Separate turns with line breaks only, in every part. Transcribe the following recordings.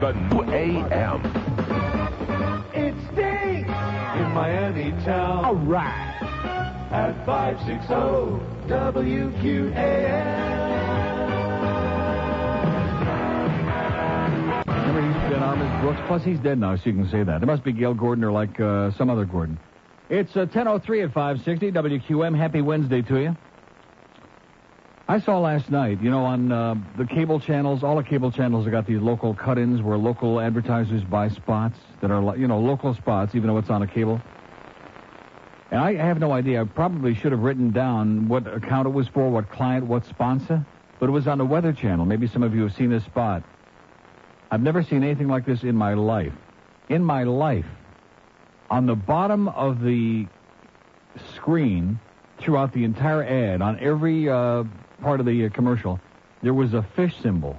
The new AM.
It stinks in Miami town.
All right.
at 560 WQAM.
Remember, he used to be an Armist Brooks. Plus, he's dead now, so you can say that. It must be Gail Gordon or like uh, some other Gordon. It's uh, 10.03 at 560 WQM. Happy Wednesday to you. I saw last night, you know, on uh, the cable channels, all the cable channels have got these local cut-ins where local advertisers buy spots that are, li- you know, local spots, even though it's on a cable. And I have no idea. I probably should have written down what account it was for, what client, what sponsor, but it was on the Weather Channel. Maybe some of you have seen this spot. I've never seen anything like this in my life. In my life, on the bottom of the screen, throughout the entire ad, on every uh, part of the uh, commercial, there was a fish symbol.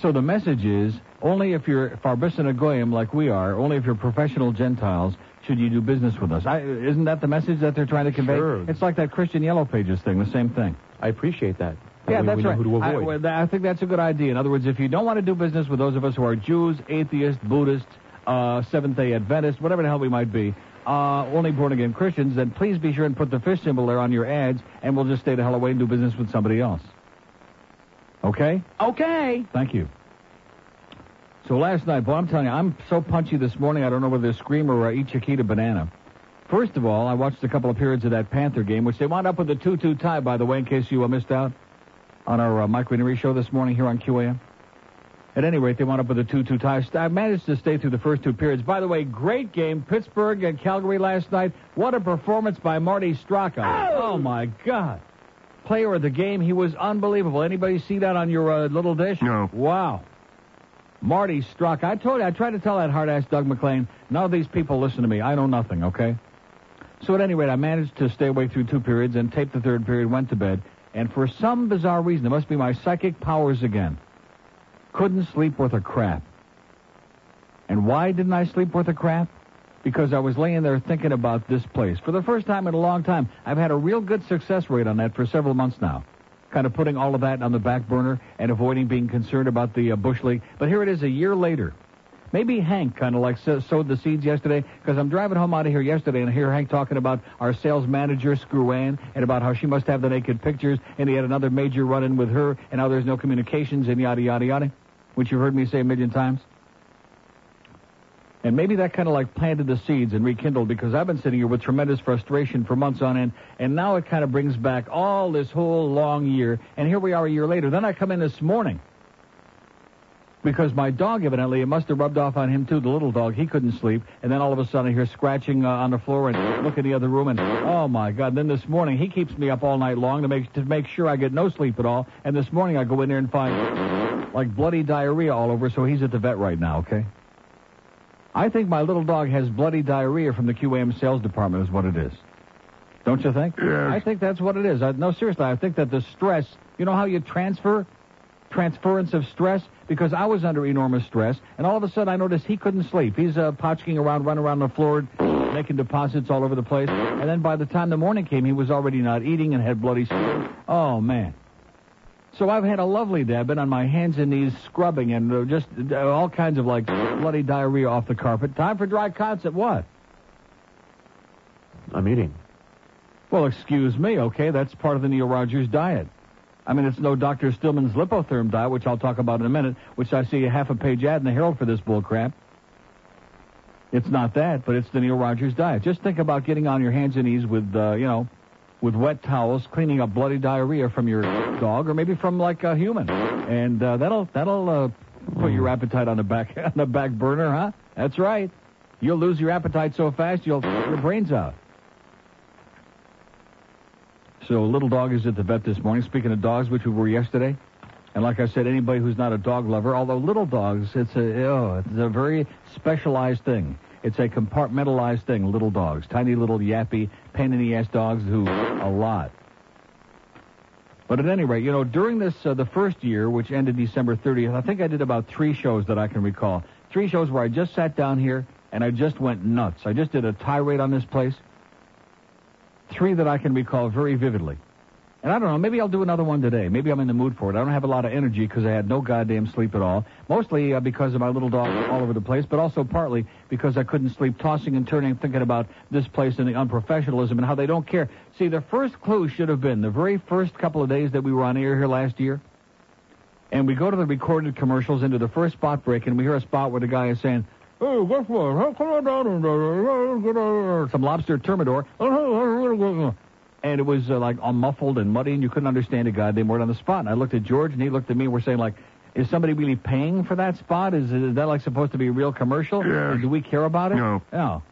So the message is only if you're Farbissin Goyim like we are, only if you're professional Gentiles, should you do business with us. I, isn't that the message that they're trying to convey?
Sure.
It's like that Christian Yellow Pages thing, the same thing.
I appreciate that. That
Yeah,
way
that's
we know
right.
Who to
I-
avoid.
well, I, think that's a good idea. In other words, if you don't want to do business with those of us who are Jews, atheists, Buddhists, uh, Seventh Day Adventists, whatever the hell we might be, uh, only born again Christians, then please be sure and put the fish symbol there on your ads, and we'll just stay the hell away and do business with somebody else. Okay? Okay. Thank you. So last night, boy, I'm telling you, I'm so punchy this morning. I don't know whether to scream or uh, eat Chiquita banana. First of all, I watched a couple of periods of that Panther game, which they wound up with a 2-2 tie, by the way, in case you uh, missed out on our uh, Mike Winery show this morning here on QAM. At any rate, they wound up with a 2-2 tie. St- I managed to stay through the first two periods. By the way, great game, Pittsburgh and Calgary last night. What a performance by Marty Straka. Oh, my God. Player of the game, he was unbelievable. Anybody see that on your uh, little dish?
No.
Wow. Marty Straka. I told you, I tried to tell that hard-ass Doug McLean, none of these people listen to me. I know nothing, okay? So at any rate, I managed to stay awake through two periods and taped the third period, went to bed, and for some bizarre reason, it must be my psychic powers again. Couldn't sleep worth a crap. And why didn't I sleep worth a crap? Because I was laying there thinking about this place. For the first time in a long time, I've had a real good success rate on that for several months now. Kind of putting all of that on the back burner and avoiding being concerned about the uh, Bush League. But here it is a year later. Maybe Hank kind of like so- sowed the seeds yesterday because I'm driving home out of here yesterday and I hear Hank talking about our sales manager, Screw Ann, and about how she must have the naked pictures and he had another major run in with her and how there's no communications and yada, yada, yada, which you've heard me say a million times. And maybe that kind of like planted the seeds and rekindled because I've been sitting here with tremendous frustration for months on end, and now it kind of brings back all this whole long year, and here we are a year later. Then I come in this morning because my dog evidently it must have rubbed off on him too the little dog he couldn't sleep and then all of a sudden i hear scratching uh, on the floor and look in the other room and oh my god then this morning he keeps me up all night long to make to make sure i get no sleep at all and this morning i go in there and find like bloody diarrhea all over so he's at the vet right now okay i think my little dog has bloody diarrhea from the qam sales department is what it is don't you think
Yes.
i think that's what it is I, no seriously i think that the stress you know how you transfer transference of stress because I was under enormous stress, and all of a sudden I noticed he couldn't sleep. He's uh, potchking around, running around the floor, making deposits all over the place, and then by the time the morning came, he was already not eating and had bloody. Skin. Oh man. So I've had a lovely day. I've been on my hands and knees scrubbing and uh, just uh, all kinds of like bloody diarrhea off the carpet. Time for dry concert. What?
I'm eating.
Well, excuse me, okay? That's part of the Neil Rogers diet. I mean, it's no Dr. Stillman's lipotherm diet, which I'll talk about in a minute, which I see a half a page ad in the Herald for this bullcrap. It's not that, but it's the Neil Rogers diet. Just think about getting on your hands and knees with, uh, you know, with wet towels, cleaning up bloody diarrhea from your dog, or maybe from like a human, and uh, that'll that'll uh, put your appetite on the back on the back burner, huh? That's right. You'll lose your appetite so fast you'll your brains out. So little dog is at the vet this morning. Speaking of dogs, which we were yesterday, and like I said, anybody who's not a dog lover, although little dogs, it's a oh, it's a very specialized thing. It's a compartmentalized thing. Little dogs, tiny little yappy pain in the ass dogs who a lot. But at any rate, you know, during this uh, the first year, which ended December 30th, I think I did about three shows that I can recall. Three shows where I just sat down here and I just went nuts. I just did a tirade on this place three that I can recall very vividly. And I don't know, maybe I'll do another one today. Maybe I'm in the mood for it. I don't have a lot of energy because I had no goddamn sleep at all. Mostly uh, because of my little dog all over the place, but also partly because I couldn't sleep tossing and turning thinking about this place and the unprofessionalism and how they don't care. See, the first clue should have been the very first couple of days that we were on air here last year. And we go to the recorded commercials into the first spot break and we hear a spot where the guy is saying, Hey, guess what? How come I don't- Some lobster termidor. And it was uh, like all muffled and muddy, and you couldn't understand a goddamn word on the spot. And I looked at George, and he looked at me. and We're saying like, is somebody really paying for that spot? Is, is that like supposed to be a real commercial?
Yes.
Do we care about it? Oh.
No.
No.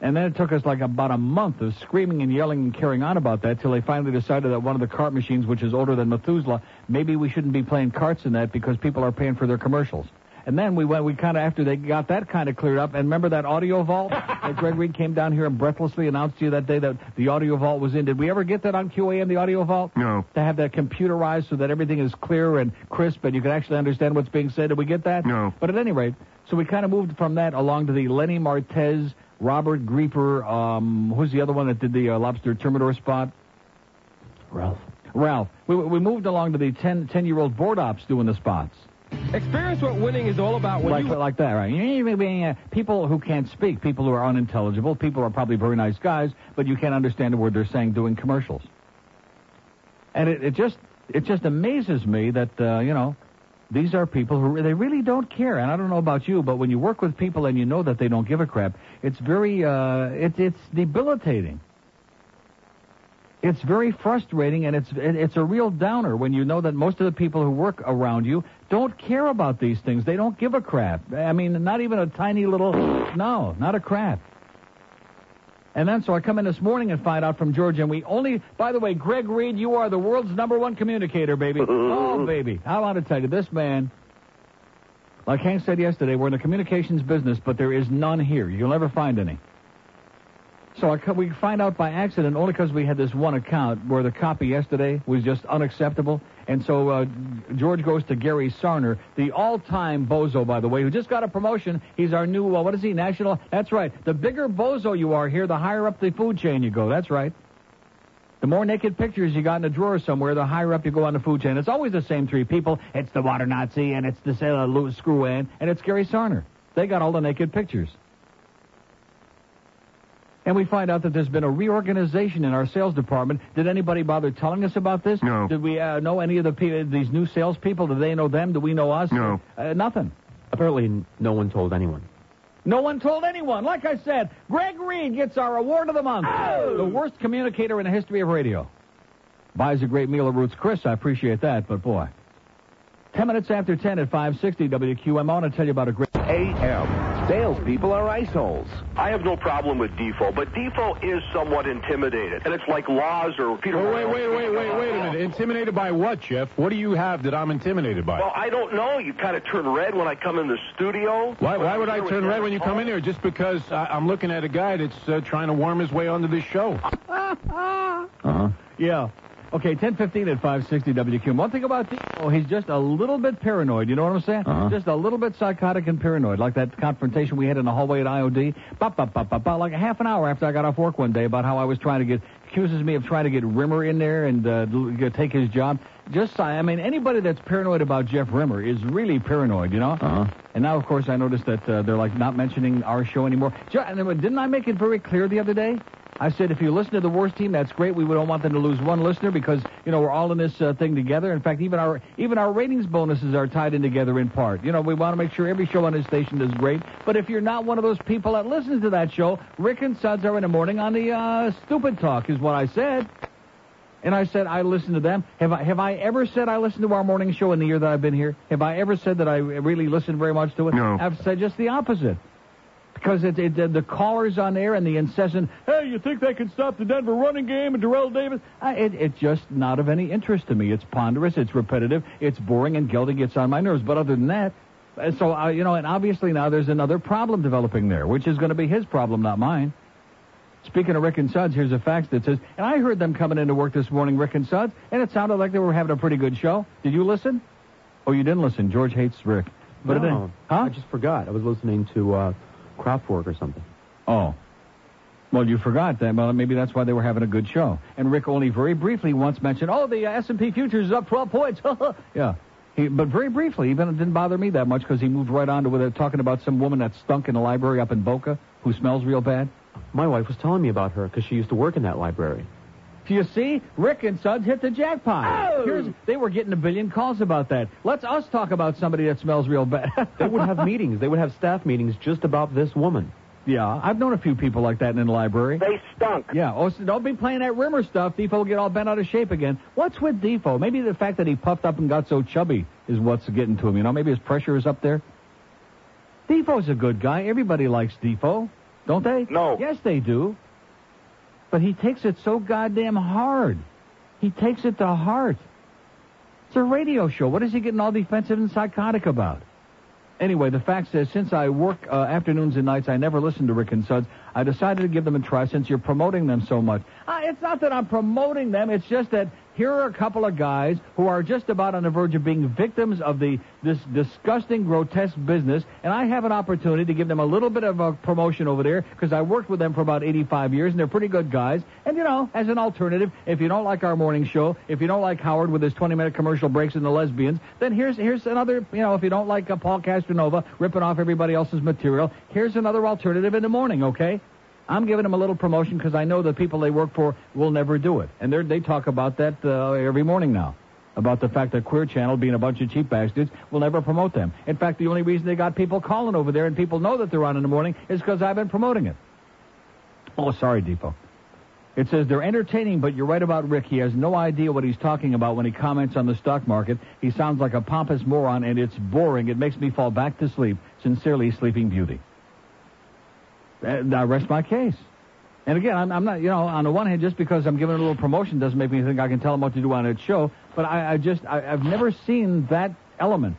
And then it took us like about a month of screaming and yelling and carrying on about that till they finally decided that one of the cart machines, which is older than Methuselah, maybe we shouldn't be playing carts in that because people are paying for their commercials. And then we went, we kind of, after they got that kind of cleared up, and remember that audio vault that Greg Reed came down here and breathlessly announced to you that day that the audio vault was in. Did we ever get that on QAM, the audio vault?
No.
To have that computerized so that everything is clear and crisp and you can actually understand what's being said. Did we get that?
No.
But at any rate, so we kind of moved from that along to the Lenny Martez, Robert Grieper, um, who's the other one that did the uh, Lobster Termidor spot? Ralph. Ralph. We, we moved along to the 10, 10-year-old board ops doing the spots.
Experience what winning is all about when
like,
you
like that, right? You know, being, uh, People who can't speak, people who are unintelligible, people are probably very nice guys, but you can't understand a word they're saying doing commercials. And it, it just it just amazes me that uh, you know these are people who re- they really don't care. And I don't know about you, but when you work with people and you know that they don't give a crap, it's very uh, it, it's debilitating. It's very frustrating, and it's it, it's a real downer when you know that most of the people who work around you don't care about these things. They don't give a crap. I mean, not even a tiny little no, not a crap. And then so I come in this morning and find out from George, and we only. By the way, Greg Reed, you are the world's number one communicator, baby. oh, baby, I want to tell you, this man. Like Hank said yesterday, we're in the communications business, but there is none here. You'll never find any. So I, co- we find out by accident only because we had this one account where the copy yesterday was just unacceptable. And so uh, George goes to Gary Sarner, the all-time bozo, by the way, who just got a promotion. He's our new, uh, what is he, national? That's right. The bigger bozo you are here, the higher up the food chain you go. That's right. The more naked pictures you got in a drawer somewhere, the higher up you go on the food chain. It's always the same three people. It's the water Nazi, and it's the uh, Louis screw and it's Gary Sarner. They got all the naked pictures. And we find out that there's been a reorganization in our sales department. Did anybody bother telling us about this?
No.
Did we uh, know any of the pe- these new salespeople? Do they know them? Do we know us?
No.
Uh, nothing.
Apparently, no one told anyone.
No one told anyone. Like I said, Greg Reed gets our award of the month. The worst communicator in the history of radio. Buys a great meal at Roots Chris. I appreciate that, but boy. Ten minutes after ten at 560 WQM, I want to tell you about a great.
AM. Salespeople are iceholes.
I have no problem with Defoe, but Defoe is somewhat intimidated. And it's like Laws or Peter.
Wait, wait, wait, wait, wait a minute. Intimidated by what, Jeff? What do you have that I'm intimidated by?
Well, I don't know. You kind of turn red when I come in the studio.
Why, why would I turn red when you come in here? Just because I, I'm looking at a guy that's uh, trying to worm his way onto this show.
Yeah. Okay, 1015 at 560 WQM. One thing about Theo, he's just a little bit paranoid. You know what I'm saying? Just a little bit psychotic and paranoid, like that confrontation we had in the hallway at IOD. Ba, ba, ba, ba, ba, like a half an hour after I got off work one day about how I was trying to get, accuses me of trying to get Rimmer in there and uh, l- g- take his job. Just, I I mean, anybody that's paranoid about Jeff Rimmer is really paranoid, you know? Uh-huh. And now, of course, I noticed that uh, they're, like, not mentioning our show anymore. Ju- and then, Didn't I make it very clear the other day? I said, if you listen to the worst team, that's great. We don't want them to lose one listener because you know we're all in this uh, thing together. In fact, even our even our ratings bonuses are tied in together in part. You know, we want to make sure every show on this station is great. But if you're not one of those people that listens to that show, Rick and Suds are in the morning on the uh, stupid talk, is what I said. And I said I listen to them. Have I have I ever said I listen to our morning show in the year that I've been here? Have I ever said that I really listen very much to it?
No.
I've said just the opposite. Because it, it, the, the callers on there and the incessant, hey, you think they can stop the Denver running game and Darrell Davis? I, it, it's just not of any interest to me. It's ponderous, it's repetitive, it's boring, and Gelding gets on my nerves. But other than that, uh, so, uh, you know, and obviously now there's another problem developing there, which is going to be his problem, not mine. Speaking of Rick and Suds, here's a fax that says, and I heard them coming into work this morning, Rick and Suds, and it sounded like they were having a pretty good show. Did you listen? Oh, you didn't listen. George hates Rick. But it
no,
Huh?
I just forgot. I was listening to uh, Kraftwerk or something.
Oh. Well, you forgot that. Well, maybe that's why they were having a good show. And Rick only very briefly once mentioned, "Oh, the uh, S&P futures is up 12 points." yeah. He, but very briefly, even it didn't bother me that much because he moved right on to where they're talking about some woman that stunk in the library up in Boca who smells real bad.
My wife was telling me about her because she used to work in that library.
Do you see? Rick and Suds hit the jackpot.
Oh!
Here's- they were getting a billion calls about that. Let's us talk about somebody that smells real bad.
They would have meetings. They would have staff meetings just about this woman.
yeah, I've known a few people like that in the library.
They stunk.
Yeah, oh, so don't be playing that rumor stuff. Defoe will get all bent out of shape again. What's with Defoe? Maybe the fact that he puffed up and got so chubby is what's getting to him. You know, maybe his pressure is up there. Defoe's a good guy. Everybody likes Defoe, don't they?
No.
Yes, they do. But he takes it so goddamn hard. He takes it to heart. It's a radio show. What is he getting all defensive and psychotic about? Anyway, the fact says since I work uh, afternoons and nights, I never listen to Rick and Suds. I decided to give them a try since you're promoting them so much. Uh, it's not that I'm promoting them. It's just that here are a couple of guys who are just about on the verge of being victims of the this disgusting, grotesque business, and I have an opportunity to give them a little bit of a promotion over there because I worked with them for about 85 years, and they're pretty good guys. And you know, as an alternative, if you don't like our morning show, if you don't like Howard with his 20-minute commercial breaks and the lesbians, then here's here's another. You know, if you don't like uh, Paul Castanova ripping off everybody else's material, here's another alternative in the morning. Okay. I'm giving them a little promotion because I know the people they work for will never do it. And they're, they talk about that uh, every morning now, about the fact that Queer Channel, being a bunch of cheap bastards, will never promote them. In fact, the only reason they got people calling over there and people know that they're on in the morning is because I've been promoting it. Oh, sorry, Depot. It says they're entertaining, but you're right about Rick. He has no idea what he's talking about when he comments on the stock market. He sounds like a pompous moron, and it's boring. It makes me fall back to sleep. Sincerely, Sleeping Beauty. And I rest my case. And again, I'm, I'm not, you know, on the one hand, just because I'm giving it a little promotion doesn't make me think I can tell them what to do on a show. But I, I just, I, I've never seen that element.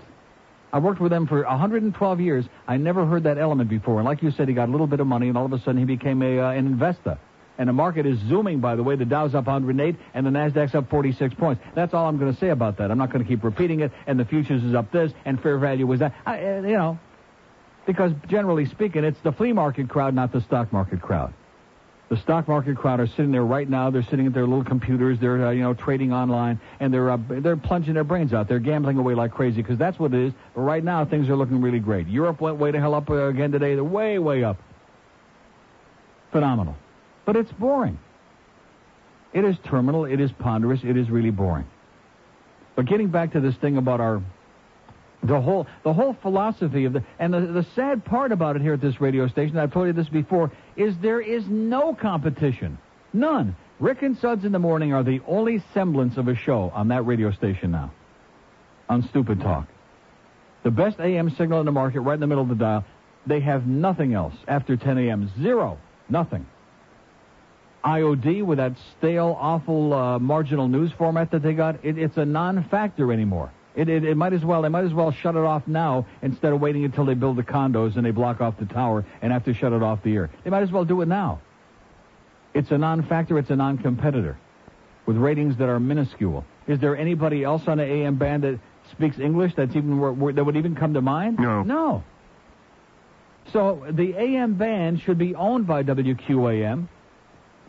I worked with them for 112 years. I never heard that element before. And like you said, he got a little bit of money, and all of a sudden he became a uh, an investor. And the market is zooming, by the way. The Dow's up 108, and the Nasdaq's up 46 points. That's all I'm going to say about that. I'm not going to keep repeating it. And the futures is up this, and fair value was that. I, uh, you know, because generally speaking, it's the flea market crowd, not the stock market crowd. The stock market crowd are sitting there right now. They're sitting at their little computers. They're uh, you know trading online, and they're uh, they're plunging their brains out. They're gambling away like crazy because that's what it is. But right now, things are looking really great. Europe went way to hell up uh, again today. They're way way up. Phenomenal, but it's boring. It is terminal. It is ponderous. It is really boring. But getting back to this thing about our the whole the whole philosophy of the and the, the sad part about it here at this radio station, I've told you this before, is there is no competition. None. Rick and Suds in the morning are the only semblance of a show on that radio station now. On stupid talk. The best AM signal in the market, right in the middle of the dial. They have nothing else after 10 a.m. Zero. Nothing. IOD with that stale, awful uh, marginal news format that they got, it, it's a non-factor anymore. It, it, it might as well they might as well shut it off now instead of waiting until they build the condos and they block off the tower and have to shut it off the air. They might as well do it now. It's a non-factor. It's a non-competitor with ratings that are minuscule. Is there anybody else on the AM band that speaks English that's even wor- wor- that would even come to mind?
No.
No. So the AM band should be owned by WQAM.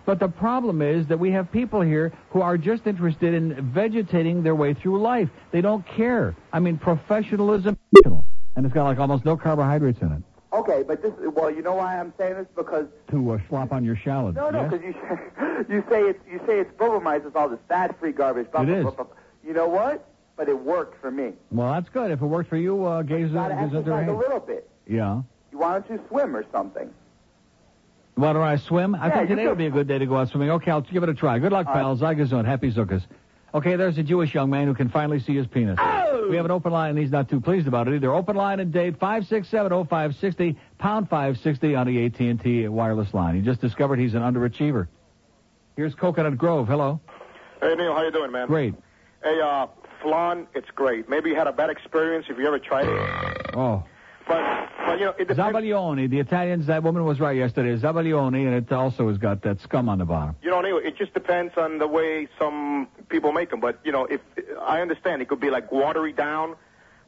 But the problem is that we have people here who are just interested in vegetating their way through life. They don't care. I mean, professionalism, and it's got like almost no carbohydrates in it
Okay, but this well, you know why I'm saying this because
to uh, slop on your shallot.
no, no,
yes?
because you you say it's you say it's Budweiser's all this fat-free garbage. Blah,
It
blah,
is.
Blah, blah, blah. You know what? But it worked for me.
Well, that's good. If it worked for you, uh, gays,
Got to
gays up their
exercise a
hand.
little bit.
Yeah.
Why don't you swim or something?
Why don't I swim? I
Yeah,
think
you
today
could.
would be a good day to go out swimming. Okay, I'll give it a try. Good luck, pals. Zygazone. Happy Zookas. Okay, there's a Jewish young man who can finally see his penis.
Oh!
We have an open line, and he's not too pleased about it either. Open line and date 5670560, pound 560 on the AT&T wireless line. He just discovered he's an underachiever. Here's Coconut Grove. Hello.
Hey Neil, how you doing, man?
Great.
Hey, uh, flan, it's great. Maybe you had a bad experience if you ever tried it.
Oh.
But but you know, it depends.
Zabaglione. The Italians, that woman was right yesterday. Zabaglione, and it also has got that scum on the bottom.
You know, Neil, it just depends on the way some people make them. But you know, if I understand, it could be like watery down.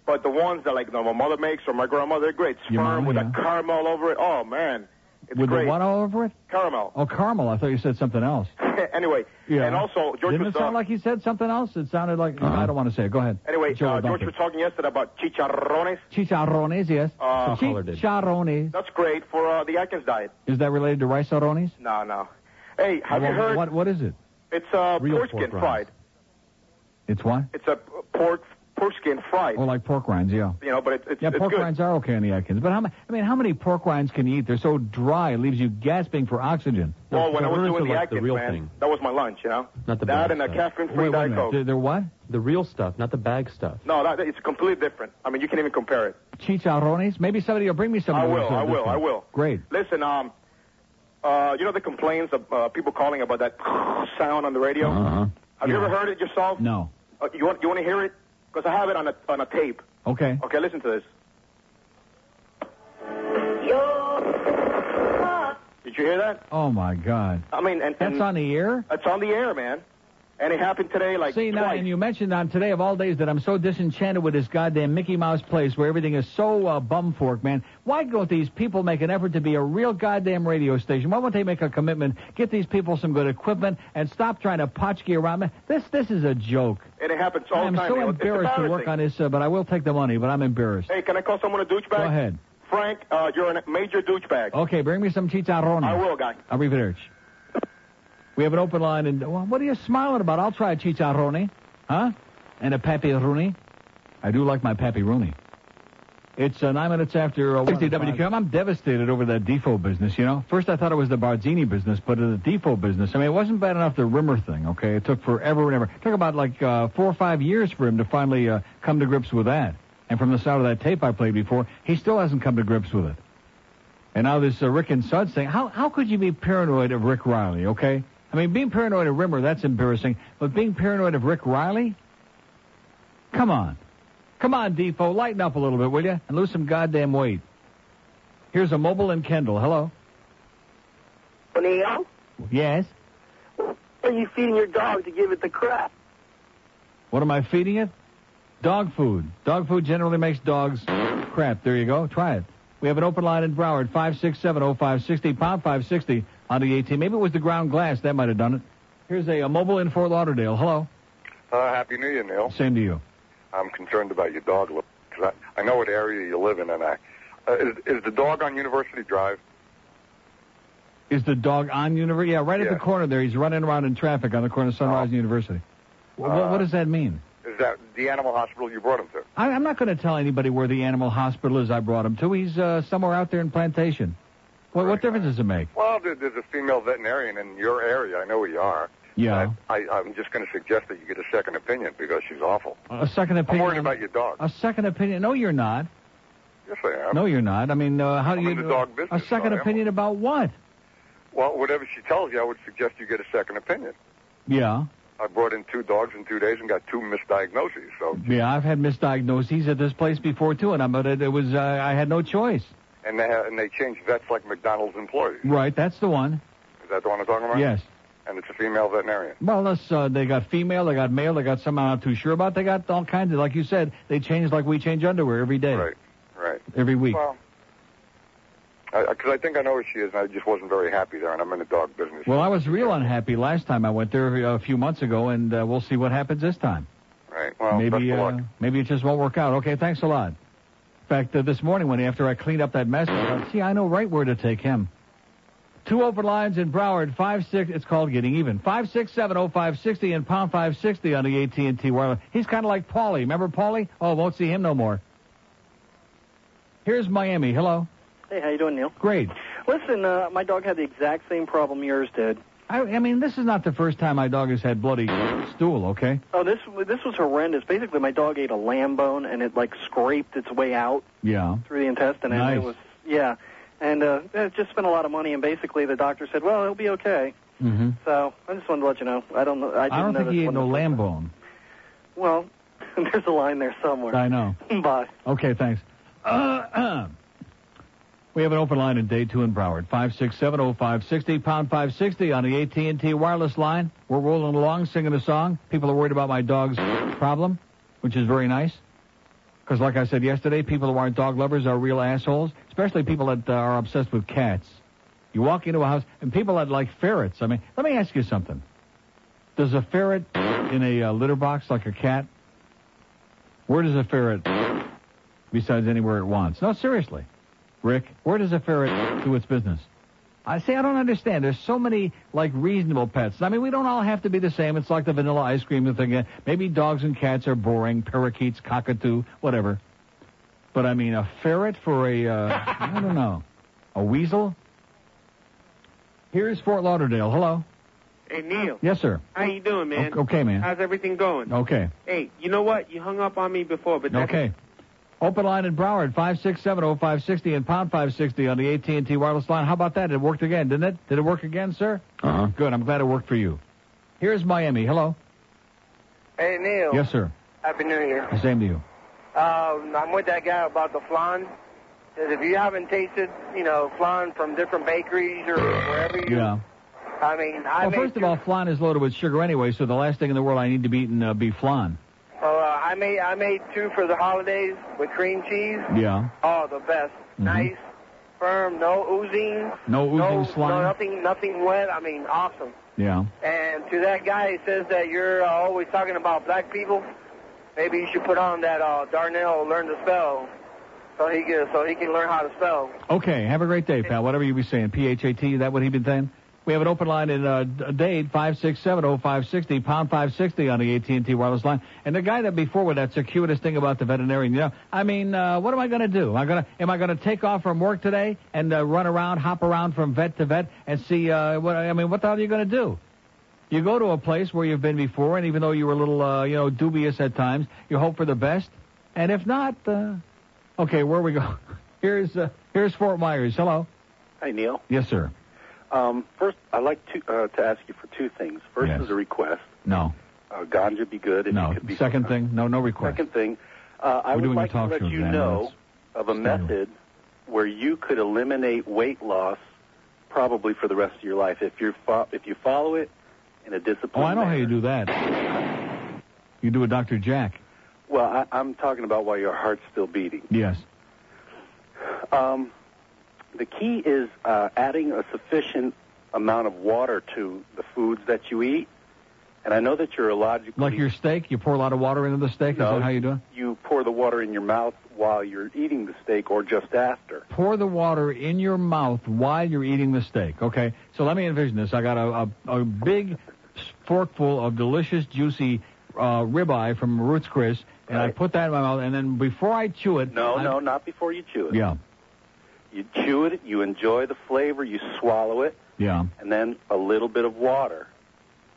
But the ones that like you know, my mother makes or my grandmother, they're great. Sperm
Your mama,
with
yeah.
a caramel over it. Oh man, It's
With
great.
the what all over it?
Caramel.
Oh, caramel. I thought you said something else.
anyway,
Yeah.
and also George
Didn't
was
it
uh,
sound like you said something else? It sounded like
Uh-huh.
I don't want to say it. Go ahead.
anyway
Joe
uh,
Duncan.
George was talking yesterday about chicharrones.
Chicharrones, yes.
Uh,
Chicharrones.
That's great for uh, the Atkins diet.
Is that related to rice aronis?
No, no. Hey, have
Well,
you heard?
What, what is it?
It's uh,
Real
pork
pork
skin
rinds.
fried.
It's what?
It's a p- pork pork skin fried.
Oh, like pork rinds, yeah.
You know, but it, it's
Yeah,
it's
pork
good.
rinds are okay on the Atkins, but how ma- I mean, how many pork rinds can you eat? They're so dry, it leaves you gasping for oxygen.
Well, when I was
Those
doing
are like
the
the
Atkins,
real
man,
thing.
that was my lunch. You know,
Not the
that
bag
and a
stuff.
caffeine-free
Wait, wait a
diet
minute.
coke.
They're, they're what?
The real stuff, not the bag stuff.
No, that, it's completely different. I mean, you can't even compare it.
Chicharrones? Maybe somebody will bring me some.
I
of those,
will,
uh,
I
this
will,
time.
I will.
Great.
Listen, um, uh, you know the complaints of uh, people calling about that sound on the radio.
Uh-huh.
Have you ever heard it yourself?
No.
Uh, you want you want to hear it? Because I have it on a on a tape.
Okay.
Okay, listen to this. Did you hear that?
Oh my God.
I mean, and,
That's
and
on the air.
it's on the air, man. And it happened today, like
See now,
twice.
and you mentioned on today of all days that I'm so disenchanted with this goddamn Mickey Mouse place where everything is so uh, bumfork, man. Why don't these people make an effort to be a real goddamn radio station? Why won't they make a commitment, get these people some good equipment, and stop trying to potchkey around? Man, this this is a joke.
and it happens all
I'm
the time.
so
man. It's
embarrassed to work
embarrassing.
on this, uh, but I will take the money. But I'm embarrassed.
Hey, can I call someone a douchebag?
Go ahead.
Frank, uh, you're a major douchebag.
Okay, bring me some chicharrones.
I will, guy.
Arrivederci. We have an open line, and well, what are you smiling about? I'll try a chicharroni, huh? And a papironi. I do like my papironi. It's uh, nine minutes after uh, one o'clock. WQM. I'm devastated over that Defo business. You know, first I thought it was the Barzini business, but the Defo business. I mean, it wasn't bad enough the Rimmer thing. Okay, it took forever and ever. It took about like uh, four or five years for him to finally uh, come to grips with that. And from the sound of that tape I played before, he still hasn't come to grips with it. And now this uh, Rick and Suds thing. How how could you be paranoid of Rick Riley? Okay, I mean being paranoid of Rimmer that's embarrassing, but being paranoid of Rick Riley, come on, come on, Defo, lighten up a little bit, will you, and lose some goddamn weight. Here's a mobile and Kendall. Hello.
Neil,
Yes.
what are you feeding your dog to give it the crap?
What am I feeding it? Dog food. Dog food generally makes dogs crap. There you go. Try it. We have an open line in Broward, 5670560, pound 560 on the 18. Maybe it was the ground glass. That might have done it. Here's a, a mobile in Fort Lauderdale. Hello.
Uh, Happy New Year, Neil.
Same to you.
I'm concerned about your dog because I, I know what area you live in, and I uh, is, is the dog on University Drive?
Is the dog on University? Yeah, right at the corner there. He's running around in traffic on the corner of Sunrise and University. Wh- wh- what does that mean?
Is that the animal hospital you brought him to?
I, I'm not going to tell anybody where the animal hospital is I brought him to. He's uh, somewhere out there in Plantation. What, what difference does it make?
Well, there, there's a female veterinarian in your area. I know where you are.
Yeah.
I, I'm just going to suggest that you get a second opinion because she's awful.
A second
I'm
opinion.
worried about your dog.
A second opinion? No, you're not.
Yes, I am.
No, you're not. I mean, uh, how do
I'm
you
in the dog business,
a second
I am.
opinion about what?
Well, whatever she tells you, I would suggest you get a second opinion.
Yeah,
I brought in two dogs in two days and got two misdiagnoses. So,
yeah. I've had misdiagnoses at this place before too, and I but it, it was uh, I had no choice.
and they ha- and they change vets like McDonald's employees.
Right, that's the one.
Is that the one I'm talking about?
Yes.
And it's a female veterinarian.
Well, that's uh, they got female, they got male, they got some I'm not too sure about. They got all kinds of, like you said, they change like we change underwear every day, right.
Right.
every week.
Well, because I, 'cause I think I know where she is, and I just wasn't very happy there, and I'm in the dog business.
Well, I was real unhappy last time I went there a few months ago, and uh, we'll see what happens this time.
Right.
Oh,
Well,
maybe
best of
uh,
luck.
maybe it just won't work out. Okay, thanks a lot. In fact, uh, this morning when after I cleaned up that mess, I thought, see, I know right where to take him. Two open lines in Broward, five six. It's called getting even. Five six seven oh five sixty and pound five sixty on the AT and T wireless. He's kind of like Paulie. Remember Paulie? Oh, won't see him no more. Here's Miami. Hello.
Hey, how you doing, Neil?
Great.
Listen, uh, my dog had the exact same problem yours did.
I, I mean, this is not the first time my dog has had bloody stool. Okay.
Oh, this this was horrendous. Basically, my dog ate a lamb bone and it like scraped its way out
Yeah.
through the intestine. And
Nice.
it was yeah, and uh, it just spent a lot of money. And basically, the doctor said, "Well, it'll be okay."
Mm-hmm.
So I just wanted to let you know. I don't know. I, didn't
don't
know
think
this
he ate
one.
no lamb bone.
Well, there's a line there somewhere.
I know.
Bye.
Okay, thanks. Uh, we have an open line in day two in Broward, 5670560, pound 560 on the AT&T wireless line. We're rolling along, singing a song. People are worried about my dog's problem, which is very nice. Because like I said yesterday, people who aren't dog lovers are real assholes, especially people that uh, are obsessed with cats. You walk into a house, and people had like ferrets. I mean, let me ask you something. Does a ferret in a uh, litter box like a cat? Where does a ferret, besides anywhere it wants? No, seriously, Rick. Where does a ferret do its business? I say I don't understand. There's so many like reasonable pets. I mean, we don't all have to be the same. It's like the vanilla ice cream thing. Uh, Maybe dogs and cats are boring. Parakeets, cockatoo, whatever. But I mean, a ferret for a uh, I don't know, a weasel. Here's Fort Lauderdale. Hello.
Hey Neil,
Yes, sir.
how you doing, man?
O- okay, man.
How's everything going?
Okay.
Hey, you know what? You hung up on me before, but that's
Okay. Open line in Broward, 5670560 and pound 560 on the AT&T wireless line. How about that? It worked again, didn't it? Did it work again, sir? Uh-huh. Good. I'm glad it worked for you. Here's Miami. Hello.
Hey, Neil.
Yes, sir.
Happy New Year.
Same to you.
Um, I'm with that guy about the flan. Says if you haven't tasted, you know, flan from different bakeries or wherever you,
Yeah.
I mean, I
well,
made
first of all, flan is loaded with sugar anyway, so the last thing in the world I need to be eating uh, be flan.
uh, I made I made two for the holidays with cream cheese.
Yeah. Mm-hmm.
Oh, the best. Nice, firm, no oozing,
No oozing
no
slime.
nothing, nothing wet. I mean, awesome.
Yeah.
And to that guy who says that you're uh, always talking about black people, maybe you should put on that uh, Darnell learn to spell, so he can so he can learn how to spell.
Okay. Have a great day, pal. Whatever you be saying. P-H-A-T, is that what he been saying? We have an open line in uh, D- Dade, 5670560, pound 560 on the AT&T wireless line. And the guy that before with that circuitous thing about the veterinarian, you know, I mean, uh, what am I going to do? Am I going to am I going to take off from work today and uh, run around, hop around from vet to vet and see, uh, what I mean, what the hell are you going to do? You go to a place where you've been before, and even though you were a little, uh, you know, dubious at times, you hope for the best. And if not, uh, okay, where we go? Here's uh, here's Fort Myers. Hello.
Hi, Neil.
Yes, sir.
Um, first, I'd like to uh, to ask you for two things. First
Yes.
is a request.
No.
Uh, ganja be good. If
No.
It could be
Second thing. No. No request.
Second thing, uh, I
We're
would
doing a
like to
talk
let
show,
you
Dan.
know of a method where you could eliminate weight loss probably for the rest of your life if you fo- if you follow it in a
Oh,
disciplined
I know how you do that. You do a Dr. Jack.
Well, I, I'm talking about while your heart's still beating.
Yes.
Um, the key is uh, adding a sufficient amount of water to the foods that you eat. And I know that you're illogically
Like your steak, you pour a lot of water into the steak. Is
No.
that how you do it?
you pour the water in your mouth while you're eating the steak or just after.
Pour the water in your mouth while you're eating the steak. Okay. So let me envision this. I got a a, a big forkful of delicious, juicy uh, ribeye from Roots Chris, and I put that in my mouth, and then before I chew it,
No,
I-
no, not before you chew it.
yeah,
You chew it, you enjoy the flavor, you swallow it,
yeah.
and then a little bit of water.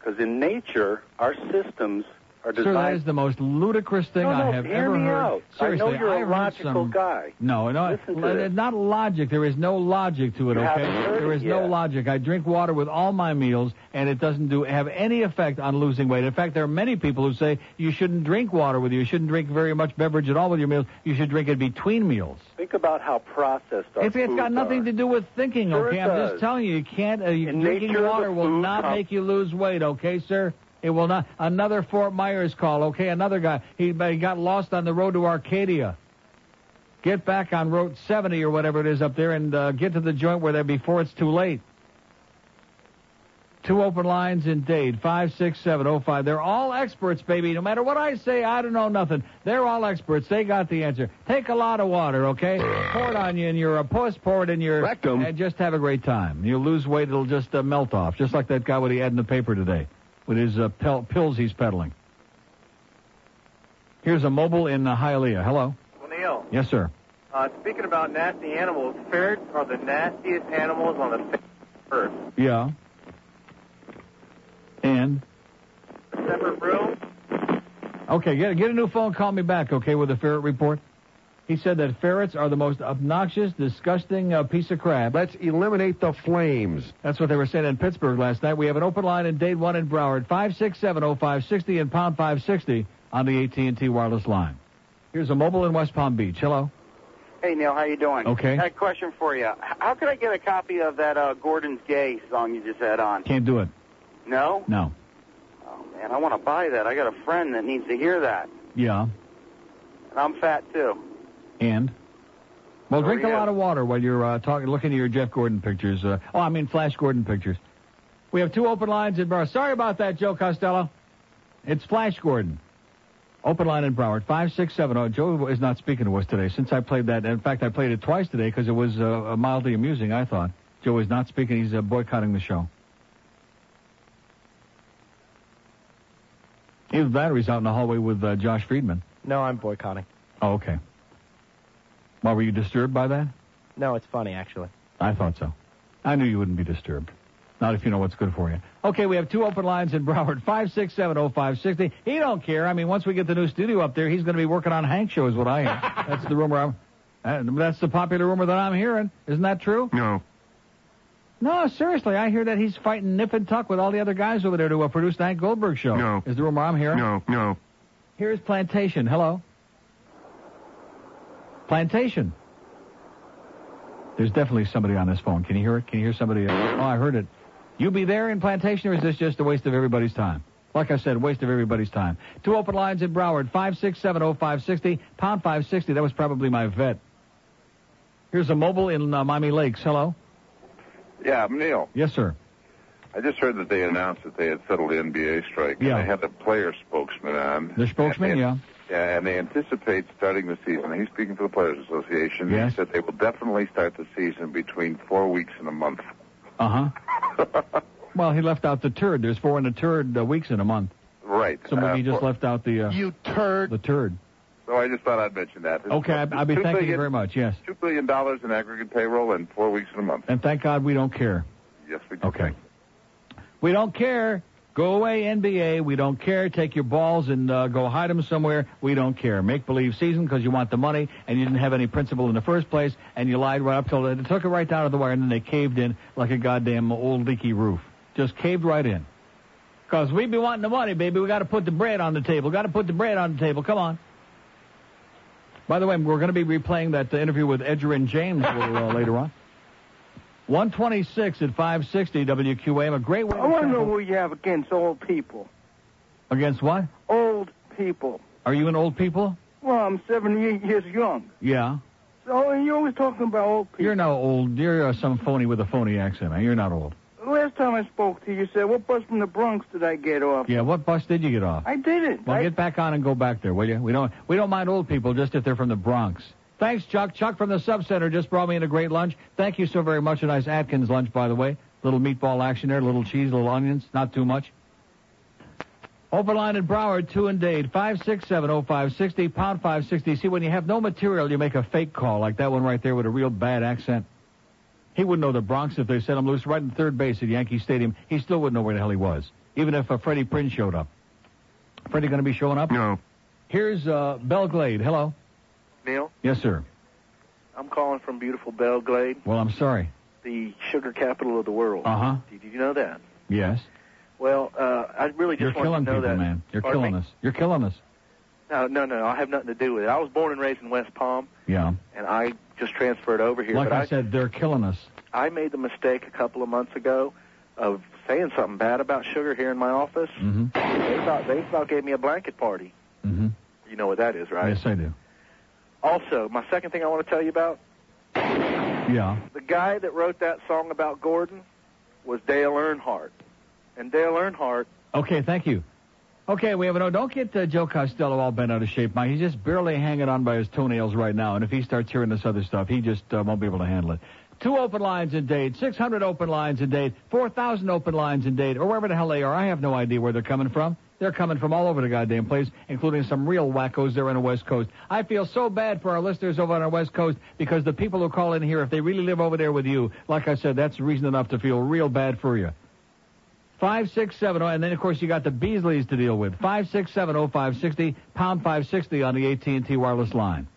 Because in nature, our systems are
Sir, that
designed.
is the most ludicrous thing
no, no,
I have
hear
ever
me
heard.
out.
Seriously,
I know you're
have
a
heard
logical
some-
guy.
No, no,
Listen to
l-
this.
not logic. There is no logic to it.
You
okay,
haven't heard
there
it
is no
yet.
logic. I drink water with all my meals, and it doesn't do have any effect on losing weight. In fact, there are many people who say you shouldn't drink water with you. You shouldn't drink very much beverage at all with your meals. You should drink it between meals.
Think about how processed our
It's, it's got
foods
nothing
are.
to do with thinking.
Sure
okay,
it
I'm
does.
just telling you, you can't. Uh, you,
In
drinking
nature, the
water will
food
not
com-
make you lose weight. Okay, sir. It will not. Another Fort Myers call. Okay, another guy. He, he got lost on the road to Arcadia. Get back on Route 70 or whatever it is up there, and uh, get to the joint where they're before it's too late. Two open lines in Dade, 56705. oh, They're all experts, baby. No matter what I say, I don't know nothing. They're all experts. They got the answer. Take a lot of water, okay? pour it on you in your uh, puss, pour it in your rectum, and just have a great time. You'll lose weight, it'll just uh, melt off, just like that guy what he had in the paper today with his uh, pel- pills he's peddling. Here's a mobile in uh, Hialeah. Hello?
Well, Neil,
Yes, sir.
uh, speaking about nasty animals, ferrets are the nastiest animals on the face of earth.
Yeah. And?
Separate room?
Okay, get, get a new phone. Call me back, okay, with a ferret report. He said that ferrets are the most obnoxious, disgusting uh, piece of crap. Let's eliminate the flames. That's what they were saying in Pittsburgh last night. We have an open line in Dade 1 in Broward, 5670560 and pound 560 on the AT&T wireless line. Here's a mobile in West Palm Beach. Hello.
Hey Neil, how you doing?
Okay.
I had a question for you. H- How could I get a copy of that uh, Gordon's Gay song you just had on?
Can't do it.
No?
No.
Oh man, I want to buy that. I got a friend that needs to hear that,
Yeah.
and I'm fat too.
And? Well, drink a
Maria.
lot of water while you're uh, talking, looking at your Jeff Gordon pictures. Uh, oh, I mean Flash Gordon pictures. We have two open lines in Broward. Sorry about that, Joe Costello. It's Flash Gordon. Open line in Broward, 5670. oh. Joe is not speaking to us today since I played that. In fact, I played it twice today because it was uh, mildly amusing, I thought. Joe is not speaking. He's uh, boycotting the show. Either that or he's out in the hallway with uh, Josh Friedman.
No, I'm boycotting.
Oh, okay. Why, were you disturbed by that?
No, it's funny actually.
I thought so. I knew you wouldn't be disturbed. Not if you know what's good for you. Okay, we have two open lines in Broward, 5670560. He don't care. I mean, once we get the new studio up there, he's going to be working on Hank shows, what I am. that's the rumor I'm... Uh, that's the popular rumor that I'm hearing. Isn't that true?
No.
No, seriously, I hear that he's fighting nip and tuck with all the other guys over there to uh, produce the Hank Goldberg show.
No.
Is the rumor I'm hearing?
No, no.
Here's Plantation. Hello. Plantation. There's definitely somebody on this phone. Can you hear it? Can you hear somebody? Oh, I heard it. You be there in Plantation, or is this just a waste of everybody's time? Like I said, waste of everybody's time. Two open lines in Broward, 5670560, pound 560. That was probably my vet. Here's a mobile in uh, Miami Lakes. Hello.
Yeah, I'm Neil.
Yes, sir.
I just heard that they announced that they had settled the NBA strike.
Yeah.
And they had the player spokesman on.
The spokesman, yeah.
Yeah, and they anticipate starting the season. He's speaking for the Players Association.
Yes.
He said they will definitely start the season between four weeks and a month.
Uh huh. well, he left out the turd. There's four and a turd uh, weeks in a month.
Right.
So maybe he
Uh,
just left out the. Uh,
You
turd. The turd.
So I just thought I'd mention that. It's
Okay, I, I'll be
two
thanking you
billion-
very much. Yes.
Two billion dollars in aggregate payroll and four weeks in a month.
And thank God we don't care.
Yes, we do.
Okay. We don't care. Go away, NBA. We don't care. Take your balls and uh, go hide them somewhere. We don't care. Make believe season because you want the money and you didn't have any principle in the first place and you lied right up till they took it right down to the wire and then they caved in like a goddamn old leaky roof. Just caved right in. Because we be wanting the money, baby. We got to put the bread on the table. Got to put the bread on the table. Come on. By the way, we're going to be replaying that uh, interview with Edgerrin James a little, uh, later on. 126 at 560 WQAM. A great way
I want to know who you have against old people.
Against what?
Old people.
Are you an old people?
Well, I'm 78 years young.
Yeah.
So and you're always talking about old
You're now old. You're uh, some phony with a phony accent. You're not old.
people. Last time I spoke to you, you said, what bus from the Bronx did I get off?
Yeah. What bus did you get off?
I did it.
Well, get back on and go back there, will you? We don't we don't mind old people just if they're from the Bronx. Thanks, Chuck. Chuck from the Sub Center just brought me in a great lunch. Thank you so very much. A nice Atkins lunch, by the way. Little meatball action there, little cheese, little onions, not too much. Open line in Broward, two and Dade, five six seven oh five sixty pound five sixty. See, when you have no material, you make a fake call like that one right there with a real bad accent. He wouldn't know the Bronx if they set him loose right in third base at Yankee Stadium. He still wouldn't know where the hell he was, even if uh, Freddie Prinze showed up. Freddie going to be showing up?
No.
Here's uh, Belglade. Hello.
Neil,
Yes, sir.
I'm calling from beautiful Belglade,
Well, I'm sorry.
the sugar capital of the world.
Uh huh.
Did you know that?
Yes.
Well, uh, I really just
You're
want
killing
to know
people,
that.
man. You're
Pardon
killing
me?
us. You're killing us.
No, no, no. I have nothing to do with it. I was born and raised in West Palm,
Yeah.
and I just transferred over here.
like
but
I, said, they're killing us.
I, made the mistake a couple of months ago of saying something bad about sugar here in my office.
Mm-hmm.
They thought they thought gave me a blanket party.
Mm-hmm.
You know what that is, right?
Yes, I do.
Also, my second thing I want to tell you about
Yeah.
the guy that wrote that song about Gordon was Dale Earnhardt, and Dale Earnhardt
Okay, thank you. Okay, we have a no. Don't get uh, Joe Costello all bent out of shape, Mike. He's just barely hanging on by his toenails right now, and if he starts hearing this other stuff, he just uh, won't be able to handle it. Two open lines in Dade, 600 open lines in Dade, 4,000 open lines in Dade, or wherever the hell they are. I have no idea where they're coming from. They're coming from all over the goddamn place, including some real wackos there on the West Coast. I feel so bad for our listeners over on our West Coast because the people who call in here, if they really live over there with you, like I said, that's reason enough to feel real bad for you. Five six seven oh, and then of course you got the Beasleys to deal with. Five six seven oh five sixty pound five sixty on the AT and T wireless line.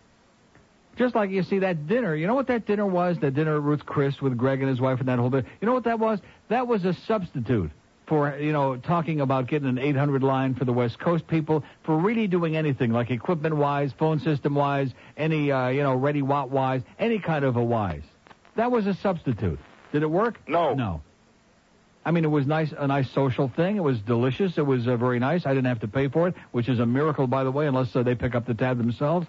Just like you see that dinner, you know what that dinner was? That dinner at Ruth Chris with Greg and his wife and that whole bit. You know what that was? That was a substitute for you know talking about getting an 800 line for the West Coast people for really doing anything like equipment wise, phone system wise, any uh, you know ready watt wise, any kind of a wise. That was a substitute. Did it work? No. No. I mean, it was nice, a nice social thing. It was delicious. It was uh, very nice. I didn't have to pay for it, which is a miracle, by the way, unless uh, they pick up the tab themselves.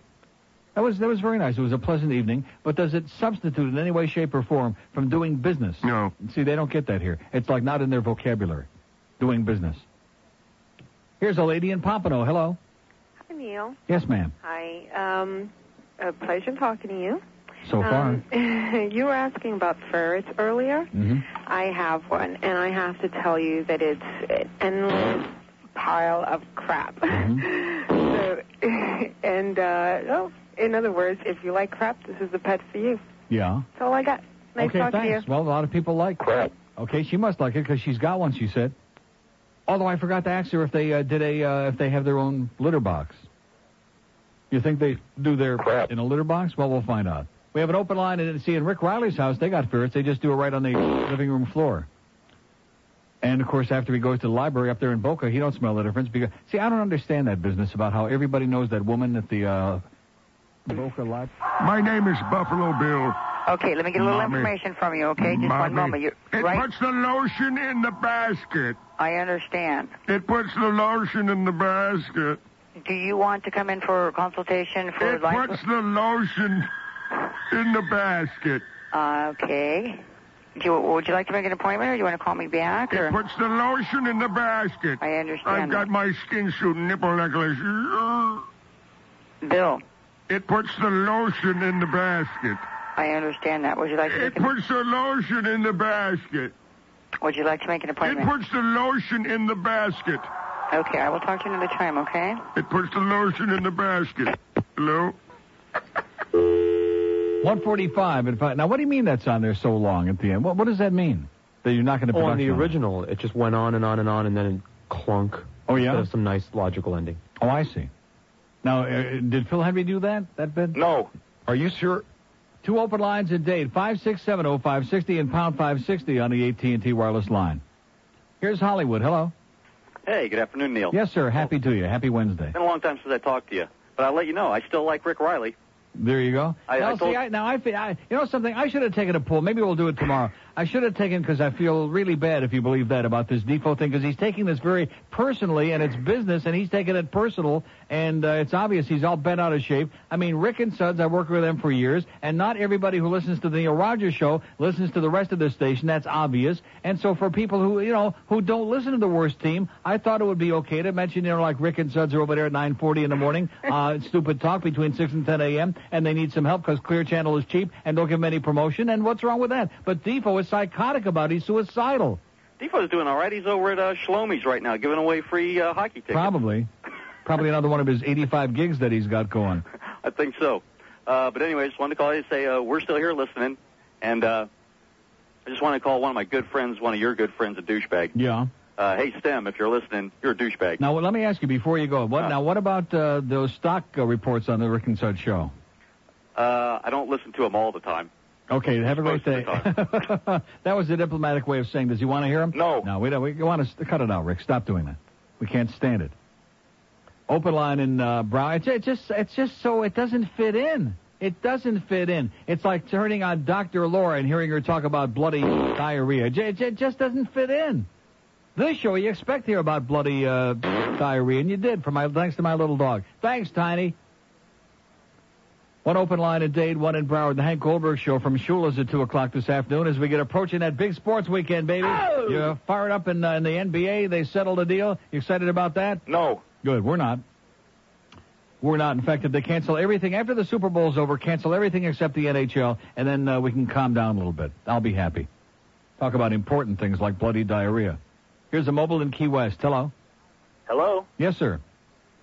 That was that was very nice. It was a pleasant evening. But does it substitute in any way, shape, or form from doing business?
No.
See, they don't get that here. It's like not in their vocabulary. Doing business. Here's a lady in Pompano. Hello.
Hi, Neil.
Yes, ma'am.
Hi. Um, a pleasure talking to you.
So far.
Um, you were asking about ferrets earlier.
hmm
I have one, and I have to tell you that it's an endless pile of crap. so, and uh, oh, in other words, if you like crap, this is the pet for you.
Yeah.
That's all I got. Nice
okay,
talking to you.
thanks. Well, a lot of people like crap. Okay, she must like it because she's got one. She said. Although I forgot to ask her if they uh, did a uh, if they have their own litter box. You think they do their crap in a litter box? Well, we'll find out. We have an open line and see in Rick Riley's house they got ferrets. They just do it right on the living room floor. And of course, after he goes to the library up there in Boca, he don't smell the difference because see, I don't understand that business about how everybody knows that woman at the uh, Boca Library.
My name is Buffalo Bill.
Okay, let me get a little
Mommy.
information from you, okay? Just
Mommy.
one moment. You,
It
right?
puts the lotion in the basket.
I understand.
It puts the lotion in the basket.
Do you want to come in for consultation for
It
life?
puts the lotion in the basket.
Uh, okay. Do you, would you like to make an appointment, or do you want to call me back? Or?
It puts the lotion in the basket.
I understand.
I've got my skin suit nipple necklace.
Bill.
It puts the lotion in the basket.
I understand that. Would you like to
It
make an,
puts the lotion in the basket.
Would you like to make an
It
appointment?
puts the lotion in the basket.
Okay, I will talk to you another time. Okay.
It puts the lotion in the basket. Hello?
145. In fact, now what do you mean that's on there so long at the end? What, what does that mean? That you're not going to
Oh, on the original, it just went on and on and on, and then clunk.
Oh yeah.
Instead of some nice logical ending.
Oh, I see. Now, uh, did Phil Henry do that? That bit?
No.
Are you sure? Two open lines a day: five six seven oh five sixty and pound five sixty on the AT and T wireless line. Here's Hollywood. Hello.
Hey, good afternoon, Neil.
Yes, sir. Happy to you. Happy Wednesday.
Been a long time since I talked to you, but I'll let you know I still like Rick Riley.
There you go.
I- I
now,
told-
see, I, now I feel, I, you know something, I should have taken a poll. Maybe we'll do it tomorrow. I should have taken, because I feel really bad if you believe that about this Defoe thing, because he's taking this very personally, and it's business, and he's taking it personal, and uh, it's obvious he's all bent out of shape. I mean, Rick and Suds, I worked with them for years, and not everybody who listens to the Neil Rogers show listens to the rest of the station. That's obvious. And so for people who, you know, who don't listen to the worst team, I thought it would be okay to mention, you know, like Rick and Suds are over there at 9.40 in the morning, uh, stupid talk between 6 and 10 a.m., and they need some help because Clear Channel is cheap and don't give them any promotion, and what's wrong with that? But Defoe is psychotic about it. He's suicidal.
Defoe's doing all right. He's over at uh, Shlomi's right now, giving away free uh, hockey tickets.
Probably. Probably another one of his 85 gigs that he's got going.
I think so. Uh, but anyway, I just wanted to call you and say uh, we're still here listening, and uh, I just want to call one of my good friends, one of your good friends, a douchebag.
Yeah.
Uh, hey, Stem, if you're listening, you're a douchebag.
Now, well, let me ask you before you go. What, now, what about uh, those stock uh, reports on the Rick and Suds show?
Uh, I don't listen to him all the time.
Okay, have a great day. that was a diplomatic way of saying, does he want to hear him? No. No, we don't. We want to cut it out, Rick. Stop doing that. We can't stand it. Open line in uh, Brow. It's, it's just, it's just so it doesn't fit in. It doesn't fit in. It's like turning on Dr. Laura and hearing her talk about bloody diarrhea. J- j- It just doesn't fit in. This show you expect to hear about bloody uh, diarrhea, and you did. For my thanks to my little dog. Thanks, Tiny. One open line in Dade, one in Broward. The Hank Goldberg Show from Shula's at 2 o'clock this afternoon as we get approaching that big sports weekend, baby. You're fired up in, uh, in the NBA. They settled a deal. You excited about that?
No.
Good. We're not. We're not. In fact, if they cancel everything after the Super Bowl's over, cancel everything except the NHL, and then uh, we can calm down a little bit. I'll be happy. Talk about important things like bloody diarrhea. Here's a mobile in Key West. Hello.
Hello?
Yes, sir.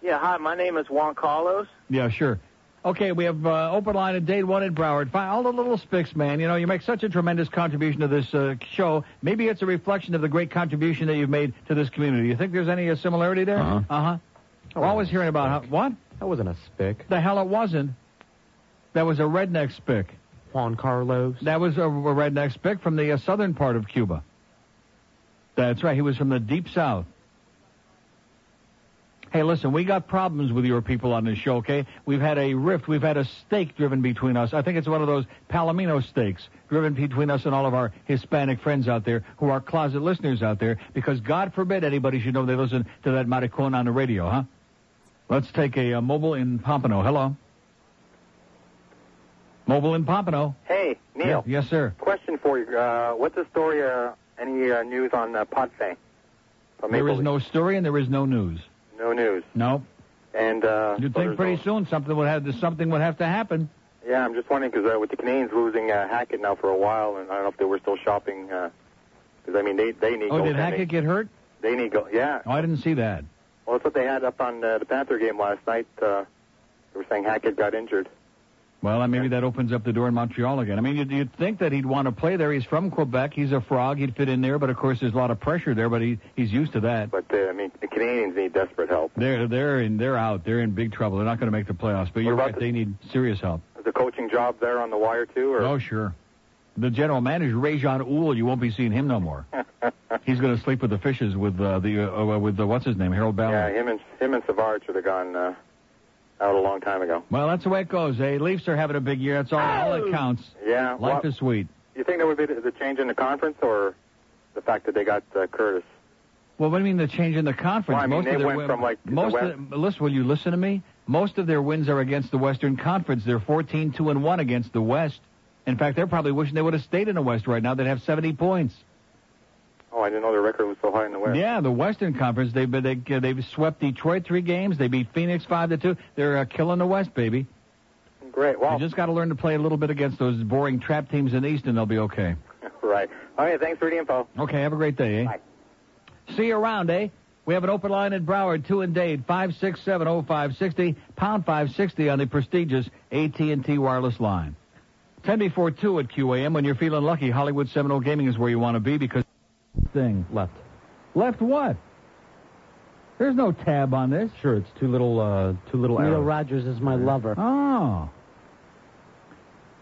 Yeah, hi, my name is Juan Carlos.
Yeah, sure. Okay, we have uh, open line at Dade One in Broward. Fine, all the little spics, man. You know, you make such a tremendous contribution to this uh, show. Maybe it's a reflection of the great contribution that you've made to this community. You think there's any uh, similarity there? Uh huh. We're always hearing about how, what?
That wasn't a spick.
The hell it wasn't. That was a redneck spick.
Juan Carlos.
That was a, a redneck spick from the uh, southern part of Cuba. That's right. He was from the deep south. Hey, listen, we got problems with your people on this show, okay? We've had a rift. We've had a stake driven between us. I think it's one of those Palomino stakes driven between us and all of our Hispanic friends out there who are closet listeners out there because God forbid anybody should know they listen to that Maricon on the radio, huh? Let's take a, uh mobile in Pompano. Hello. Mobile in Pompano.
Hey, Neil.
Yes, sir.
Question for you. Uh, what's the story? Uh, any uh, news on uh, Ponce? From
There
Maple
is no story and there is no news.
Leaf? no news.
No.
And uh, so
You'd think
there's
pretty soon something would have something would have to happen.
no- yeah, I'm just wondering because uh, with the Canadians losing uh, Hackett now for a while, and I don't know if they were still shopping. Because I mean, they they need.
Oh,
goaltending.
did Hackett get hurt?
They need go. Yeah.
Oh, I didn't see that.
Well, that's what they had up on uh, the Panther game last night. Uh, they were saying Hackett got injured.
Well, then maybe that opens up the door in Montreal again. I mean, you'd, you'd think that he'd want to play there. He's from Quebec. He's a frog. He'd fit in there, but of course there's a lot of pressure there. But he he's used to that.
But uh, I mean, the Canadians need desperate help.
They're they're in they're out. They're in big trouble. They're not going to make the playoffs. But you're right. They need serious help.
Is the coaching job there on the wire too, or
Oh, sure. The general manager Rajon Ool, you won't be seeing him no more. He's going to sleep with the fishes with uh, the uh, uh, with uh, what's his name Harold Ballard.
yeah, him and him and Savard should have gone uh, out a long time ago.
Well, that's the way it goes. eh? Leafs are having a big year. That's all, all that counts.
Oh! Yeah,
Life
well,
is sweet.
you think that would be the, the change in the conference, or the fact that they got uh, Curtis?
Well, what do you mean the change in the conference?
Well, I mean,
most
they
of their
went
win-
from, like, the
most
West-
of the- listen, will you listen to me? Most of their wins are against the Western Conference. They're 14 2 and 1 against the West. In fact, they're probably wishing they would have stayed in the West right now. They'd have 70 points.
Oh, I didn't know their record was so high in the West.
Yeah, the Western Conference. They've been, they, uh, they've swept Detroit three games. They beat Phoenix five to two. They're uh, killing the West, baby.
Great. Well,
You just got to learn to play a little bit against those boring trap teams in the East, and they'll be okay.
right. All right. Thanks for the info.
Okay, have a great day, eh? See you around, eh? We have an open line at Broward, 2 and Dade, 5670560, oh, pound 560 on the prestigious AT&T wireless line. 10 before 2 at QAM. When you're feeling lucky, Hollywood Seminole Gaming is where you want to be because... Thing. Left. Left what? There's no tab on this.
Sure, it's two little, uh, two little
Neil
arrows.
Rogers is my lover.
Oh.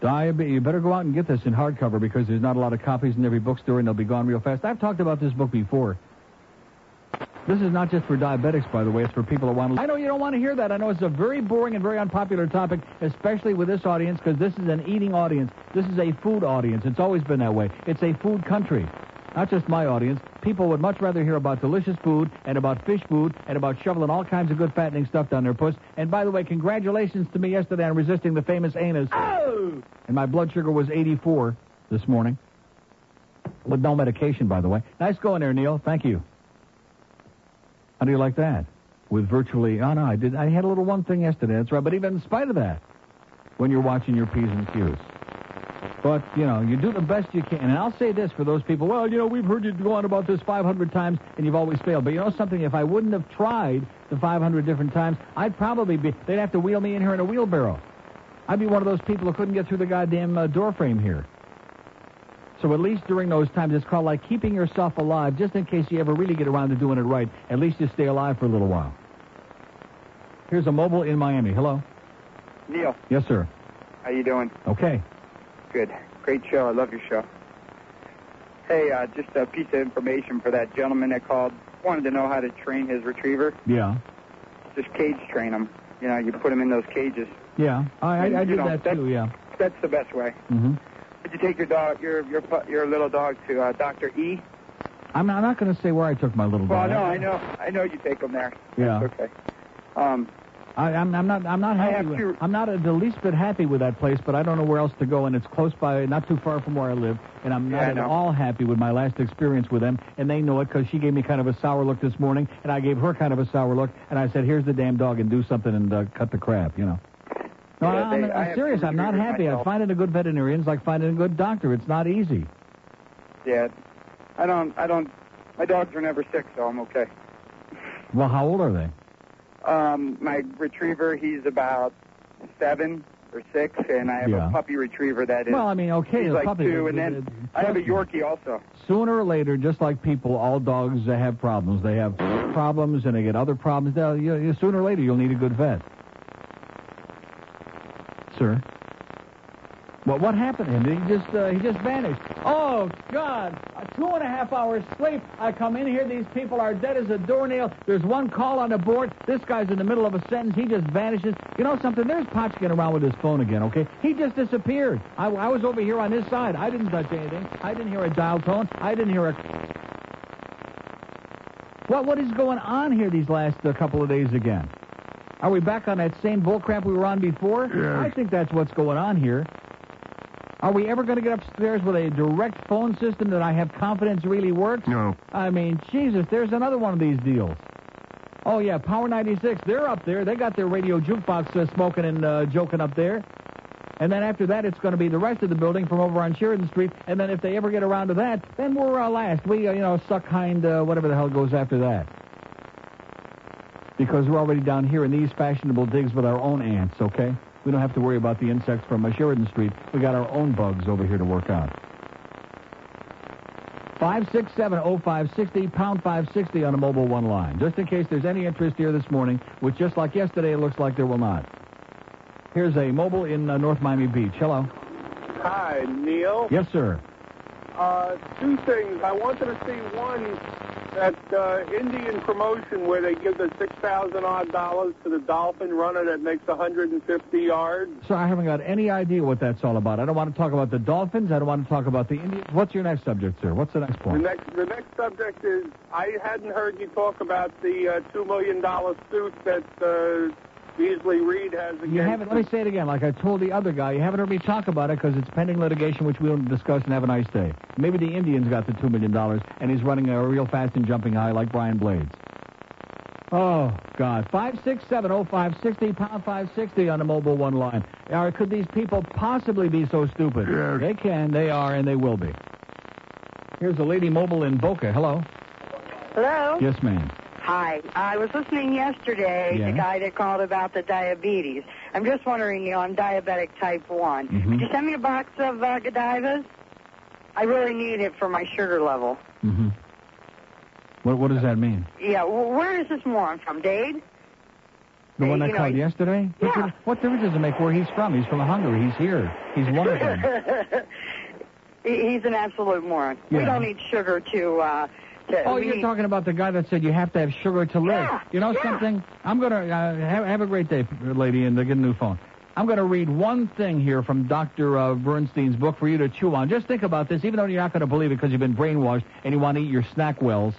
Diabe- you better go out and get this in hardcover because there's not a lot of copies in every bookstore and they'll be gone real fast. I've talked about this book before. This is not just for diabetics, by the way. It's for people who want to. I know you don't want to hear that. I know it's a very boring and very unpopular topic, especially with this audience, because this is an eating audience. This is a food audience. It's always been that way. It's a food country. Not just my audience. People would much rather hear about delicious food and about fish food and about shoveling all kinds of good fattening stuff down their puss. And by the way, congratulations to me yesterday on resisting the famous anus. Oh! And my blood sugar was 84 this morning. With no medication, by the way. Nice going there, Neil. Thank you. How do you like that? With virtually, oh no, I did. I had a little one thing yesterday. That's right. But even in spite of that, when you're watching your p's and q's, but you know, you do the best you can. And I'll say this for those people. Well, you know, we've heard you go on about this 500 times, and you've always failed. But you know something? If I wouldn't have tried the 500 different times, I'd probably be. They'd have to wheel me in here in a wheelbarrow. I'd be one of those people who couldn't get through the goddamn uh, door frame here. So at least during those times, it's called like keeping yourself alive, just in case you ever really get around to doing it right. At least you stay alive for a little while. Here's a mobile in Miami. Hello.
Neil,
Yes, sir.
how you doing?
Okay.
Good. Great show. I love your show. Hey, uh, just a piece of information for that gentleman that called. Wanted to know how to train his retriever.
Yeah.
Just cage train him. You know, you put him in those cages.
Yeah. I I, I
You
did
know,
that
that-
too. Yeah.
That's the best way.
hmm
Did you take your dog, your your pu- your little dog to uh, Doctor E?
I'm not, I'm not going to say where I took my little
Well,
dog.
no, I know, I know you take him there.
Yeah.
Okay. Um,
I, I'm, I'm not. I'm not
I
happy.
have
With,
to-
I'm not the least bit happy with that place, but I don't know where else to go, and it's close by, not too far from where I live, and I'm not
Yeah, I
at
know.
all happy with my last experience with them, and they know it because she gave me kind of a sour look this morning, and I gave her kind of a sour look, and I said, "Here's the damn dog, and do something and uh, cut the crap," you know. No,
Yeah,
I- I'm,
they- I
I'm
have
serious.
to
I'm not
agree with
happy.
myself.
I finding a good veterinarian is like finding a good doctor. It's not easy.
yeah. I don't, I don't. My dogs are never sick, so I'm okay.
Well, how old are they?
Um, my retriever, he's about seven or six, and I have
Yeah.
a puppy retriever that is.
Well, I mean, okay,
he's
a
like
puppy,
two, and
uh,
then
uh,
I have a Yorkie also.
sooner or later, just like people, all dogs uh, have problems. They have problems and they get other problems. Now, you, you, sooner or later, you'll need a good vet. Sir? Well, what happened to him? He just, uh, he just vanished. Oh, God. Uh, two and a half hours sleep. I come in here. These people are dead as a doornail. There's one call on the board. This guy's in the middle of a sentence. He just vanishes. You know something? There's Potchkin around with his phone again, okay? He just disappeared. I, I was over here on his side. I didn't touch anything. I didn't hear a dial tone. I didn't hear a... What, what is going on here these last uh, couple of days again? Are we back on that same bullcrap we were on before? I think that's what's going on here. Are we ever going to get upstairs with a direct phone system that I have confidence really works?
No.
I mean, Jesus, there's another one of these deals. Oh, yeah, Power 96, they're up there. They got their radio jukebox uh, smoking and uh, joking up there. And then after that, it's going to be the rest of the building from over on Sheridan Street. And then if they ever get around to that, then we're uh, last. We, uh, you know, suck hind, uh, whatever the hell goes after that. Because we're already down here in these fashionable digs with our own ants, okay? We don't have to worry about the insects from uh, Sheridan Street. We got our own bugs over here to work out. 5670560, pound 560 on a mobile one line. Just in case there's any interest here this morning, which just like yesterday, it looks like there will not. Here's a mobile in uh, North Miami Beach. Hello.
Hi, Neil.
Yes, sir.
Uh, two things. I wanted to see one that uh, Indian promotion where they give the six thousand odd dollars to the dolphin runner that makes a hundred and fifty yards.
So I haven't got any idea what that's all about. I don't want to talk about the Dolphins. I don't want to talk about the Indians. What's your next subject, sir? What's the next
The
point?
next, the next subject is I hadn't heard you talk about the uh, two million dollar suit that uh, Beasley Reed has against.
You haven't. Let me say it again, like I told the other guy. You haven't heard me talk about it because it's pending litigation, which we'll discuss and have a nice day. Maybe the Indians got the two million dollars, and he's running a real fast and jumping high like Brian Blades. Oh God! Five six seven oh five sixty pound five sixty on the mobile one line. Or could these people possibly be so stupid? They can, they are, and they will be. Here's a lady mobile in Boca. Hello.
Hello?
Yes, ma'am.
Hi. I was listening yesterday,
Yeah.
the guy that called about the diabetes. I'm just wondering, you know, I'm diabetic type one
Mhm.
Could you send me a box of uh, Godivas? I really need it for my sugar level.
Mm-hmm. What What does that mean?
Yeah, well, where is this moron from? Dade?
The one
Uh,
that
you know,
called yesterday? What, difference- what difference does it make where he's from? He's from Hungary. He's here. He's wonderful.
He- He's an absolute moron. We
Yeah.
don't need sugar to. Uh, to
Oh,
we
you're
need-
talking about the guy that said you have to have sugar to live. you know something? I'm going to uh, have, have a great day, lady, and uh, get a new phone. I'm going to read one thing here from Dr. Uh, Bernstein's book for you to chew on. Just think about this, even though you're not going to believe it because you've been brainwashed and you want to eat your snack wells.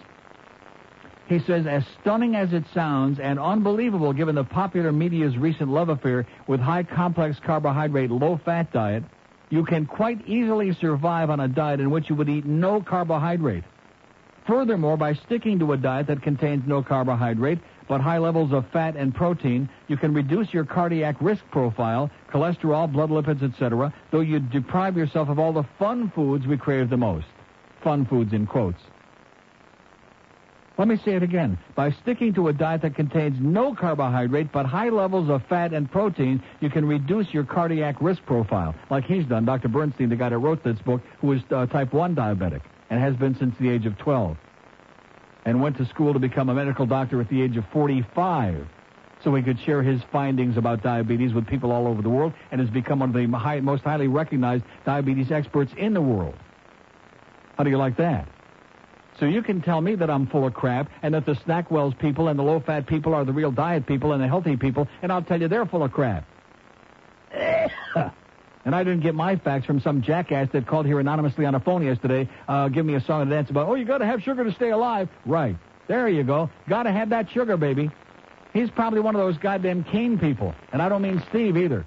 He says, as stunning as it sounds and unbelievable given the popular media's recent love affair with high complex carbohydrate, low fat diet, you can quite easily survive on a diet in which you would eat no carbohydrate. Furthermore, by sticking to a diet that contains no carbohydrate but high levels of fat and protein, you can reduce your cardiac risk profile, cholesterol, blood lipids, etc., though you deprive yourself of all the fun foods we crave the most. Fun foods in quotes. Let me say it again. By sticking to a diet that contains no carbohydrate but high levels of fat and protein, you can reduce your cardiac risk profile, like he's done, Dr. Bernstein, the guy that wrote this book, who is uh, type 1 diabetic and has been since the age of 12, and went to school to become a medical doctor at the age of 45 so he could share his findings about diabetes with people all over the world and has become one of the high, most highly recognized diabetes experts in the world. How do you like that? So you can tell me that I'm full of crap and that the snack wells people and the low fat people are the real diet people and the healthy people, and I'll tell you they're full of crap. and I didn't get my facts from some jackass that called here anonymously on a phone yesterday, uh, give me a song and dance about, oh, you got to have sugar to stay alive. Right. There you go. Got to have that sugar, baby. He's probably one of those goddamn cane people, and I don't mean Steve either.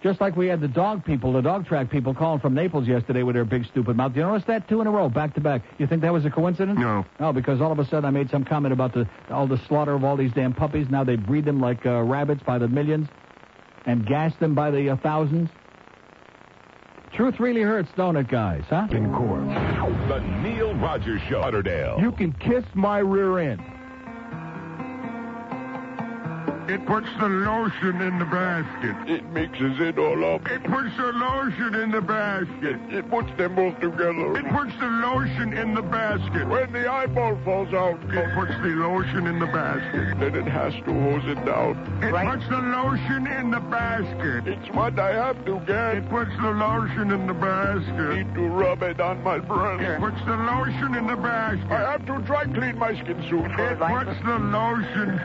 Just like we had the dog people, the dog track people calling from Naples yesterday with their big stupid mouth. You notice that two in a row, back to back. You think that was a coincidence? No. No, because all of a sudden I made some comment about the all the slaughter of all these damn puppies. Now they breed them like uh, rabbits by the millions, and gas them by the uh, thousands. Truth really hurts, don't it, guys? Huh? In court.
The Neil Rogers Show. Utterdale.
You can kiss my rear end.
It puts the lotion in the basket. It mixes it all up. It puts the lotion in the basket. It puts them both together. It puts the lotion in the basket. When the eyeball falls out, it puts the lotion in the basket. Then it has to hose it down. It puts the lotion in the basket. It's what I have to get. It puts the lotion in the basket. Need to rub it on my breast. It puts the lotion in the basket. I have to dry clean my skin soon. It puts the lotion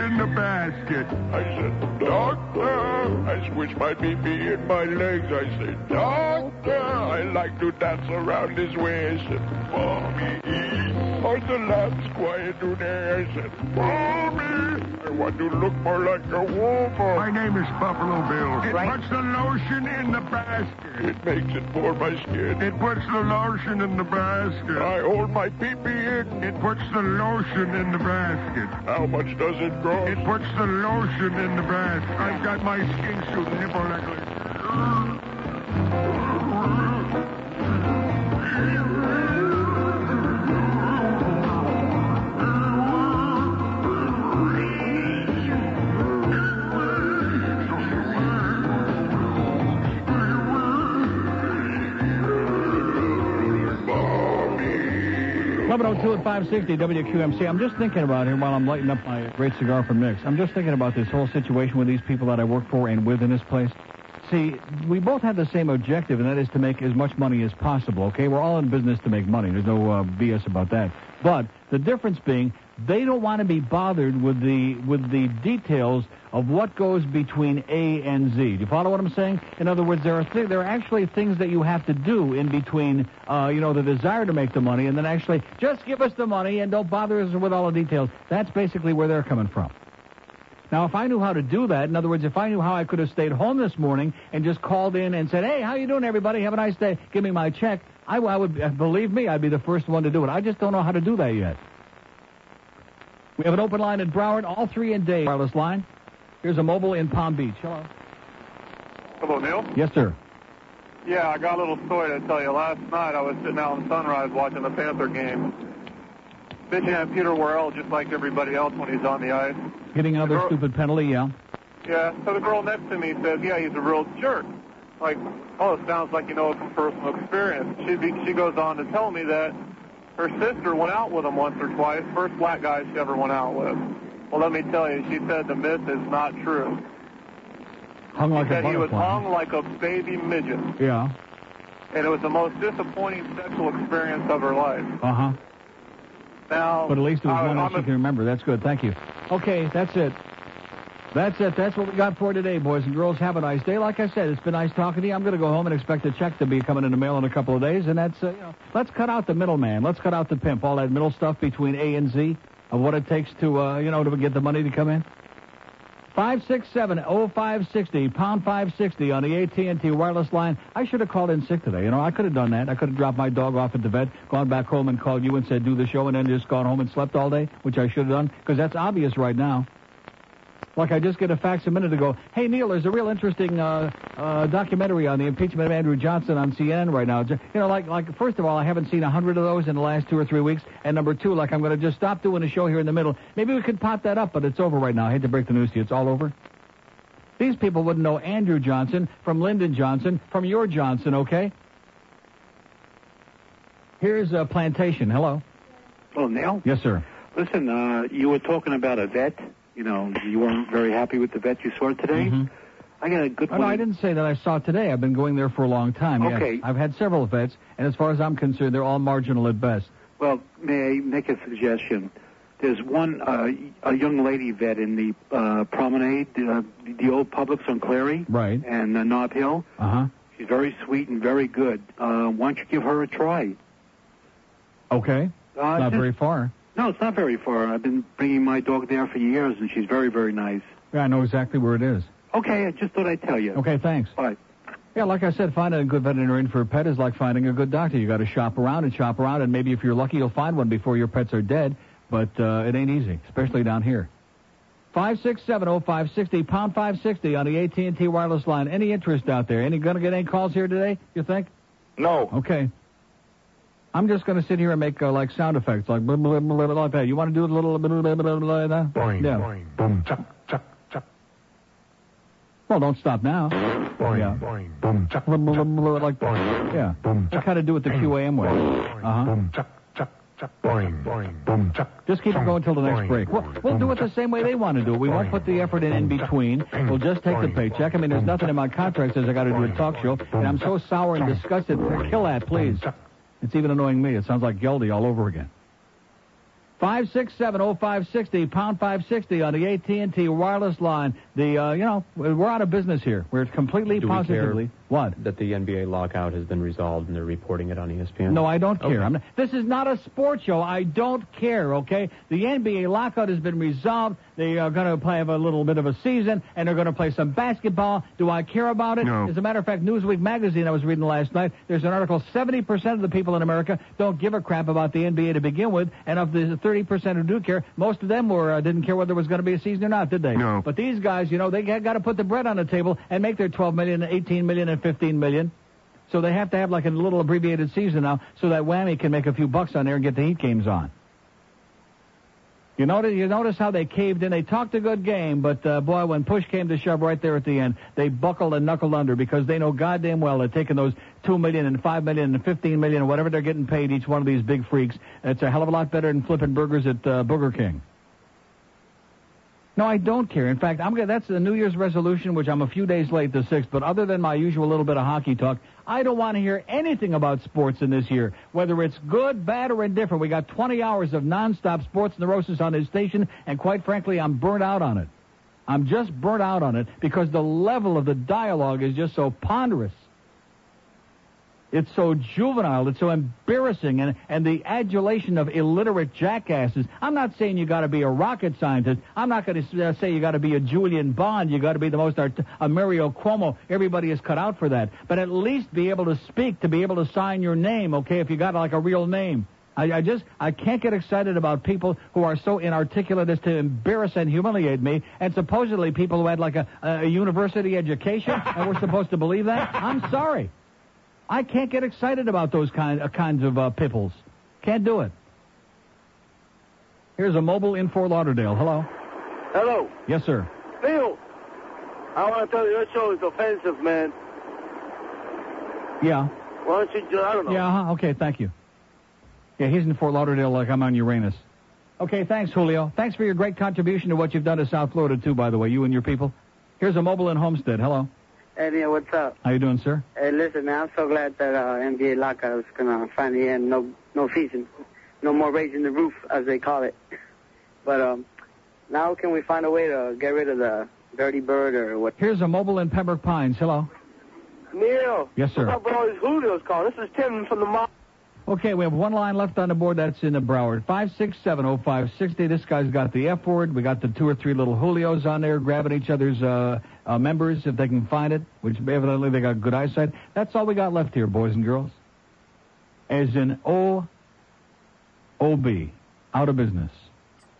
in the basket. I said, Doctor. I squish my BB in my legs. I said, Doctor. I like to dance around his waist. Mommy, eat. Are the lambs quiet on their asses? Mommy, I want to look more like a wolf. My name is Buffalo Bill. It puts the lotion in the basket. It makes it for my skin. It puts the lotion in the basket. I hold my pee-pee in. It puts the lotion in the basket. How much does it cost? It puts the lotion in the basket. I've got my skin suit nipple necklace.
Eleven oh two at five sixty WQMC. I'm just thinking about it while I'm lighting up my great cigar from Mix. I'm just thinking about this whole situation with these people that I work for and with in this place. See, we both have the same objective, and that is to make as much money as possible. Okay, we're all in business to make money. There's no uh, BS about that. But the difference being, they don't want to be bothered with the with the details of what goes between A and Z. Do you follow what I'm saying? In other words, there are th- there are actually things that you have to do in between, uh, you know, the desire to make the money and then actually just give us the money and don't bother us with all the details. That's basically where they're coming from. Now, if I knew how to do that, in other words, if I knew how I could have stayed home this morning and just called in and said, "Hey, how you doing, everybody? Have a nice day. Give me my check," I, I would believe me, I'd be the first one to do it. I just don't know how to do that yet. We have an open line at Broward, all three in Dave. Wireless line. Here's a mobile in Palm Beach. Hello.
Hello, Neil.
Yes, sir.
Yeah, I got a little story to tell you. Last night I was sitting out in Sunrise watching the Panther game, bitching at Peter Worrell just like everybody else when he's on the ice.
Getting another stupid penalty, yeah.
Yeah, so the girl next to me says, "Yeah, he's a real jerk." Like, oh, it sounds like you know it from personal experience. She be, she goes on to tell me that her sister went out with him once or twice, first black guy she ever went out with. Well, let me tell you, she said the myth is not true.
Hung like
she said
a
he was
butterfly.
hung like a baby midget,
Yeah.
and it was the most disappointing sexual experience of her life.
Uh huh.
Now,
But at least it was
I,
one
I'm
that you can remember. That's good. Thank you. Okay, that's it. That's it. That's what we got for today, boys and girls. Have a nice day. Like I said, it's been nice talking to you. I'm going to go home and expect a check to be coming in the mail in a couple of days. And that's, uh, you know, let's cut out the middleman. Let's cut out the pimp. All that middle stuff between A and Z of what it takes to, uh, you know, to get the money to come in. Five six seven oh five sixty pound 560 on the AT&T wireless line. I should have called in sick today. You know, I could have done that. I could have dropped my dog off at the vet, gone back home and called you and said, do the show, and then just gone home and slept all day, which I should have done, because that's obvious right now. Like I just get a fax a minute ago. Hey Neil, there's a real interesting uh, uh, documentary on the impeachment of Andrew Johnson on CNN right now. Ju- You know, like like first of all, I haven't seen a hundred of those in the last two or three weeks, and number two, like I'm going to just stop doing a show here in the middle. Maybe we could pot that up, but it's over right now. I hate to break the news to you, it's all over. These people wouldn't know Andrew Johnson from Lyndon Johnson from your Johnson, okay? Here's a plantation. Hello.
Oh, Neil.
Yes, sir.
Listen, uh, you were talking about a vet. You know, you weren't very happy with the vet you saw today. I got a good
Mm-hmm. Oh,
one.
no, I didn't say that I saw today. I've been going there for a long time. Yes.
Okay.
I've had several vets, and as far as I'm concerned, they're all marginal at best.
Well, may I make a suggestion? There's one, uh, a young lady vet in the uh, promenade, uh, the old Publix on Clary
Right.
and uh, Knob Hill.
Uh huh.
She's very sweet and very good. Uh, why don't you give her a try?
Okay.
Uh,
Not
just-
very far.
No, it's not very far. I've been bringing my dog there for years, and she's very, very nice.
Yeah, I know exactly where it is.
Okay, I just thought I'd tell you.
Okay, thanks.
Bye.
Yeah, like I said, finding a good veterinarian for a pet is like finding a good doctor. You got to shop around and shop around, and maybe if you're lucky, you'll find one before your pets are dead. But uh, it ain't easy, especially down here. Five six seven oh five sixty pound five sixty on the AT and T wireless line. Any interest out there? Any gonna get any calls here today? You think?
No.
Okay. I'm just gonna sit here and make uh, like sound effects, like blah, blah, blah, blah, like that. You want to do a little blah, blah, blah, blah, blah, blah?
Boing,
yeah.
boing, boom, chuck, chuck, chuck.
Well, don't stop now.
Boing,
yeah.
boing, boom, chuck,
Blah, blah, blah, blah, like
boing.
yeah.
Boom,
That's how to do it the QAM way. Uh huh.
Boom, chuck, chuck, chuck. Boing, boing, boom, chuck.
Just keep it going till the next break. We'll, we'll do it the same way they want to do it. We won't put the effort in in between. We'll just take the paycheck. I mean, there's nothing in my contract says I got to do a talk show, and I'm so sour and disgusted. Kill that, please. It's even annoying me. It sounds like Geldy all over again. Five six seven oh five sixty pound five sixty on the AT and T wireless line. The uh, you know we're out of business here. We're completely
Do we care?
positively. What?
That the NBA lockout has been resolved and they're reporting it on
E
ESPN.
No, I don't care. I'm not, this is not a sports show. I don't care, okay? The NBA lockout has been resolved. They are going to play have a little bit of a season, and they're going to play some basketball. Do I care about it?
No.
As a matter of fact, Newsweek magazine I was reading last night, there's an article 70% of the people in America don't give a crap about the NBA to begin with, and of the 30% who do care, most of them were uh, didn't care whether there was going to be a season or not, did they?
No.
But these guys, you know, they got to put the bread on the table and make their 12 million, 18 million, and 15 million. So they have to have like a little abbreviated season now, so that Whammy can make a few bucks on there and get the Heat games on. You notice, you notice how they caved in. They talked a good game, but uh, boy, when push came to shove, right there at the end, they buckled and knuckled under because they know goddamn well they're taking those two million and five million and fifteen million and whatever they're getting paid each one of these big freaks. It's a hell of a lot better than flipping burgers at uh, Burger King. No, I don't care. In fact, I'm gonna, that's the New Year's resolution, which I'm a few days late the sixth. But other than my usual little bit of hockey talk, I don't want to hear anything about sports in this year, whether it's good, bad, or indifferent. We got 20 hours of nonstop sports neurosis on this station, and quite frankly, I'm burnt out on it. I'm just burnt out on it because the level of the dialogue is just so ponderous. It's so juvenile. It's so embarrassing. And, and the adulation of illiterate jackasses. I'm not saying you got to be a rocket scientist. I'm not going to say you got to be a Julian Bond. You got to be the most art- a Mario Cuomo. Everybody is cut out for that. But at least be able to speak, to be able to sign your name, okay, if you got like a real name. I, I just I can't get excited about people who are so inarticulate as to embarrass and humiliate me, and supposedly people who had like a, a university education, and we're supposed to believe that. I'm sorry. I can't get excited about those kind, uh, kinds of uh, pipples. Can't do it. Here's a mobile in Fort Lauderdale. Hello.
Hello,
Yes, sir.
Neil. I want to tell you, your show is offensive, man.
Yeah.
Why don't you? do- I don't know.
Yeah. Uh-huh. Okay. Thank you. Yeah, he's in Fort Lauderdale like I'm on Uranus. Okay. Thanks, Julio. Thanks for your great contribution to what you've done to South Florida too. By the way, you and your people. Here's a mobile in Homestead. Hello.
Hey, Neil, what's up?
How you doing, sir?
Hey, listen, man, I'm so glad that uh, NBA lockout is gonna finally end. No, no season, no more raising the roof as they call it. But um, now can we find a way to get rid of the dirty bird or what?
Here's a mobile in Pembroke Pines. Hello.
Neil.
Yes, sir.
What's up with all these Julio's calling? This is Tim from the mob.
Okay, we have one line left on the board. That's in the Broward. 5670560. This guy's got the F word. We got the two or three little Julios on there grabbing each other's uh, uh, members if they can find it, which evidently they got good eyesight. That's all we got left here, boys and girls. As in O O B, out of business.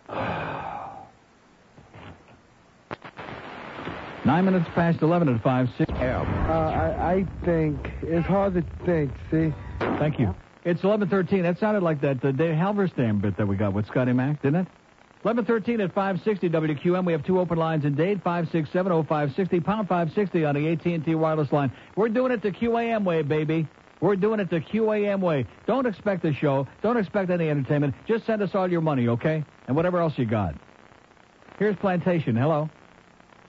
Nine minutes past 11 at 5 6
Uh, I, I think it's hard to think. See.
Thank you. It's 11:13. That sounded like that uh, Dave Halberstam bit that we got with Scotty Mack, didn't it? 11:13 at 560 WQM. We have two open lines in Dade 5670560 pound 560 on the AT&T wireless line. We're doing it the QAM way, baby. We're doing it the QAM way. Don't expect a show. Don't expect any entertainment. Just send us all your money, okay? And whatever else you got. Here's Plantation. Hello.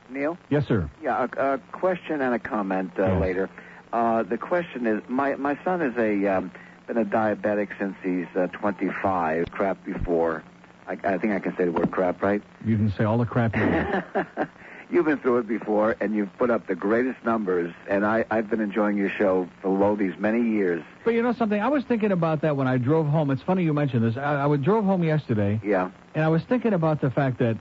Neil?
Yes, sir.
Yeah, a, a question and a comment uh,
Yes.
later. Uh, the question is, my my son is a um, been a diabetic since he's uh, 25. Crap before, I, I think I can say the word crap, right?
You can say all the crap you want.
You've been through it before, and you've put up the greatest numbers. And I I've been enjoying your show below these many years.
But you know something? I was thinking about that when I drove home. It's funny you mentioned this. I, I was- drove home yesterday.
Yeah.
And I was thinking about the fact that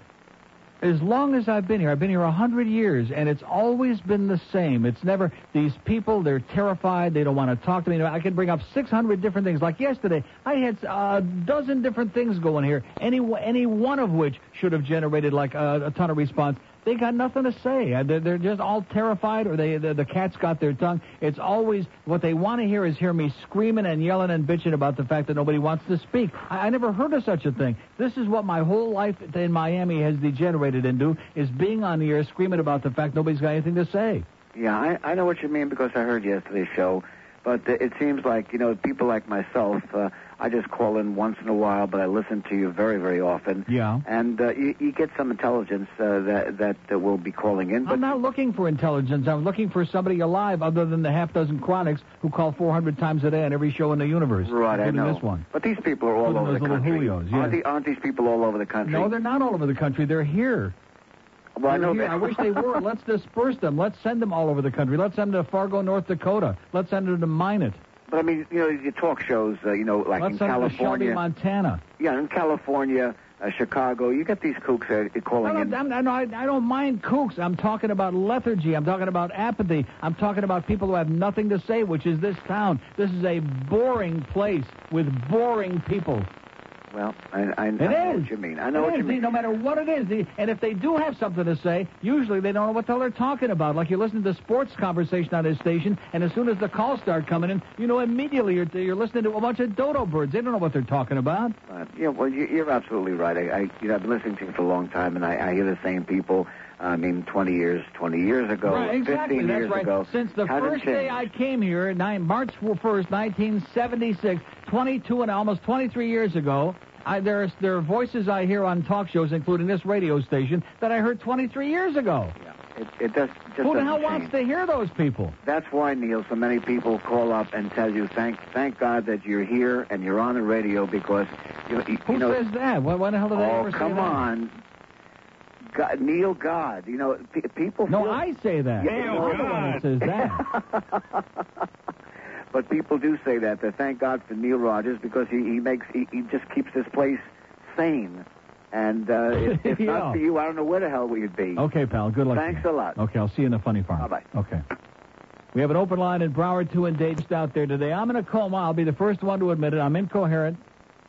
as long as I've been here, I've been here a hundred years, and it's always been the same. It's never these people. They're terrified. They don't want to talk to me. I could bring up six hundred different things. Like yesterday, I had a dozen different things going here. Any any one of which should have generated like a, a ton of response. They got nothing to say. Uh, They're, they're just all terrified, or they the, the cat's got their tongue. It's always what they want to hear is hear me screaming and yelling and bitching about the fact that nobody wants to speak. I, I never heard of such a thing. This is what my whole life in Miami has degenerated into: is being on the air screaming about the fact nobody's got anything to say.
Yeah, I, I know what you mean because I heard yesterday's show. But uh, it seems like, you know, people like myself, uh, I just call in once in a while, but I listen to you very, very often.
Yeah.
And uh, you, you get some intelligence uh, that, that uh, will be calling in. But
I'm not looking for intelligence. I'm looking for somebody alive, other than the half dozen chronics who call 400 times a day on every show in the universe,
Right, I
including
know.
this one.
But these people are all
Including
over
those
the
little
country.
Julios, yeah.
aren't, the- aren't these people all over the country?
No, they're not all over the country. They're here.
Well, I
They're
know
here.
that.
I wish they were. Let's disperse them. Let's send them all over the country. Let's send them to Fargo, North Dakota. Let's send them to Minot.
But I mean, you know, your talk shows, uh, you know, like
Let's
in
send them to Shelby,
California.
Montana.
yeah, in California, uh, Chicago, you get these kooks uh,
I
calling
don't,
in.
I'm, I, know- I, I don't mind kooks. I'm talking about lethargy. I'm talking about apathy. I'm talking about people who have nothing to say, which is this town. This is a boring place with boring people.
Well, I, I, I
It
know
is.
what you mean. I know
It
what
is.
you
They-
mean.
No matter what it is, they- and if they do have something to say, usually they don't know what the hell they're talking about. Like you listen to the sports conversation on this station, and as soon as the calls start coming in, you know immediately you're, you're listening to a bunch of dodo birds. They don't know what they're talking about.
Uh, yeah, well, you, you're absolutely right. I, I, you know, I've been listening to you for a long time, and I, I hear the same people. uh, I mean, 20 years, 20 years ago,
right, exactly.
15
That's
years
right.
ago.
Since the
hasn't
first day
changed.
I came here, nine, March 1st, 1976, 22 and almost 23 years ago, I, there, are, there are voices I hear on talk shows, including this radio station, that I heard 23 years ago.
It, it does, just
Who the
doesn't
hell
change.
wants to hear those people?
That's why, Neil, so many people call up and tell you, thank, thank God that you're here and you're on the radio because you, you,
Who
you know.
says that? Why, why the hell did I
oh,
ever say
come
that?
on. God, Neil God, you know, pe people.
No,
feel,
I say that.
Yeah,
You're
oh,
the one that
God.
says that.
But people do say that. They thank God for Neil Rogers because he, he makes he, he just keep this place sane. And uh, if, if
Yeah. Oh,
not for you, I don't know where the hell we'd be.
okay, pal. Good luck. to
Thanks
you.
a lot.
Okay, I'll see you in the funny farm. Bye bye. Okay. We have an open line in Broward 2 and Dade just out there today. I'm in a coma. I'll be the first one to admit it. I'm incoherent.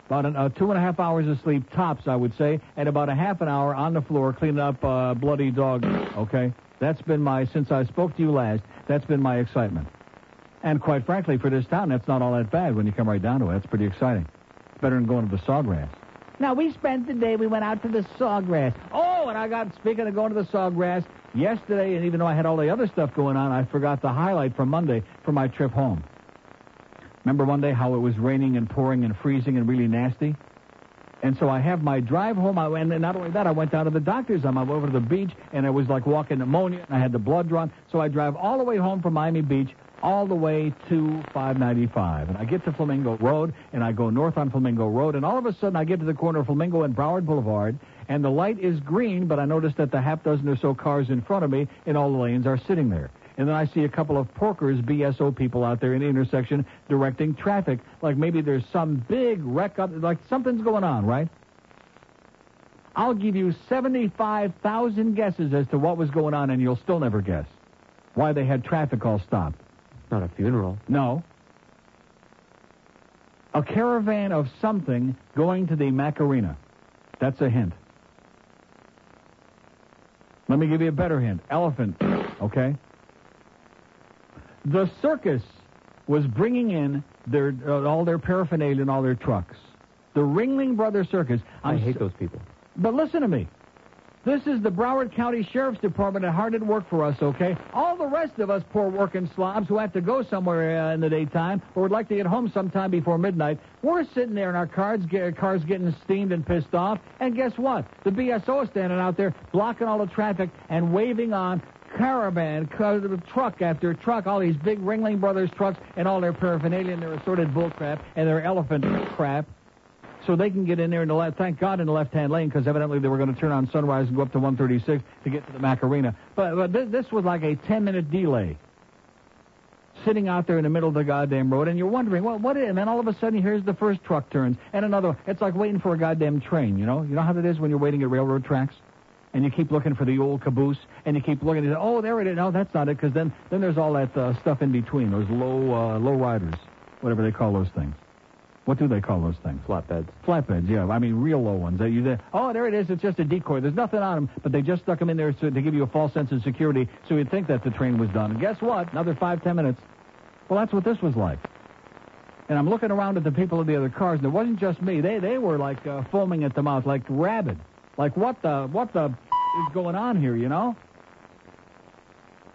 About an, uh, two and a half hours of sleep tops, I would say, and about a half an hour on the floor cleaning up uh, bloody dog. meat, Okay, that's been my since I spoke to you last. That's been my excitement. And quite frankly, for this town, that's not all that bad when you come right down to it. That's pretty exciting. It's better than going to the sawgrass. Now, we spent the day, we went out to the sawgrass. Oh, and I got, speaking of going to the sawgrass, yesterday, and even though I had all the other stuff going on, I forgot the highlight from Monday for my trip home. Remember one day how it was raining and pouring and freezing and really nasty? And so I have my drive home, I, and then not only that, I went down to the doctor's on my way over to the beach, and I was like walking pneumonia, and I had the blood drawn. So I drive all the way home from Miami Beach, all the way to 595. And I get to Flamingo Road, and I go north on Flamingo Road, and all of a sudden I get to the corner of Flamingo and Broward Boulevard, and the light is green, but I notice that the half dozen or so cars in front of me in all the lanes are sitting there. And then I see a couple of porkers, BSO people out there in the intersection directing traffic, like maybe there's some big wreck up, like something's going on, right? I'll give you 75,000 guesses as to what was going on, and you'll still never guess why they had traffic all stopped.
Not a funeral.
No. A caravan of something going to the Macarena. That's a hint. Let me give you a better hint. Elephant. Okay? The circus was bringing in their uh, all their paraphernalia and all their trucks. The Ringling Brothers Circus.
i
I'm
hate
so-
those people.
but listen to me. This is the Broward County Sheriff's Department and hard at work for us, okay? All the rest of us poor working slobs who have to go somewhere uh, in the daytime or would like to get home sometime before midnight, we're sitting there in our cars, get, cars getting steamed and pissed off. And guess what? The BSO is standing out there blocking all the traffic and waving on caravan, car- truck after truck, all these big Ringling Brothers trucks and all their paraphernalia and their assorted bull crap and their elephant crap so they can get in there in the left. Thank God in the left-hand lane because evidently they were going to turn on Sunrise and go up to 136 to get to the Macarena. But, but this, this was like a 10-minute delay. Sitting out there in the middle of the goddamn road, and you're wondering, well, what is? And then all of a sudden, here's the first truck turns, and another. one. It's like waiting for a goddamn train, you know? You know how that is when you're waiting at railroad tracks? and you keep looking for the old caboose, and you keep looking. And you say, oh, there it is. No, that's not it, because then then there's all that uh, stuff in between. Those low uh, low riders, whatever they call those things. What do they call those things? Flatbeds. Flatbeds. Yeah, I mean real low ones. That you say, oh, there it is. It's just a decoy. There's nothing on them, but they just stuck them in there so, to give you a false sense of security, so you'd think that the train was done. And guess what? Another five ten minutes. Well, that's what this was like. And I'm looking around at the people in the other cars, and it wasn't just me. They they were like uh, foaming at the mouth, like rabid. Like what the what the is going on here? You know.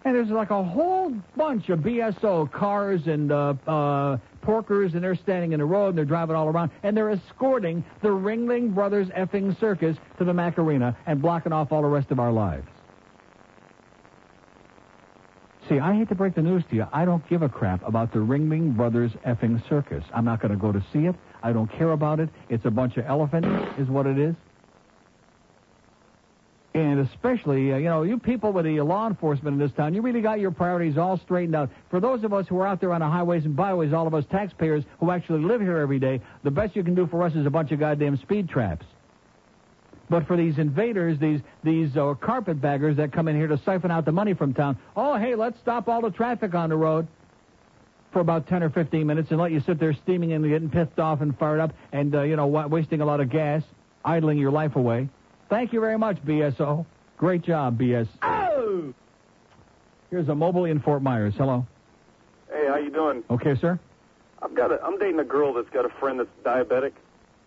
And there's like a whole bunch of BSO cars and uh, uh, porkers, and they're standing in the road and they're driving all around, and they're escorting the Ringling Brothers effing circus to the Macarena and blocking off all the rest of our lives. See, I hate to break the news to you. I don't give a crap about the Ringling Brothers effing circus. I'm not going to go to see it. I don't care about it. It's a bunch of elephants, is what it is. And especially, uh, you know, you people with the law enforcement in this town, you really got your priorities all straightened out. For those of us who are out there on the highways and byways, all of us taxpayers who actually live here every day, the best you can do for us is a bunch of goddamn speed traps. But for these invaders, these these uh, carpetbaggers that come in here to siphon out the money from town, oh hey, let's stop all the traffic on the road for about 10 or 15 minutes and let you sit there steaming and getting pissed off and fired up and, uh, you know, wa- wasting a lot of gas, idling your life away. Thank you very much, BSO. Great job, BS. Oh! Here's a mobile in Fort Myers. Hello.
Hey, how you doing?
Okay, sir?
I've got a, I'm dating a girl that's got a friend that's diabetic,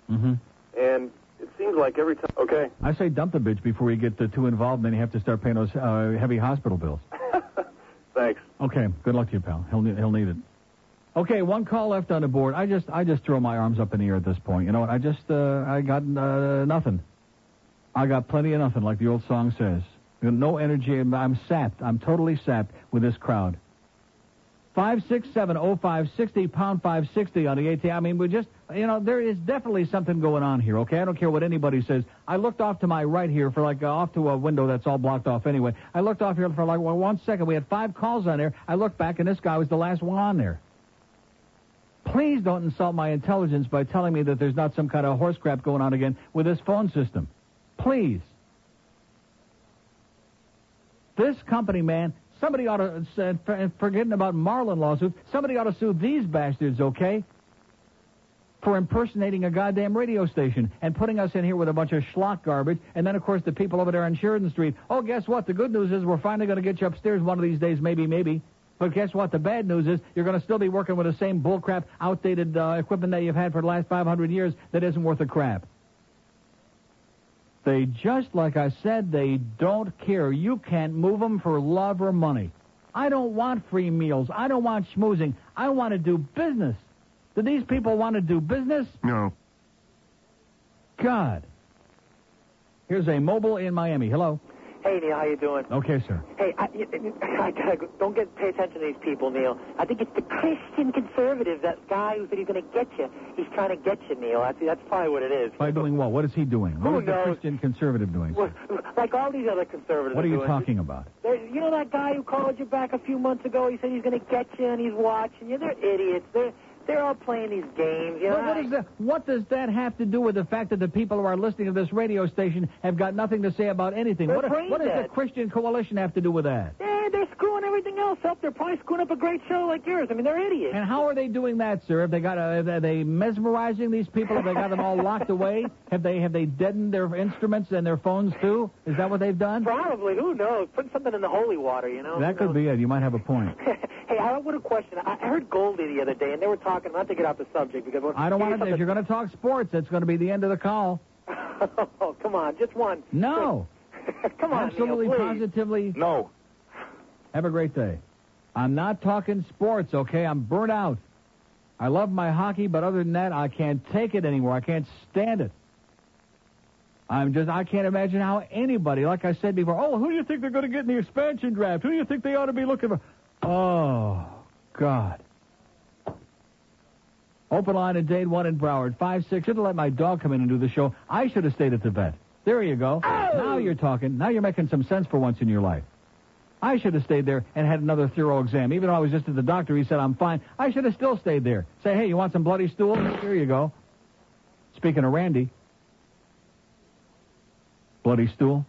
Mm-hmm.
and it seems like every time. Okay.
I say dump the bitch before you get uh, too involved and then you have to start paying those uh, heavy hospital bills.
Thanks.
Okay, good luck to you, pal. He'll need, he'll need it. Okay, one call left on the board. I just I just throw my arms up in the air at this point. You know what? I just uh, I got uh, nothing. I got plenty of nothing, like the old song says. You know, No energy. I'm, I'm sapped. I'm totally sapped with this crowd. Five six seven oh five sixty pound five sixty on the AT. I mean, we just you know there is definitely something going on here. Okay, I don't care what anybody says. I looked off to my right here for like uh, off to a window that's all blocked off anyway. I looked off here for like well, one second. We had five calls on there. I looked back and this guy was the last one on there. Please don't insult my intelligence by telling me that there's not some kind of horse crap going on again with this phone system. Please. This company, man, somebody ought to, uh, for- forgetting about Marlin lawsuits, somebody ought to sue these bastards, okay? For impersonating a goddamn radio station and putting us in here with a bunch of schlock garbage. And then, of course, the people over there on Sheridan Street. Oh, guess what? The good news is we're finally going to get you upstairs one of these days, maybe, maybe. But guess what? The bad news is you're going to still be working with the same bullcrap, outdated uh, equipment that you've had for the last 500 years that isn't worth a crap. They just, like I said, they don't care. You can't move them for love or money. I don't want free meals. I don't want schmoozing. I want to do business. Do these people want to do business?
No.
God. Here's a mobile in Miami. Hello.
Hey Neil, how you doing?
Okay, sir.
Hey, I, I gotta go, don't get pay attention to these people, Neil. I think it's the Christian conservative, that guy who said he's gonna get you. He's trying to get you, Neil. I think that's probably what it is.
By doing what? What is he doing? What
Who
is the
knows?
Christian conservative doing?
Well, Like all these other conservatives.
What are you
doing.
talking about?
There- You know that guy who called you back a few months ago? He said he's gonna get you, and he's watching you. They're idiots. They're they're all playing these games. You know.
Well, what, is that, what does that have to do with the fact that the people who are listening to this radio station have got nothing to say about anything?
They're
What,
brain
what does the
dead.
Christian coalition have to do with that?
Yeah, they're screwing everything else up. They're probably screwing up a great show like yours. I mean, they're idiots.
And how are they doing that, sir? Have they got uh are they mesmerizing these people? Have they got them all locked away? Have they have they deadened their instruments and their phones too? Is that what they've done?
Probably. Who knows? Putting something in the holy water, you know.
That
Who
could be it. You might have a point.
Hey, I want a question. I I heard Goldie the other day, and they were talking not to get off the subject because
I don't want to. If you're going to talk sports, that's going to be the end of the call.
oh, come on, just one.
No.
Come on,
Absolutely,
Neil, please.
positively.
No.
Have a great day. I'm not talking sports, okay? I'm burnt out. I love my hockey, but other than that, I can't take it anymore. I can't stand it. I'm just, I can't imagine how anybody, like I said before, oh, who do you think they're going to get in the expansion draft? Who do you think they ought to be looking for? Oh, God. Open line at Dade 1 in Broward. 5 6. Should have let my dog come in and do the show. I should have stayed at the vet. There you go. Now you're talking. Now you're making some sense for once in your life. I should have stayed there and had another thorough exam. Even though I was just at the doctor, he said, I'm fine. I should have still stayed there. Say, hey, you want some bloody stool? Here you go. Speaking of Randy, bloody stool.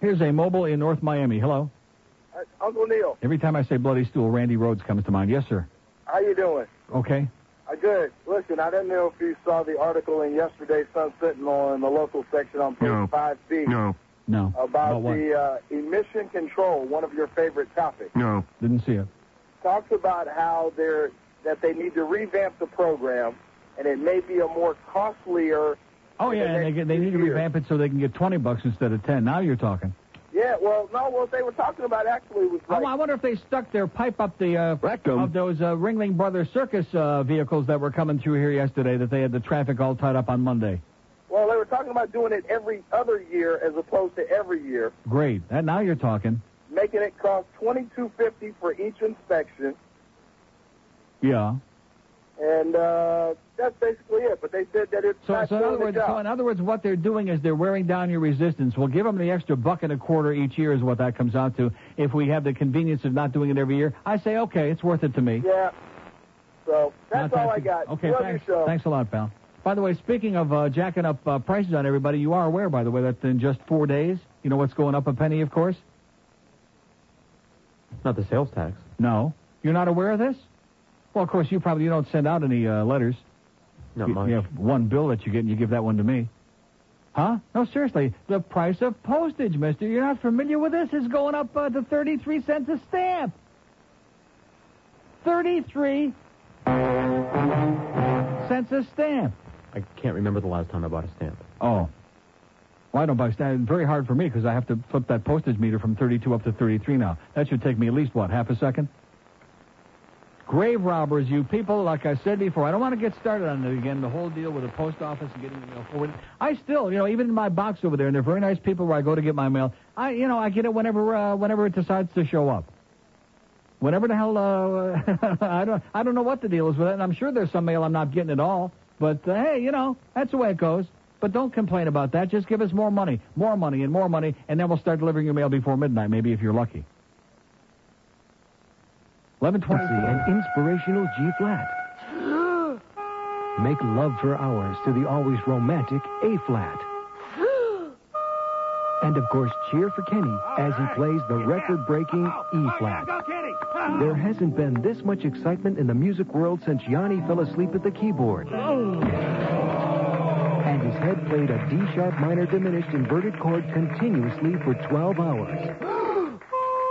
Here's a mobile in North Miami. Hello.
Uncle Neil,
Every time I say bloody stool, Randy Rhodes comes to mind. Yes, sir.
how you doing?
Okay.
I good. Listen, I don't know if you saw the article in yesterday's Sun Sentinel in the local section on page
No.
5B
No.
about
what?
the uh, emission control, one of your favorite topics.
No. Didn't see it.
Talks about how they're that they need to revamp the program, and it may be a more costlier.
Oh yeah, and they, get, they need to revamp it so they can get twenty bucks instead of ten. Now you're talking.
Yeah, well, no, what they were talking about actually was
I, I wonder if they stuck their pipe up the uh, of those uh, Ringling Brothers Circus uh, vehicles that were coming through here yesterday. That they had the traffic all tied up on Monday.
well, they were talking about doing it every other year as opposed to every year.
Great. That now you're talking.
making it cost twenty two fifty for each inspection,
Yeah.
and
And uh, that's basically it. But they said that it's
So,
not
so in other
doing the
words,
job.
so in other words, what they're doing is they're wearing down your resistance. We'll give them the extra buck and a quarter each year is what that comes out to. If we have the convenience of not doing it every year, I say okay, it's worth it to me.
Yeah. So that's
Not
all I
taxing-
got.
Okay,
Love
thanks.
your show.
Thanks a lot, pal. By the way, speaking of uh, jacking up uh, prices on everybody, you are aware, by the way, that in just four days, you know what's going up a penny, of course.
Not the sales tax.
No, you're not aware of this. Well, of course, you probably you don't send out any uh, letters.
Not
you,
much.
you have one bill that you get, and you give that one to me. Huh? No, seriously, the price of postage, Mister. You're not familiar with this? Is going up uh, to 33 cents a stamp. 33 cents a stamp.
I can't remember the last time I bought a stamp.
Oh. Well, I don't buy stamps. Very hard for me because I have to flip that postage meter from 32 up to 33 now. That should take me at least, what, half a second? Grave robbers, you people, like I said before, I don't want to get started on it again, the whole deal with the post office and getting the mail forwarded. I still, you know, even in my box over there, and they're very nice people where I go to get my mail, I, you know, I get it whenever, uh, whenever it decides to show up. Whenever the hell, uh, I don't, I don't know what the deal is with it, and I'm sure there's some mail I'm not getting at all. But uh, hey, you know, that's the way it goes. But don't complain about that. Just give us more money, more money, and more money, and then we'll start delivering your mail before midnight, maybe if you're lucky. Eleven twenty.
An inspirational G flat. Make love for hours to the always romantic A flat. And of course, cheer for Kenny as he plays the record breaking E flat. There hasn't been this much excitement in the music world since Yanni fell asleep at the keyboard. And his head played a D sharp minor diminished inverted chord continuously for 12 hours.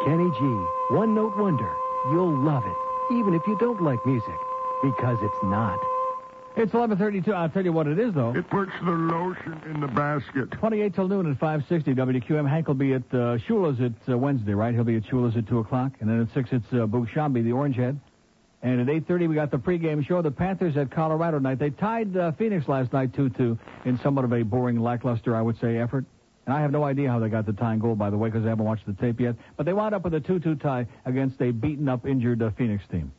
Kenny G, one note wonder. You'll love it, even if you don't like music, because it's not.
It's eleven thirty-two. I'll tell you what it is, though.
It puts the lotion in the basket.
Twenty-eight till noon at five sixty WQM. Hank will be at uh, Shula's at uh, Wednesday, right? He'll be at Shula's at two o'clock, and then at six it's uh, Bugshambi, the Orange Head. And at eight thirty we got the pregame show. The Panthers at Colorado tonight. They tied uh, Phoenix last night two-two in somewhat of a boring, lackluster, I would say, effort. And I have no idea how they got the tying goal, by the way, because I haven't watched the tape yet. But they wound up with a two-two tie against a beaten-up, injured uh, Phoenix team.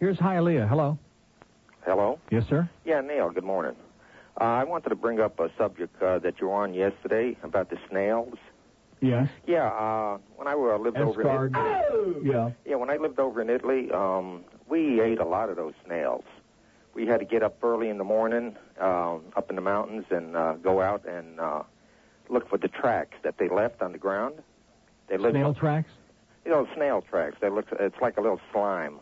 Here's Hialeah. Hello.
Hello?
Yes, sir.
Yeah, Neil, good morning. Uh, I wanted to bring up a subject uh, that you were on yesterday about the snails.
Yes.
Yeah, uh, when I uh, lived over in
Escard. Yeah.
Yeah, when I lived over in Italy, um, we ate a lot of those snails. We had to get up early in the morning, um, up in the mountains, and uh, go out and uh, look for the tracks that they left on the ground. They lived,
Snail tracks.
you know, snail tracks. They look, it's like a little slime.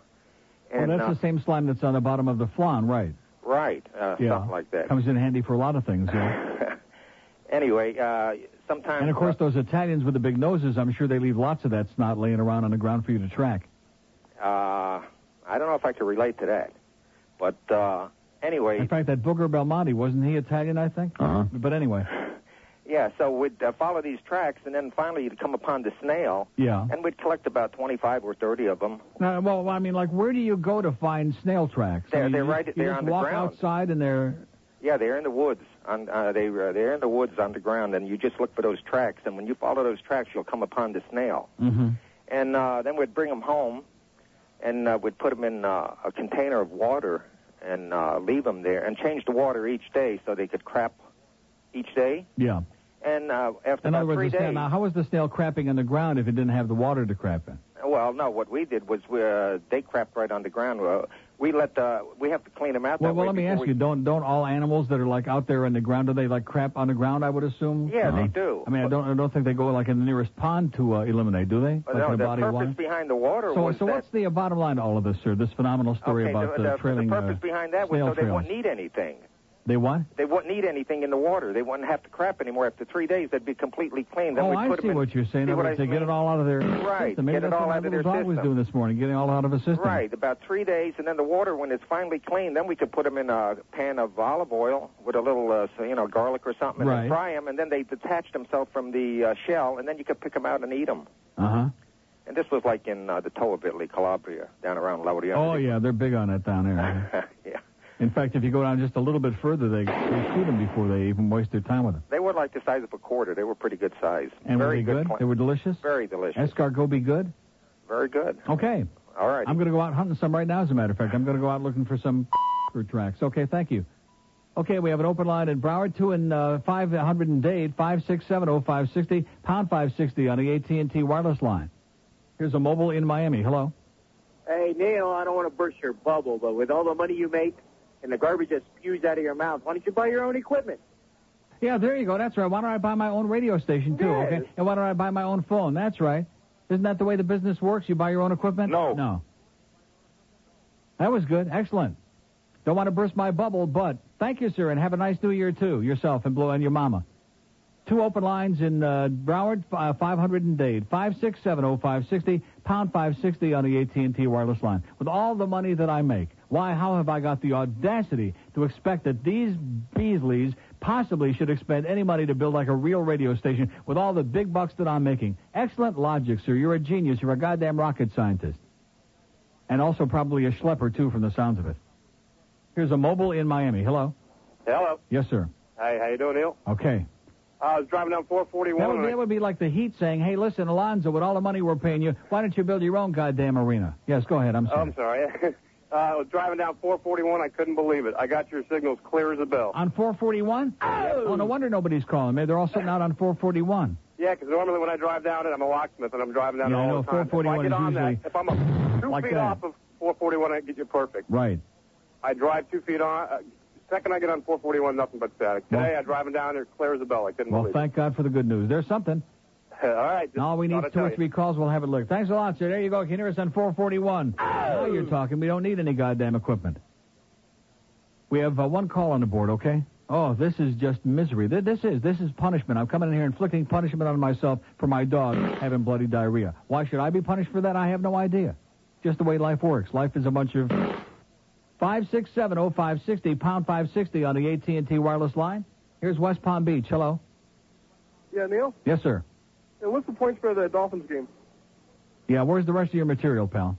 Well,
And
that's
uh,
the same slime that's on the bottom of the flan, right?
right, uh,
Yeah.
something like that.
Comes in handy for a lot of things. Yeah.
anyway, uh, sometimes
and of course, those Italians with the big noses, I'm sure they leave lots of that snot laying around on the ground for you to track.
uh, I don't know if I can relate to that, but uh, anyway,
In fact, that Booger Belmonte wasn't he Italian? I think. Uh-huh. But anyway,
Yeah, so we'd uh, follow these tracks, and then finally you'd come upon the snail,
yeah.
and we'd collect about 25 or 30 of them.
Now, well, I mean, like, where do you go to find snail tracks? I
They're-
mean,
they're
you
right-
just- You
they're
just
on the
walk
ground.
outside, and they're
Yeah, they're in the woods. On, uh, they, uh, they're in the woods on the ground, and you just look for those tracks, and when you follow those tracks, you'll come upon the snail.
mm-hmm.
And uh, then we'd bring them home, and uh, we'd put them in uh, a container of water and uh, leave them there, and change the water each day so they could crap each day.
yeah.
And uh, after
In
about
other words,
three
the snail,
days,
now how was the snail crapping on the ground if it didn't have the water to crap in?
Well, no. What we did was we, uh, they crapped right on the ground. Uh, we let the we have to clean them out.
Well,
that
well,
way
let me
before
ask
we-
you: don't don't all animals that are like out there in the ground do they like crap on the ground? I would assume. Uh-huh.
Yeah, they do.
I mean, I don't I don't think they go like in the nearest pond to uh, eliminate, do they?
But
like in
no,
a
the
body
purpose
of water.
behind the water
So,
was
so
that.
what's the uh, bottom line to all of this, sir? This phenomenal story
okay,
about
the,
uh,
the,
trailing.
the purpose
uh,
behind that was
snail
so they
trails.
wouldn't need anything.
They what?
They wouldn't need anything in the water. They wouldn't have to crap anymore. After three days, they'd be completely clean. Then
oh,
we
I
put
see
them in,
what you're saying.
See
In
what
other
I
words, they get
mean?
it all out of their
Right,
system. Maybe
get it
that's
all
what my
out of
little
their
dog was
system.
doing this morning, getting it all out of his system.
Right, about three days, and then the water, when it's finally clean, then we could put them in a pan of olive oil with a little, uh, so, you know, garlic or something, and
Right.
then fry them, and then they detach themselves from the uh, shell, and then you could pick them out and eat them.
Uh huh.
And this was like in uh, the toe of Italy, Calabria, down around Lauriano.
Oh yeah, they're big on it down there.
yeah.
In fact, if you go down just a little bit further, they, they shoot them before they even waste their time with it.
They were like the size of a quarter. They were pretty good size.
And were they
Very
good?
plant.
They were delicious.
Very delicious.
Escargot be good.
Very good.
Okay.
All right.
I'm going to go out hunting some right now, as a matter of fact. I'm going to go out looking for some tracks. Okay, thank you. Okay, we have an open line in Broward, 2 and uh, 508, 567 0560, oh, pound 560 on the AT&T wireless line. Here's a mobile in Miami. Hello.
Hey, Neil, I don't want to burst your bubble, but with all the money you make and the garbage that spews out of your mouth, why don't you buy your own equipment?
Yeah, there you go. That's right. Why don't I buy my own radio station, too?
Yes.
Okay. And why don't I buy my own phone? That's right. Isn't that the way the business works? You buy your own equipment? No. No. That was good. Excellent. Don't want to burst my bubble, but thank you, sir, and have a nice new year, too, yourself and Blue and your mama. Two open lines in uh, Broward, uh, 500 and Dade, 5670560, pound 560 on the AT&T wireless line. With all the money that I make, why, how have I got the audacity to expect that these Beasleys possibly should expend any money to build like a real radio station with all the big bucks that I'm making? Excellent logic, sir. You're a genius. You're a goddamn rocket scientist. And also probably a schlepper, too, from the sounds of it. Here's a mobile in Miami. Hello.
Hello.
Yes, sir.
Hey, how you doing, Neil?
Okay.
I was driving down 441.
That would,
and I-
that would be like the Heat saying, hey, listen, Alonzo, with all the money we're paying you, why don't you build your own goddamn arena? Yes, go ahead.
Um,
I'm
Oh,
sorry.
I'm sorry. uh, I was driving down 441. I couldn't believe it. I got your signals clear as a bell.
on 441? Oh! no wonder nobody's calling. Maybe they're all sitting out on 441.
Yeah, 'cause normally when I drive down it, I'm a locksmith and I'm driving down
Yeah,
it
I
all
know,
the time.
441
if I get
is
on
usually
that, if I'm a, two
like
feet
that.
off of 441, I get you perfect.
Right.
I drive two feet on. Uh, second I get on 441, nothing but static. Today I'm driving down there clear as a bell. I couldn't
Well,
believe
thank God for the good news. There's something.
it. all right. just
Now all we need
thought I'd
two
tell
or
you.
three calls. We'll have it looked. Thanks a lot, sir. There you go. You can hear us on 441. Now you're talking. We don't need any goddamn equipment. We have uh, one call on the board, okay? Oh, this is just misery. Th- This is this is punishment. I'm coming in here inflicting punishment on myself for my dog having bloody diarrhea. Why should I be punished for that? I have no idea. Just the way life works. Life is a bunch of five six seven oh five sixty pound five sixty on the AT and T wireless line. Here's West Palm Beach. Hello.
Yeah, Neil.
Yes, sir.
And what's the point spread of that Dolphins game?
Yeah, where's the rest of your material, pal?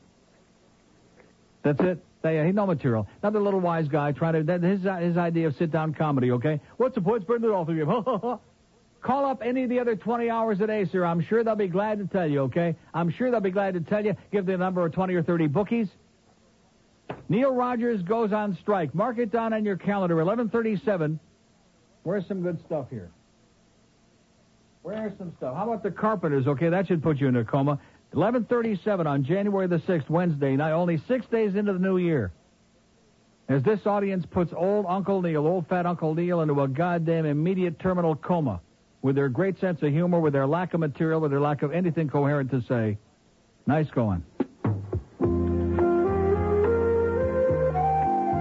That's it. They, he no material. Another little wise guy trying to that, his uh, his idea of sit down comedy. Okay, what's the point? Spread it all through you. Call up any of the other 20 hours a day, sir. I'm sure they'll be glad to tell you. Okay, I'm sure they'll be glad to tell you. Give the number of 20 or 30 bookies. Neil Rogers goes on strike. Mark it down on your calendar. 11:37. Where's some good stuff here? Where's some stuff? How about the Carpenters? Okay, that should put you in a coma. 11:37 on January the 6th, Wednesday night, only six days into the new year. As this audience puts old Uncle Neil, old fat Uncle Neil, into a goddamn immediate terminal coma, with their great sense of humor, with their lack of material, with their lack of anything coherent to say. Nice going.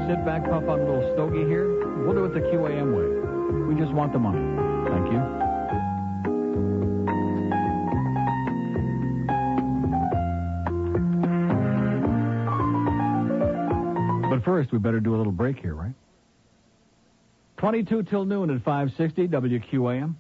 Sit back, puff on a little stogie here. We'll do it the QAM way. We just want the money. Thank you. But first, we better do a little break here, right? 22 till noon at 560 WQAM.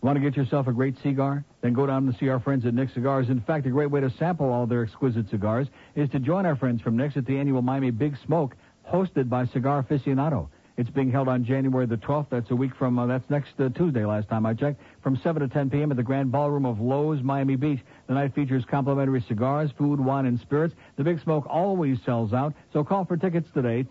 Want to get yourself a great cigar? Then go down to see our friends at Nick's Cigars. In fact, a great way to sample all their exquisite cigars is to join our friends from Nick's at the annual Miami Big Smoke, hosted by Cigar Aficionado. It's being held on January the 12th. That's a week from, uh, that's next uh, Tuesday last time I checked, from 7 to 10 p.m. at the Grand Ballroom of Lowe's, Miami Beach. The night features complimentary cigars, food, wine, and spirits. The Big Smoke always sells out, so call for tickets today,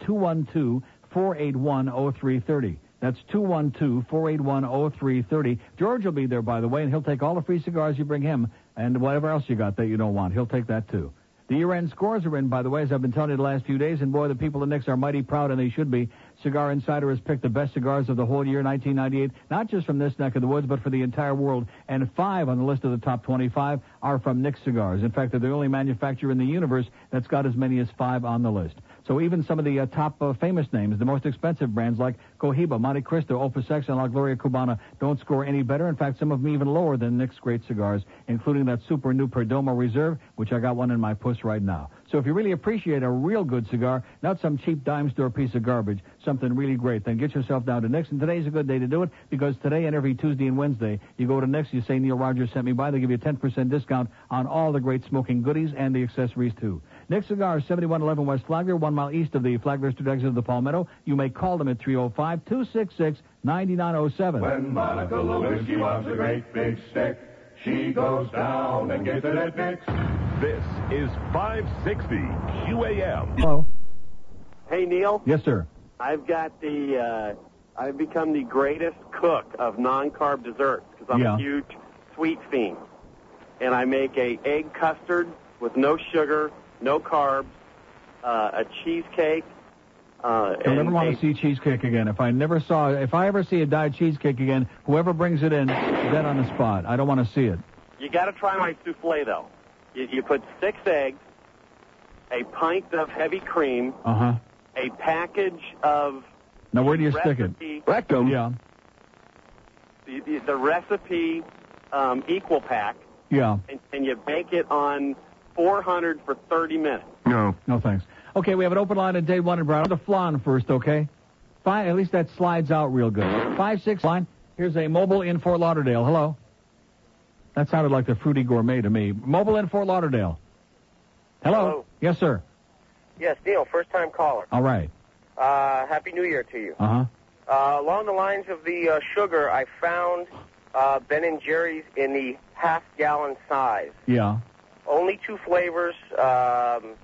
212-481-0330. That's 212-481-0330. George will be there, by the way, and he'll take all the free cigars you bring him and whatever else you got that you don't want. He'll take that too. The year-end scores are in, by the way, as I've been telling you the last few days, and boy, the people at Knicks are mighty proud, and they should be. Cigar Insider has picked the best cigars of the whole year, 1998, not just from this neck of the woods, but for the entire world. And five on the list of the top 25 are from Knicks cigars. In fact, they're the only manufacturer in the universe that's got as many as five on the list. So even some of the uh, top uh, famous names, the most expensive brands like Cohiba, Monte Cristo, Opus X, and La Gloria Cubana don't score any better. In fact, some of them even lower than Nick's great cigars, including that super new Perdomo Reserve, which I got one in my puss right now. So if you really appreciate a real good cigar, not some cheap dime store piece of garbage, something really great, then get yourself down to Nick's. And today's a good day to do it because today and every Tuesday and Wednesday, you go to Nick's, you say Neil Rogers sent me by, they give you a 10% discount on all the great smoking goodies and the accessories too. Nick Cigar, 7111 West Flagler, one mile east of the Flagler Street exit of the Palmetto. You may call them at 305 266 9907.
When Monica Lewinsky wants a great big stick, she goes down and gets it at Nick's.
This is 560 QAM.
Hello.
Hey, Neil.
Yes, sir.
I've got the. Uh, I've become the greatest cook of non-carb desserts because I'm
Yeah.
a huge sweet fiend, and I make a egg custard with no sugar, no carbs, uh, a cheesecake. Uh,
You'll
and
never want
a-
to see cheesecake again. If I never saw, if I ever see a dyed cheesecake again, whoever brings it in, dead on the spot. I don't want to see it.
You got to try my souffle though. You, you put six eggs, a pint of heavy cream,
Uh huh.
a package of
Now where do you stick
Recipe.
it? Rectum. Yeah.
the, the, the recipe um, equal pack,
Yeah.
and, and you bake it on 400 for 30 minutes.
No. No thanks. Okay, we have an open line at day one in Brown. The flan first, okay? Fine. At least that slides out real good. Five six line. Here's a mobile in Fort Lauderdale. Hello. That sounded like the fruity gourmet to me. Mobile in Fort Lauderdale. Hello.
Hello.
Yes, sir.
Yes, Neil, first time caller.
All right.
Uh, Happy New Year to you.
Uh huh.
Uh, along the lines of the uh, sugar, I found uh, Ben and Jerry's in the half gallon size.
Yeah.
Only two flavors: um,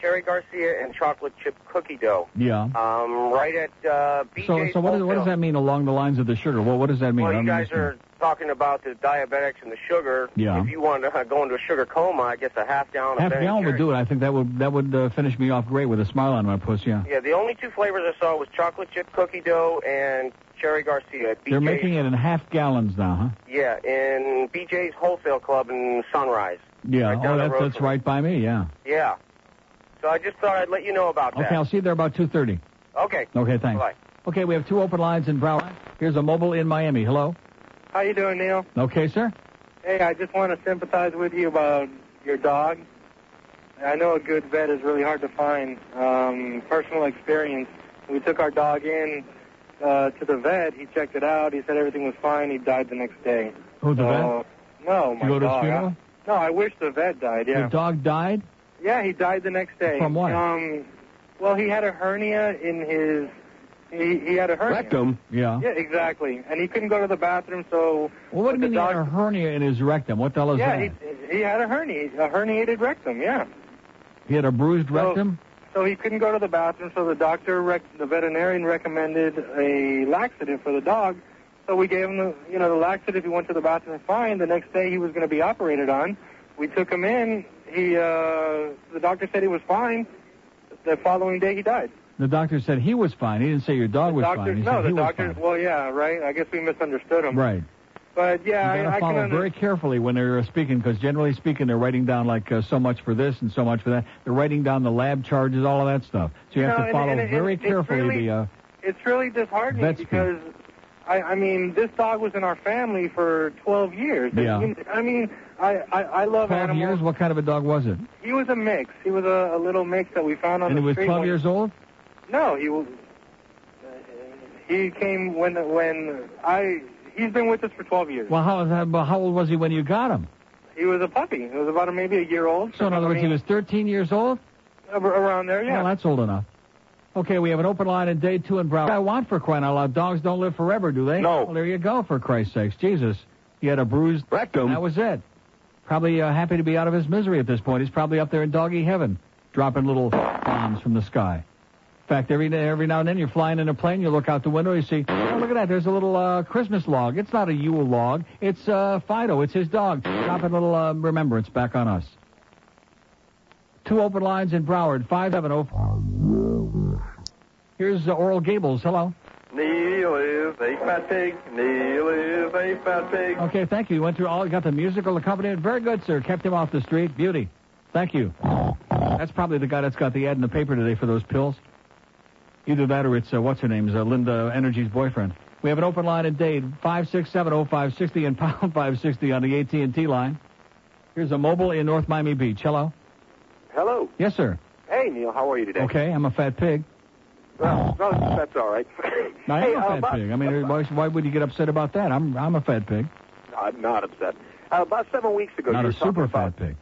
cherry Garcia and chocolate chip cookie dough.
Yeah.
Um, right at uh, BJ's.
So, so what, is, what does that mean along the lines of the sugar? Well, what does that mean?
Well,
I
you
don't
guys
understand.
are talking about the diabetics and the sugar.
Yeah.
If you want to uh, go into a sugar coma, I guess a half gallon
Half
of Ben
gallon
and
would
Jerry's.
do it. I think that would that would uh, finish me off great with a smile on my puss. Yeah.
Yeah, the only two flavors I saw was chocolate chip cookie dough and cherry Garcia. at
They're
BJ's.
making it in half gallons now, huh?
Yeah, in BJ's Wholesale Club in Sunrise.
Yeah.
Right down
oh,
the
that's
road
that's
from-
right by me. Yeah.
Yeah. So I just thought I'd let you know about
Okay, I'll
that.
see you there about two thirty.
Okay.
Okay, thanks.
Bye.
Okay, we have two open lines in Broward. Here's a mobile in Miami. Hello.
How you doing, Neil?
Okay, sir.
Hey, I just want to sympathize with you about your dog. I know a good vet is really hard to find. Um, personal experience. We took our dog in uh, to the vet. He checked it out. He said everything was fine. He died the next day.
Who the
So- No,
vet?
Oh, my
You go to
dog.
his funeral?
no, I wish the vet died. Yeah.
Your dog died.
Yeah, he died the next day.
From what?
Um, well, he had a hernia in his. He, he had a hernia.
Yeah.
Yeah, exactly. And he couldn't go to the bathroom, so.
Well, what do you mean he had a hernia in his rectum? What the hell is
yeah,
that?
he he had a hernia, a herniated rectum. Yeah.
He had a bruised rectum.
So he couldn't go to the bathroom, so the doctor, rec- the veterinarian, recommended a laxative for the dog. So we gave him, the, you know, the laxative. He went to the bathroom fine. The next day, he was going to be operated on. We took him in. He, uh, the doctor said he was fine. The following day, he died.
The doctor said he was fine. He didn't say your dog was fine.
Doctors,
He
no,
said
the
he was
doctors. Well, yeah, right. I guess we misunderstood
fine.
him.
Right.
But yeah,
you
I,
got to
I can
follow
understand.
very carefully when they're uh, speaking, because generally speaking, they're writing down like uh, so much for this and so much for that. They're writing down the lab charges, all of that stuff. So you have
No,
to
and-
follow
and it-
very
it's
carefully
really-
the. Uh,
it's really disheartening
That's
because I, I mean this dog was in our family for 12 years.
Yeah.
I mean I I, I love
Twelve
animals.
years. What kind of a dog was it?
He was a mix. He was a, a little mix that we found on
and
the
he was
street.
12
one-
years old.
No, he was. He came when when I he's been with us for 12 years.
Well, how how how old was he when you got him?
He was a puppy. He was about maybe a year old.
So in other words, he was 13 years old.
Ar- around there. Yeah.
Well, Oh, that's old enough. Okay, we have an open line in day two in Broward. I want for crying out loud. Dogs don't live forever, do they? No. Well, there you go. For Christ's sakes, Jesus, he had a bruised rectum. That was it. Probably uh, happy to be out of his misery at this point. He's probably up there in doggy heaven, dropping little bombs from the sky. In fact, every every now and then you're flying in a plane, you look out the window, you see, oh look at that, there's a little uh, Christmas log. It's not a Yule log, it's uh, Fido, it's his dog, dropping little uh, remembrance back on us. Two open lines in Broward, five seven oh. Here's uh, Oral Gables. Hello.
Neil is a fat pig. Neil is a fat pig.
Okay, thank you. You went through all, got the musical accompaniment. Very good, sir. Kept him off the street. Beauty. Thank you. That's probably the guy that's got the ad in the paper today for those pills. Either that or it's, uh, what's her name's, uh, Linda Energy's boyfriend. We have an open line at Dade, 5670560 and pound 560 on the AT&T line. Here's a mobile in North Miami Beach. Hello.
Hello.
Yes, sir.
Hey, Neil. How are you today?
Okay, I'm a fat pig.
Well, no, that's all right.
No, I am
hey,
a
uh,
fat
about-
pig. I mean, why, why would you get upset about that? I'm, I'm a fat pig.
I'm not upset. Uh, about seven weeks ago,
Not
you were
a
talking
super fat pig.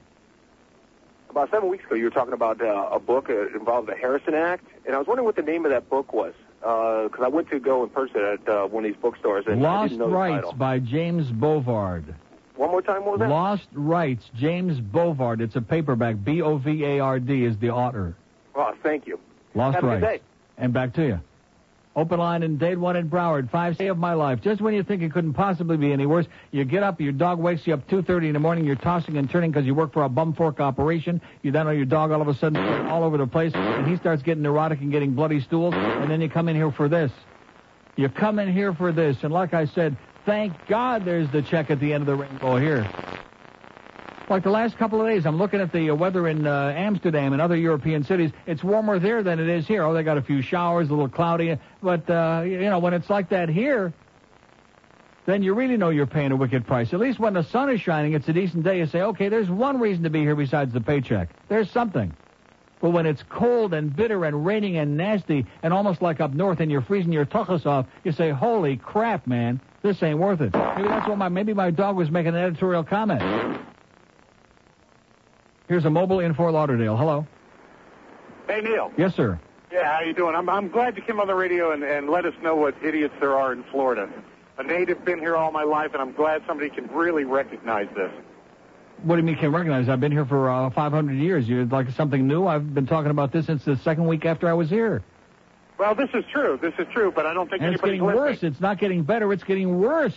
About seven weeks ago, you were talking about uh, a book uh, involved the Harrison Act, and I was wondering what the name of that book was. Because I uh, went to go and purchase it at uh, one of these bookstores, and I
Lost
didn't know the
Rights
title.
by James Bovard.
One more time, what was that?
Lost Rights, James Bovard. It's a paperback. B O V A R D is the author.
Oh, thank you.
Lost
Have a good
Rights.
day.
And back to you. Open line in Dade 1 in Broward. Five day of my life. Just when you think it couldn't possibly be any worse, you get up, your dog wakes you up 2.30 in the morning, you're tossing and turning because you work for a bum fork operation. You then know your dog all of a sudden is all over the place, and he starts getting neurotic and getting bloody stools, and then you come in here for this. You come in here for this, and like I said, thank God there's the check at the end of the rainbow here. Like the last couple of days, I'm looking at the uh, weather in uh, Amsterdam and other European cities. It's warmer there than it is here. Oh, they got a few showers, a little cloudy, but uh, you know when it's like that here, then you really know you're paying a wicked price. At least when the sun is shining, it's a decent day. You say, okay, there's one reason to be here besides the paycheck. There's something. But when it's cold and bitter and raining and nasty and almost like up north and you're freezing your tuchus off, you say, holy crap, man, this ain't worth it. Maybe that's what my, maybe my dog was making an editorial comment. Here's a mobile in Fort Lauderdale. Hello.
Hey, Neil.
Yes, sir.
Yeah, how you doing? I'm I'm glad you came on the radio and, and let us know what idiots there are in Florida. A native, been here all my life, and I'm glad somebody can really recognize this.
What do you mean can't recognize? I've been here for uh, 500 years. You'd like something new? I've been talking about this since the second week after I was here.
Well, this is true. This is true, but I don't think
And it's
anybody's
getting
listening.
worse. It's not getting better. It's getting worse.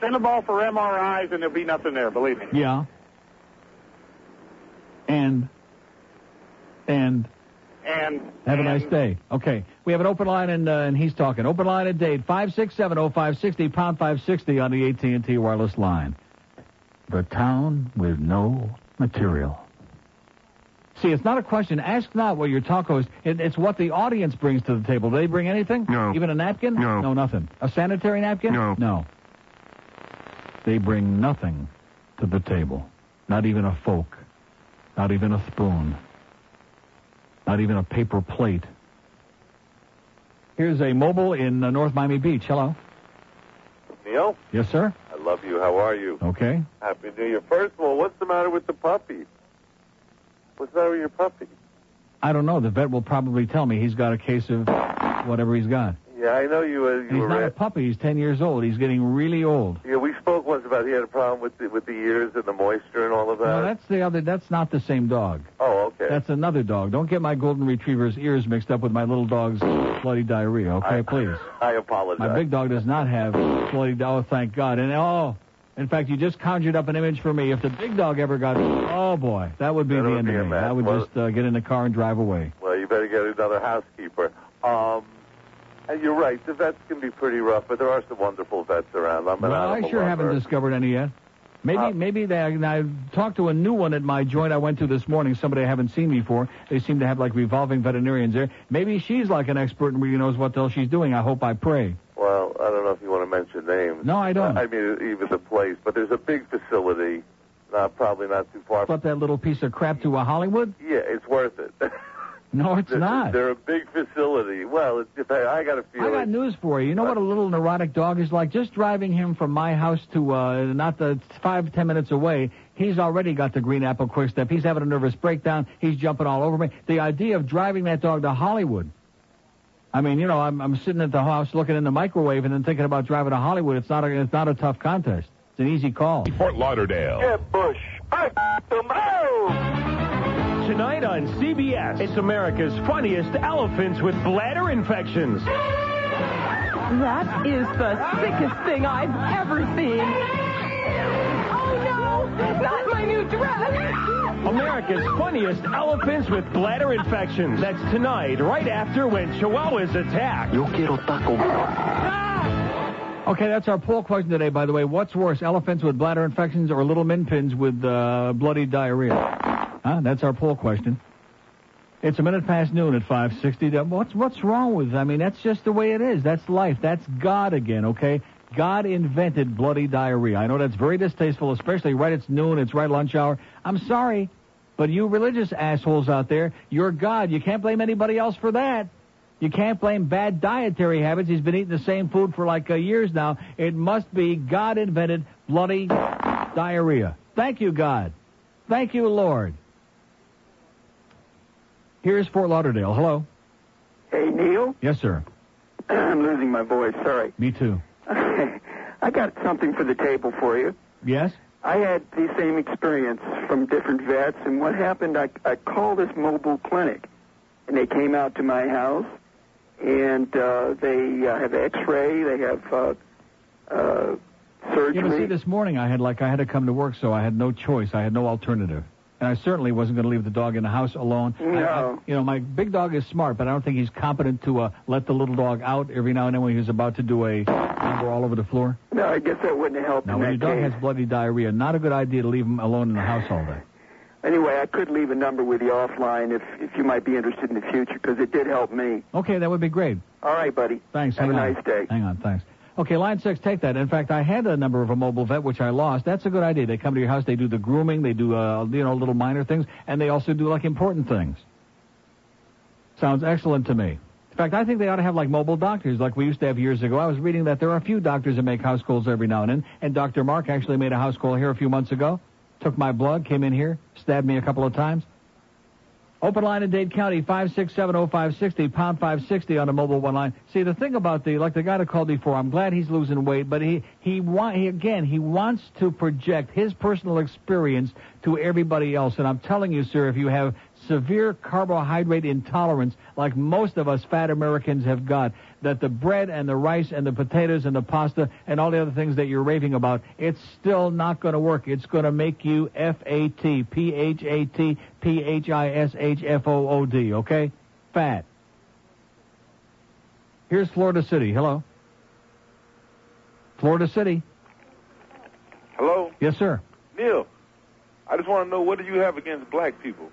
Send them all for MRIs, and there'll be nothing there. Believe me.
Yeah. And, and,
And
Have a nice day. Okay. We have an open line, and, uh, and he's talking. Open line at date 5670560, pound 560 on the AT&T wireless line. The town with no material. See, it's not a question. Ask not what your talk host. It, it's what the audience brings to the table. Do they bring anything? No. Even a napkin? No. No, nothing. A sanitary napkin? No. No. They bring nothing to the table. Not even a fork. Not even a spoon. Not even a paper plate. Here's a mobile in uh, North Miami Beach. Hello.
Neil,
Yes, sir.
I love you. How are you?
Okay.
Happy New Year. First of all, what's the matter with the puppy? What's the matter with your puppy?
I don't know. The vet will probably tell me he's got a case of whatever he's got.
Yeah, I know you. Uh, you
And he's
were
not a
at-
puppy. He's 10 years old. He's getting really old.
yeah, we spoke once about he had a problem with the, with the ears and the moisture and all of that.
No, that's the other. That's not the same dog.
Uh, oh, okay.
That's another dog. Don't get my golden retriever's ears mixed up with my little dog's bloody diarrhea. Okay, please.
I apologize.
My big dog does not have bloody. Oh, thank God. And oh, in fact, you just conjured up an image for me. If the big dog ever got, oh boy, that would be the end of me. I would just uh, get in the car and drive away.
Well, you better get another housekeeper. Um, and you're right. The vets can be pretty rough, but there are some wonderful vets around. I'm an
Well, I
animal
sure haven't
lover.
discovered any yet. Maybe maybe they. and I talked to a new one at my joint I went to this morning. Somebody I haven't seen before. They seem to have like revolving veterinarians there. Maybe she's like an expert and really knows what the hell she's doing. I hope. I pray.
Well, I don't know if you want to mention names.
No, I don't.
I mean, even the place, but there's a big facility, not probably not too far.
But that little piece of crap to a Hollywood?
yeah, it's worth it.
No, it's
they're,
not.
They're a big facility. Well, it depends. I got a
I
feeling.
got news for you. You know what a little neurotic dog is like? Just driving him from my house to uh, not the five ten minutes away, he's already got the green apple quick step. He's having a nervous breakdown. He's jumping all over me. The idea of driving that dog to Hollywood. I mean, you know, I'm, I'm sitting at the house looking in the microwave and then thinking about driving to Hollywood. It's not a, it's not a tough contest. It's an easy call.
Fort Lauderdale.
Jeb Bush. I
Tonight on CBS, it's America's funniest elephants with bladder infections.
That is the sickest thing I've ever seen. Oh no! Not my new dress!
America's funniest elephants with bladder infections. That's tonight, right after when Chihuahuas attack. Yo quiero taco.
Okay, that's our poll question today, by the way. What's worse, elephants with bladder infections or little min pins with uh, bloody diarrhea? Huh? That's our poll question. It's a minute past noon at 560. That- What's, what's wrong with I mean, that's just the way it is. That's life. That's God again, okay? God invented bloody diarrhea. I know that's very distasteful, especially right at noon, it's right lunch hour. I'm sorry, but you religious assholes out there, you're God. You can't blame anybody else for that. You can't blame bad dietary habits. He's been eating the same food for like uh, years now. It must be God invented bloody diarrhea. Thank you, God. Thank you, Lord. Here's Fort Lauderdale. Hello.
Hey, Neil.
Yes, sir.
I'm losing my voice. Sorry.
Me too.
I got something for the table for you.
Yes?
I had the same experience from different vets, and what happened, I, I called this mobile clinic, and they came out to my house, and uh, they uh, have X-ray, they have uh, uh,
You know, see,
surgery.
this morning I had like I had to come to work, so I had no choice. I had no alternative, and I certainly wasn't going to leave the dog in the house alone. I- I,
No.
you know, my big dog is smart, but I don't think he's competent to uh, let the little dog out every now and then when he's about to do a number all over the floor.
No, I guess that wouldn't help
Now,
in
when your
that
dog
case.
has bloody diarrhea, not a good idea to leave him alone in the house all day.
Anyway, I could leave a number with you offline if, if you might be interested in the future, because it did help me.
Okay, that would be great.
All right, buddy.
Thanks.
Have
hang
a
on.
nice day.
Hang on. Thanks. Okay, line six, take that. In fact, I had a number of a mobile vet, which I lost. That's a good idea. They come to your house, they do the grooming, they do uh, you know little minor things, and they also do like important things. Sounds excellent to me. In fact, I think they ought to have like mobile doctors, like we used to have years ago. I was reading that there are a few doctors that make house calls every now and then, and Dr. Mark actually made a house call here a few months ago. Took my blood, came in here, stabbed me a couple of times. Open line in Dade County, 5670560, pound 560 on a mobile one line. See, the thing about the, like the guy that called before, I'm glad he's losing weight, but he, he, wa- he, again, he wants to project his personal experience to everybody else. And I'm telling you, sir, if you have severe carbohydrate intolerance, like most of us fat Americans have got, that the bread and the rice and the potatoes and the pasta and all the other things that you're raving about, it's still not going to work. It's going to make you F A T, P H A T, P H I S H F O O D, okay? Fat. Here's Florida City. Hello. Florida City.
Hello,
Yes, sir.
Neil. I just want to know what do you have against black people?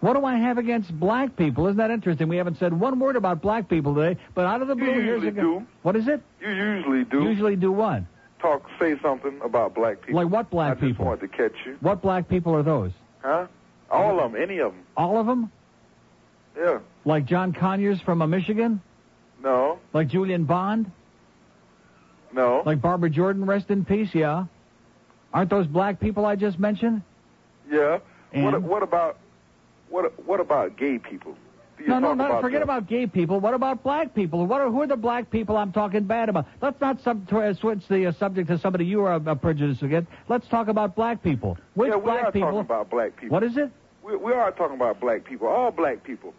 What do I have against black people? Isn't that interesting? We haven't said one word about black people today, but out of the blue, here's a
usually
guy.
do.
What is it?
You usually do
Usually do what?
talk, say something about black people.
Like what black
I
people?
just wanted to catch you,
What black people are those?
huh? All of them, any of them.
All of them?
Yeah.
Like John Conyers from uh, Michigan?
No,
Like Julian Bond?
no.
Like Barbara Jordan, rest in peace, yeah. Aren't those black people I just mentioned?
Yeah. What,
And?
what about what what about gay people? Do you
no, no,
talk
no.
about
Forget
them?
about gay people. What about black people? What are, who are the black people I'm talking bad about? Let's not sub- tw- uh, switch the uh, subject to somebody you are uh, prejudiced against. Let's talk about black people. Which
yeah, we
black
are
people?
talking about black people.
What is it?
We, we are talking about black people. All black people.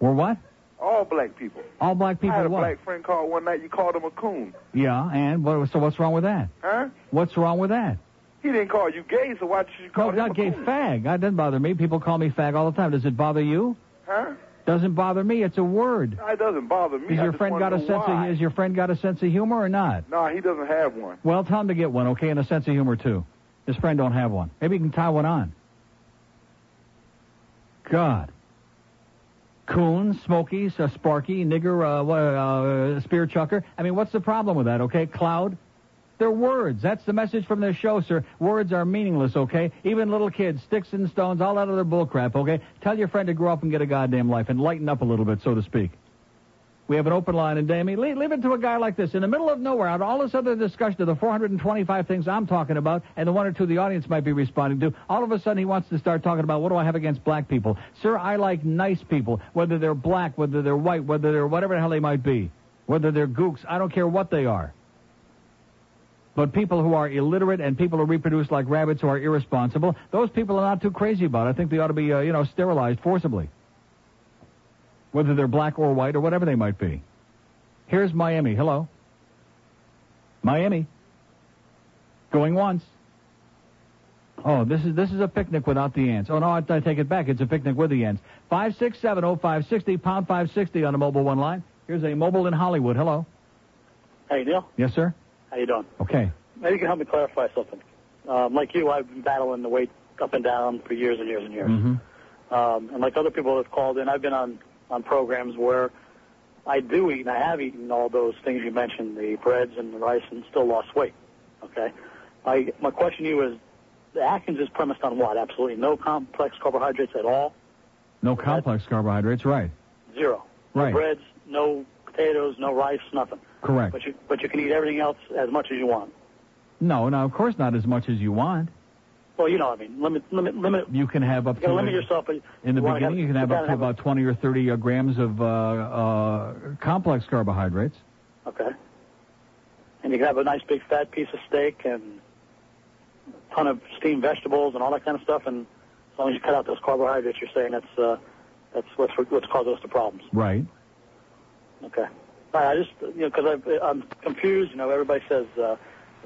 Or what?
All black people.
All black people
I had a
what?
black friend called one night. You called him a coon,
Yeah, and what, so what's wrong with that?
huh?
What's wrong with that?
He didn't call you gay, so why should you
No,
call him
not
a
gay
coon?
fag. That doesn't bother me. People call me fag all the time. Does it bother you?
Huh?
Doesn't bother me. It's a word.
No, it doesn't bother Uh, me.
Is
I
your
just
friend
wanna
got a
know
sense
why.
of is your friend got a sense of humor or not?
No, he doesn't have one.
Well, tell him to get one, okay, and a sense of humor too. His friend don't have one. Maybe he can tie one on. God. Coon, Smokies, uh, Sparky, Nigger, uh, wha- uh, Spear Chucker. I mean, what's the problem with that, okay? Cloud? They're words. That's the message from this show, sir. Words are meaningless, okay? Even little kids, sticks and stones, all that other bullcrap, okay? Tell your friend to grow up and get a goddamn life and lighten up a little bit, so to speak. We have an open line, and Dammy, leave, leave it to a guy like this in the middle of nowhere. Out of all this other discussion of the 425 things I'm talking about, and the one or two the audience might be responding to, all of a sudden he wants to start talking about what do I have against black people? Sir, I like nice people, whether they're black, whether they're white, whether they're whatever the hell they might be, whether they're gooks. I don't care what they are. But people who are illiterate and people who reproduce like rabbits who are irresponsible, those people are not too crazy about. it. I think they ought to be, uh, you know, sterilized forcibly, whether they're black or white or whatever they might be. Here's Miami. Hello. Miami. Going once. Oh, this is this is a picnic without the ants. Oh no, I, I take it back. It's a picnic with the ants. Five six seven oh five sixty pound five sixty on a mobile one line. Here's a mobile in Hollywood. Hello.
Hey Neil,
Yes, sir.
how you doing?
Okay.
Maybe you can help me clarify something. Um, like you, I've been battling the weight up and down for years and years and years.
Mm-hmm.
Um, and like other people that have called in, I've been on on programs where I do eat and I have eaten all those things you mentioned, the breads and the rice, and still lost weight. Okay. My my question to you is, the Atkins is premised on what? Absolutely no complex carbohydrates at all.
No complex carbohydrates. Right.
Zero.
Right.
No breads, no potatoes, no rice, nothing.
Correct.
But you but you can eat everything else as much as you want.
No, no, of course not as much as you want.
Well, you know what I mean. Limit, limit, limit.
You can have up
You
to
gotta limit yourself. but
in the
you wanna
beginning. you can have up
gotta
to about 20 or 30 uh, grams of uh, uh, complex carbohydrates.
Okay. and you can have a nice big fat piece of steak and a ton of steamed vegetables and all that kind of stuff. And as long as you cut out those carbohydrates, you're saying that's uh, that's what's what's causing us the problems.
Right.
Okay. All right, I just you know because I'm confused. You know, everybody says uh,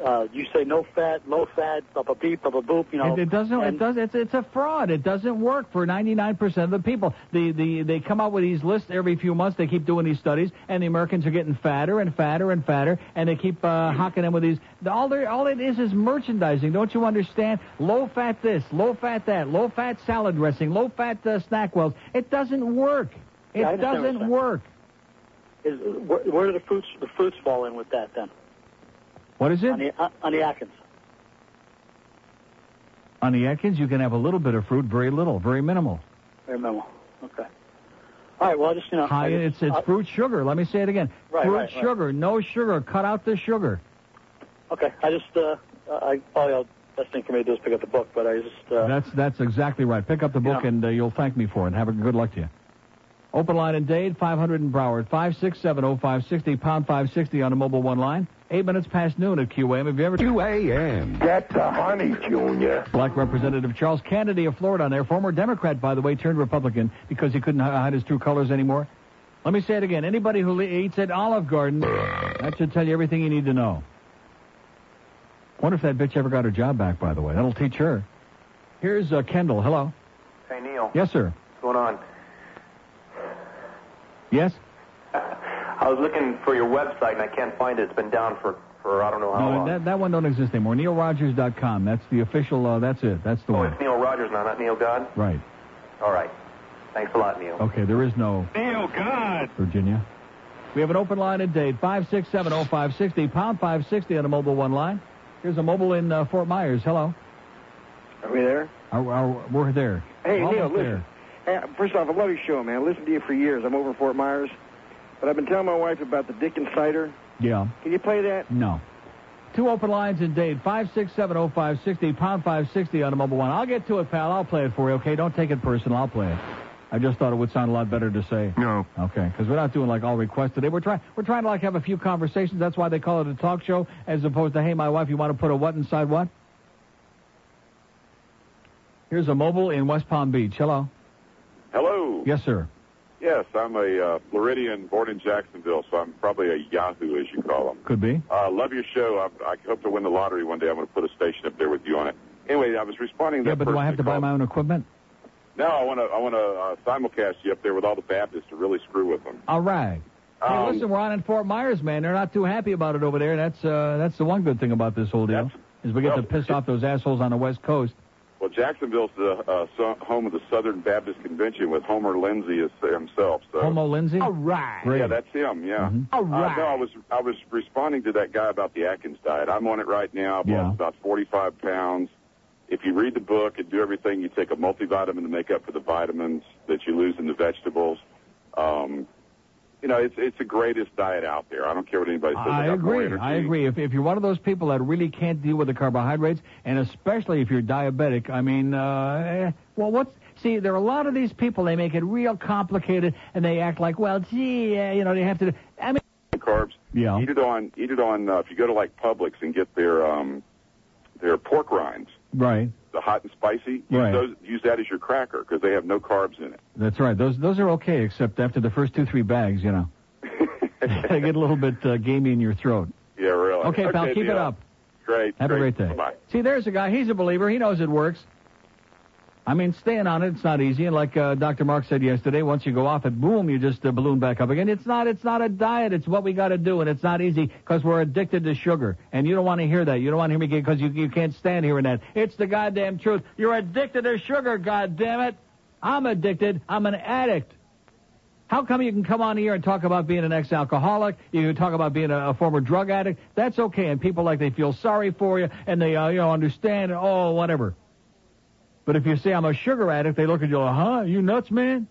uh, you say no fat, low fat, blah blah beep, blah blah boop. You know,
It, it doesn't.
and-
It does. It's it's a fraud. It doesn't work for 99% of the people. The the they come out with these lists every few months. They keep doing these studies, and the Americans are getting fatter and fatter and fatter, and they keep uh, hocking them with these. All they all it is is merchandising. Don't you understand? Low fat this, low fat that, low fat salad dressing, low fat uh, snack wells. It doesn't work. It
Yeah, I understand what you're
doesn't
saying.
work.
Is where, where do the fruits the fruits fall in with that then?
What is it?
On the on the Atkins.
On the Atkins, you can have a little bit of fruit, very little, very minimal.
Very minimal. Okay. All right. Well, I just you know.
High,
I just-
it's it's
I-
fruit sugar. Let me say it again.
Right,
fruit
right, right.
sugar, no sugar. Cut out the sugar.
Okay. I just uh, I probably the best thing for me to do is pick up the book, but I just uh,
That's that's exactly right. Pick up the book and uh, you'll thank me for it. Have a good luck to you. Open line in Dade, 500 in Broward, 5670560, pound 560 on the mobile one line. Eight minutes past noon at QAM. Have you ever... QAM.
Get the honey, Junior.
Black Representative Charles Kennedy of Florida on there, former Democrat, by the way, turned Republican because he couldn't hi- hide his true colors anymore. Let me say it again. Anybody who le- eats at Olive Garden, that should tell you everything you need to know. Wonder if that bitch ever got her job back, by the way. That'll teach her. Here's uh, Kendall. Hello.
Hey, Neil.
Yes, sir.
What's going on?
Yes?
I was looking for your website and I can't find it. It's been down for, for I don't know how
No,
long.
that, that one don't exist anymore. NeilRogers.com. That's the official. Uh, that's it. That's the
oh,
one.
it's Neil Rogers now, not Neil God?
Right.
All right. Thanks a lot, Neil.
Okay. There is no
Neil God!
Virginia. We have an open line at date five six seven oh five sixty pound five sixty on a mobile one line. Here's a mobile in uh, Fort Myers. Hello.
Are we there?
Are, are, Oh, we're there.
Hey,
Almost
Neil, listen.
there.
Hey, first off, I love your show, man. I listened to you for years. I'm over in Fort Myers. But I've been telling my wife about the Dick and Cider.
Yeah.
Can you play that?
No. Two open lines in Dade, 5670560, oh, pound 560 on a mobile one. I'll get to it, pal. I'll play it for you, okay? Don't take it personal. I'll play it. I just thought it would sound a lot better to say. No. Okay, because we're not doing like all requests today. We're trying we're trying to like have a few conversations. That's why they call it a talk show as opposed to, hey, my wife, you want to put a what inside what? Here's a mobile in West Palm Beach. Hello.
Hello.
Yes, sir.
Yes, I'm a uh, Floridian, born in Jacksonville, so I'm probably a Yahoo, as you call them.
Could be.
Uh, love your show. I, I hope to win the lottery one day. I'm going to put a station up there with you on it. Anyway, I was responding to
Yeah,
that
but do I have to buy my own equipment?
No, I want to. I want to uh, simulcast you up there with all the Baptists to really screw with them.
All right. Hey,
Um,
listen, we're on in Fort Myers, man. They're not too happy about it over there. That's uh, that's the one good thing about this whole deal is we get to piss off those assholes on the West Coast.
Well, Jacksonville's the uh, so, home of the Southern Baptist Convention with Homer Lindsay as himself. So.
Homo Lindsay. Uh, All right. Great. Mm-hmm.
Yeah, that's him. Yeah.
All
right. no, I was I was responding to that guy about the Atkins diet. I'm on it right now. I've
Yeah.
lost about 45 pounds. If you read the book and do everything, you take a multivitamin to make up for the vitamins that you lose in the vegetables. Um, you know, it's it's the greatest diet out there. I don't care what anybody says.
I
about more
agree.
energy.
I agree. If if you're one of those people that really can't deal with the carbohydrates, and especially if you're diabetic, I mean, uh, eh, well, what's see? There are a lot of these people. They make it real complicated, and they act like, well, gee, uh, you know, they have to. I mean,
Carbs.
Yeah.
Eat it on eat it on. Uh, if you go to like Publix and get their um, their pork rinds,
right.
the hot and spicy, use
Right.
those use that as your cracker because they have no carbs in it.
That's right. Those those are okay, except after the first two three bags, you know, they get a little bit uh, gamey in your throat.
Yeah, really.
Okay, pal, keep it
Neil.
up.
Great.
Have a great day.
Bye.
See, there's a guy. He's a believer. He knows it works. I mean, staying on it, it's not easy. And like uh, Dr. Mark said yesterday, once you go off it, boom, you just uh, balloon back up again. It's not, it's not a diet. It's what we got to do, and it's not easy because we're addicted to sugar. And you don't want to hear that. You don't want to hear me because you you can't stand hearing that. It's the goddamn truth. You're addicted to sugar. God damn it. I'm addicted. I'm an addict. How come you can come on here and talk about being an ex-alcoholic? You can talk about being a, a former drug addict. That's okay, and people like they feel sorry for you and they uh, you know understand. Oh, whatever. But if you say I'm a sugar addict, they look at you like, huh? You nuts, man?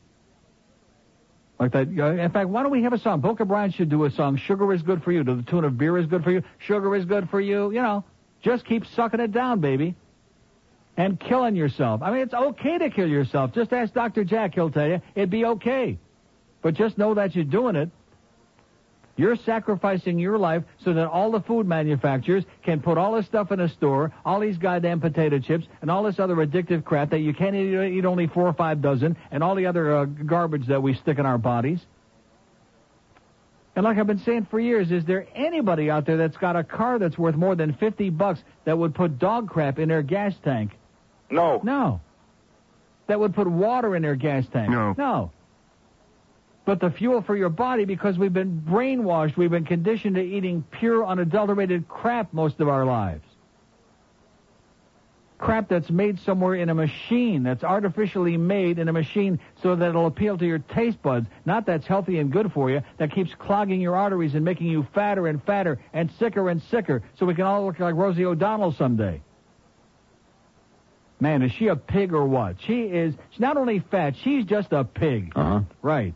Like that. uh, In fact, why don't we have a song? Boca Brian should do a song. Sugar is good for you. To the tune of beer is good for you. Sugar is good for you. You know, just keep sucking it down, baby and killing yourself. I mean, it's okay to kill yourself. Just ask Dr. Jack, he'll tell you. It'd be okay. But just know that you're doing it. You're sacrificing your life so that all the food manufacturers can put all this stuff in a store, all these goddamn potato chips, and all this other addictive crap that you can't eat, eat only four or five dozen, and all the other uh, garbage that we stick in our bodies. And like I've been saying for years, is there anybody out there that's got a car that's worth more than 50 bucks that would put dog crap in their gas tank?
No.
No. That would put water in their gas tank?
No.
No. But the fuel for your body, because we've been brainwashed, we've been conditioned to eating pure, unadulterated crap most of our lives. Crap that's made somewhere in a machine, that's artificially made in a machine so that it'll appeal to your taste buds, not that's healthy and good for you, that keeps clogging your arteries and making you fatter and fatter and sicker and sicker so we can all look like Rosie O'Donnell someday. Man, is she a pig or what? She is, she's not only fat, she's just a pig. Uh huh. Right.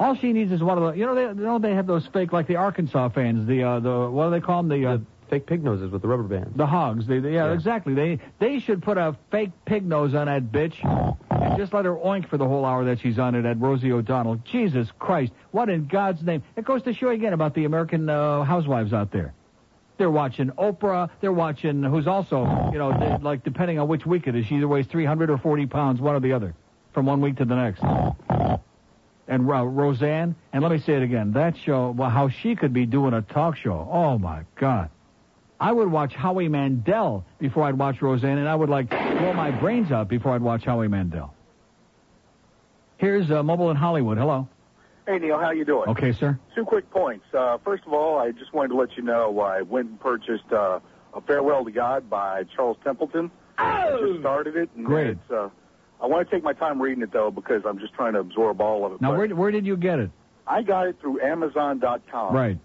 All she needs is one of the, you know, they, you know, they have those fake, like the Arkansas fans, the, uh, the, what do they call them? The, uh,
Fake pig noses with the rubber bands.
the hogs. They, they- yeah, exactly. They, they should put a fake pig nose on that bitch and just let her oink for the whole hour that she's on it at Rosie O'Donnell. Jesus Christ. What in God's name? It goes to show you again about the American uh, housewives out there. They're watching Oprah. They're watching who's also, you know, they, like depending on which week it is, she either weighs 300 or 40 pounds, one or the other, from one week to the next. And uh, Roseanne, and let me say it again, that show, well, how she could be doing a talk show. Oh my God. I would watch Howie Mandel before I'd watch Roseanne, and I would like blow my brains out before I'd watch Howie Mandel. Here's uh, Mobile in Hollywood. Hello.
Hey Neil, how you doing?
Okay, sir.
Two quick points. Uh, first of all, I just wanted to let you know I went and purchased uh, a Farewell to God by Charles Templeton. I just started it. And
Oh! Great.
It's, uh, I want to take my time reading it though because I'm just trying to absorb all of it.
Now,
But
where where did you get it?
I got it through Amazon.com.
Right.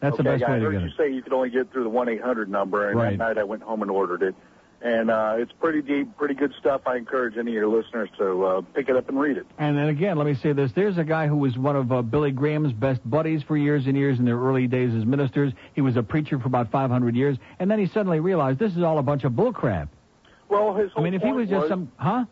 That's the
Uh, okay,
best
I
way to
heard
get
you
it.
say you could only get through the one eight hundred number, and
Right.
that night I went home and ordered it. And uh, it's pretty deep, pretty good stuff. I encourage any of your listeners to uh, pick it up and read it.
And then again, let me say this. There's a guy who was one of uh, Billy Graham's best buddies for years and years in their early days as ministers. He was a preacher for about 500 years, and then he suddenly realized this is all a bunch of bullcrap.
Well, his
I
whole
mean, if he
point
was just some, huh?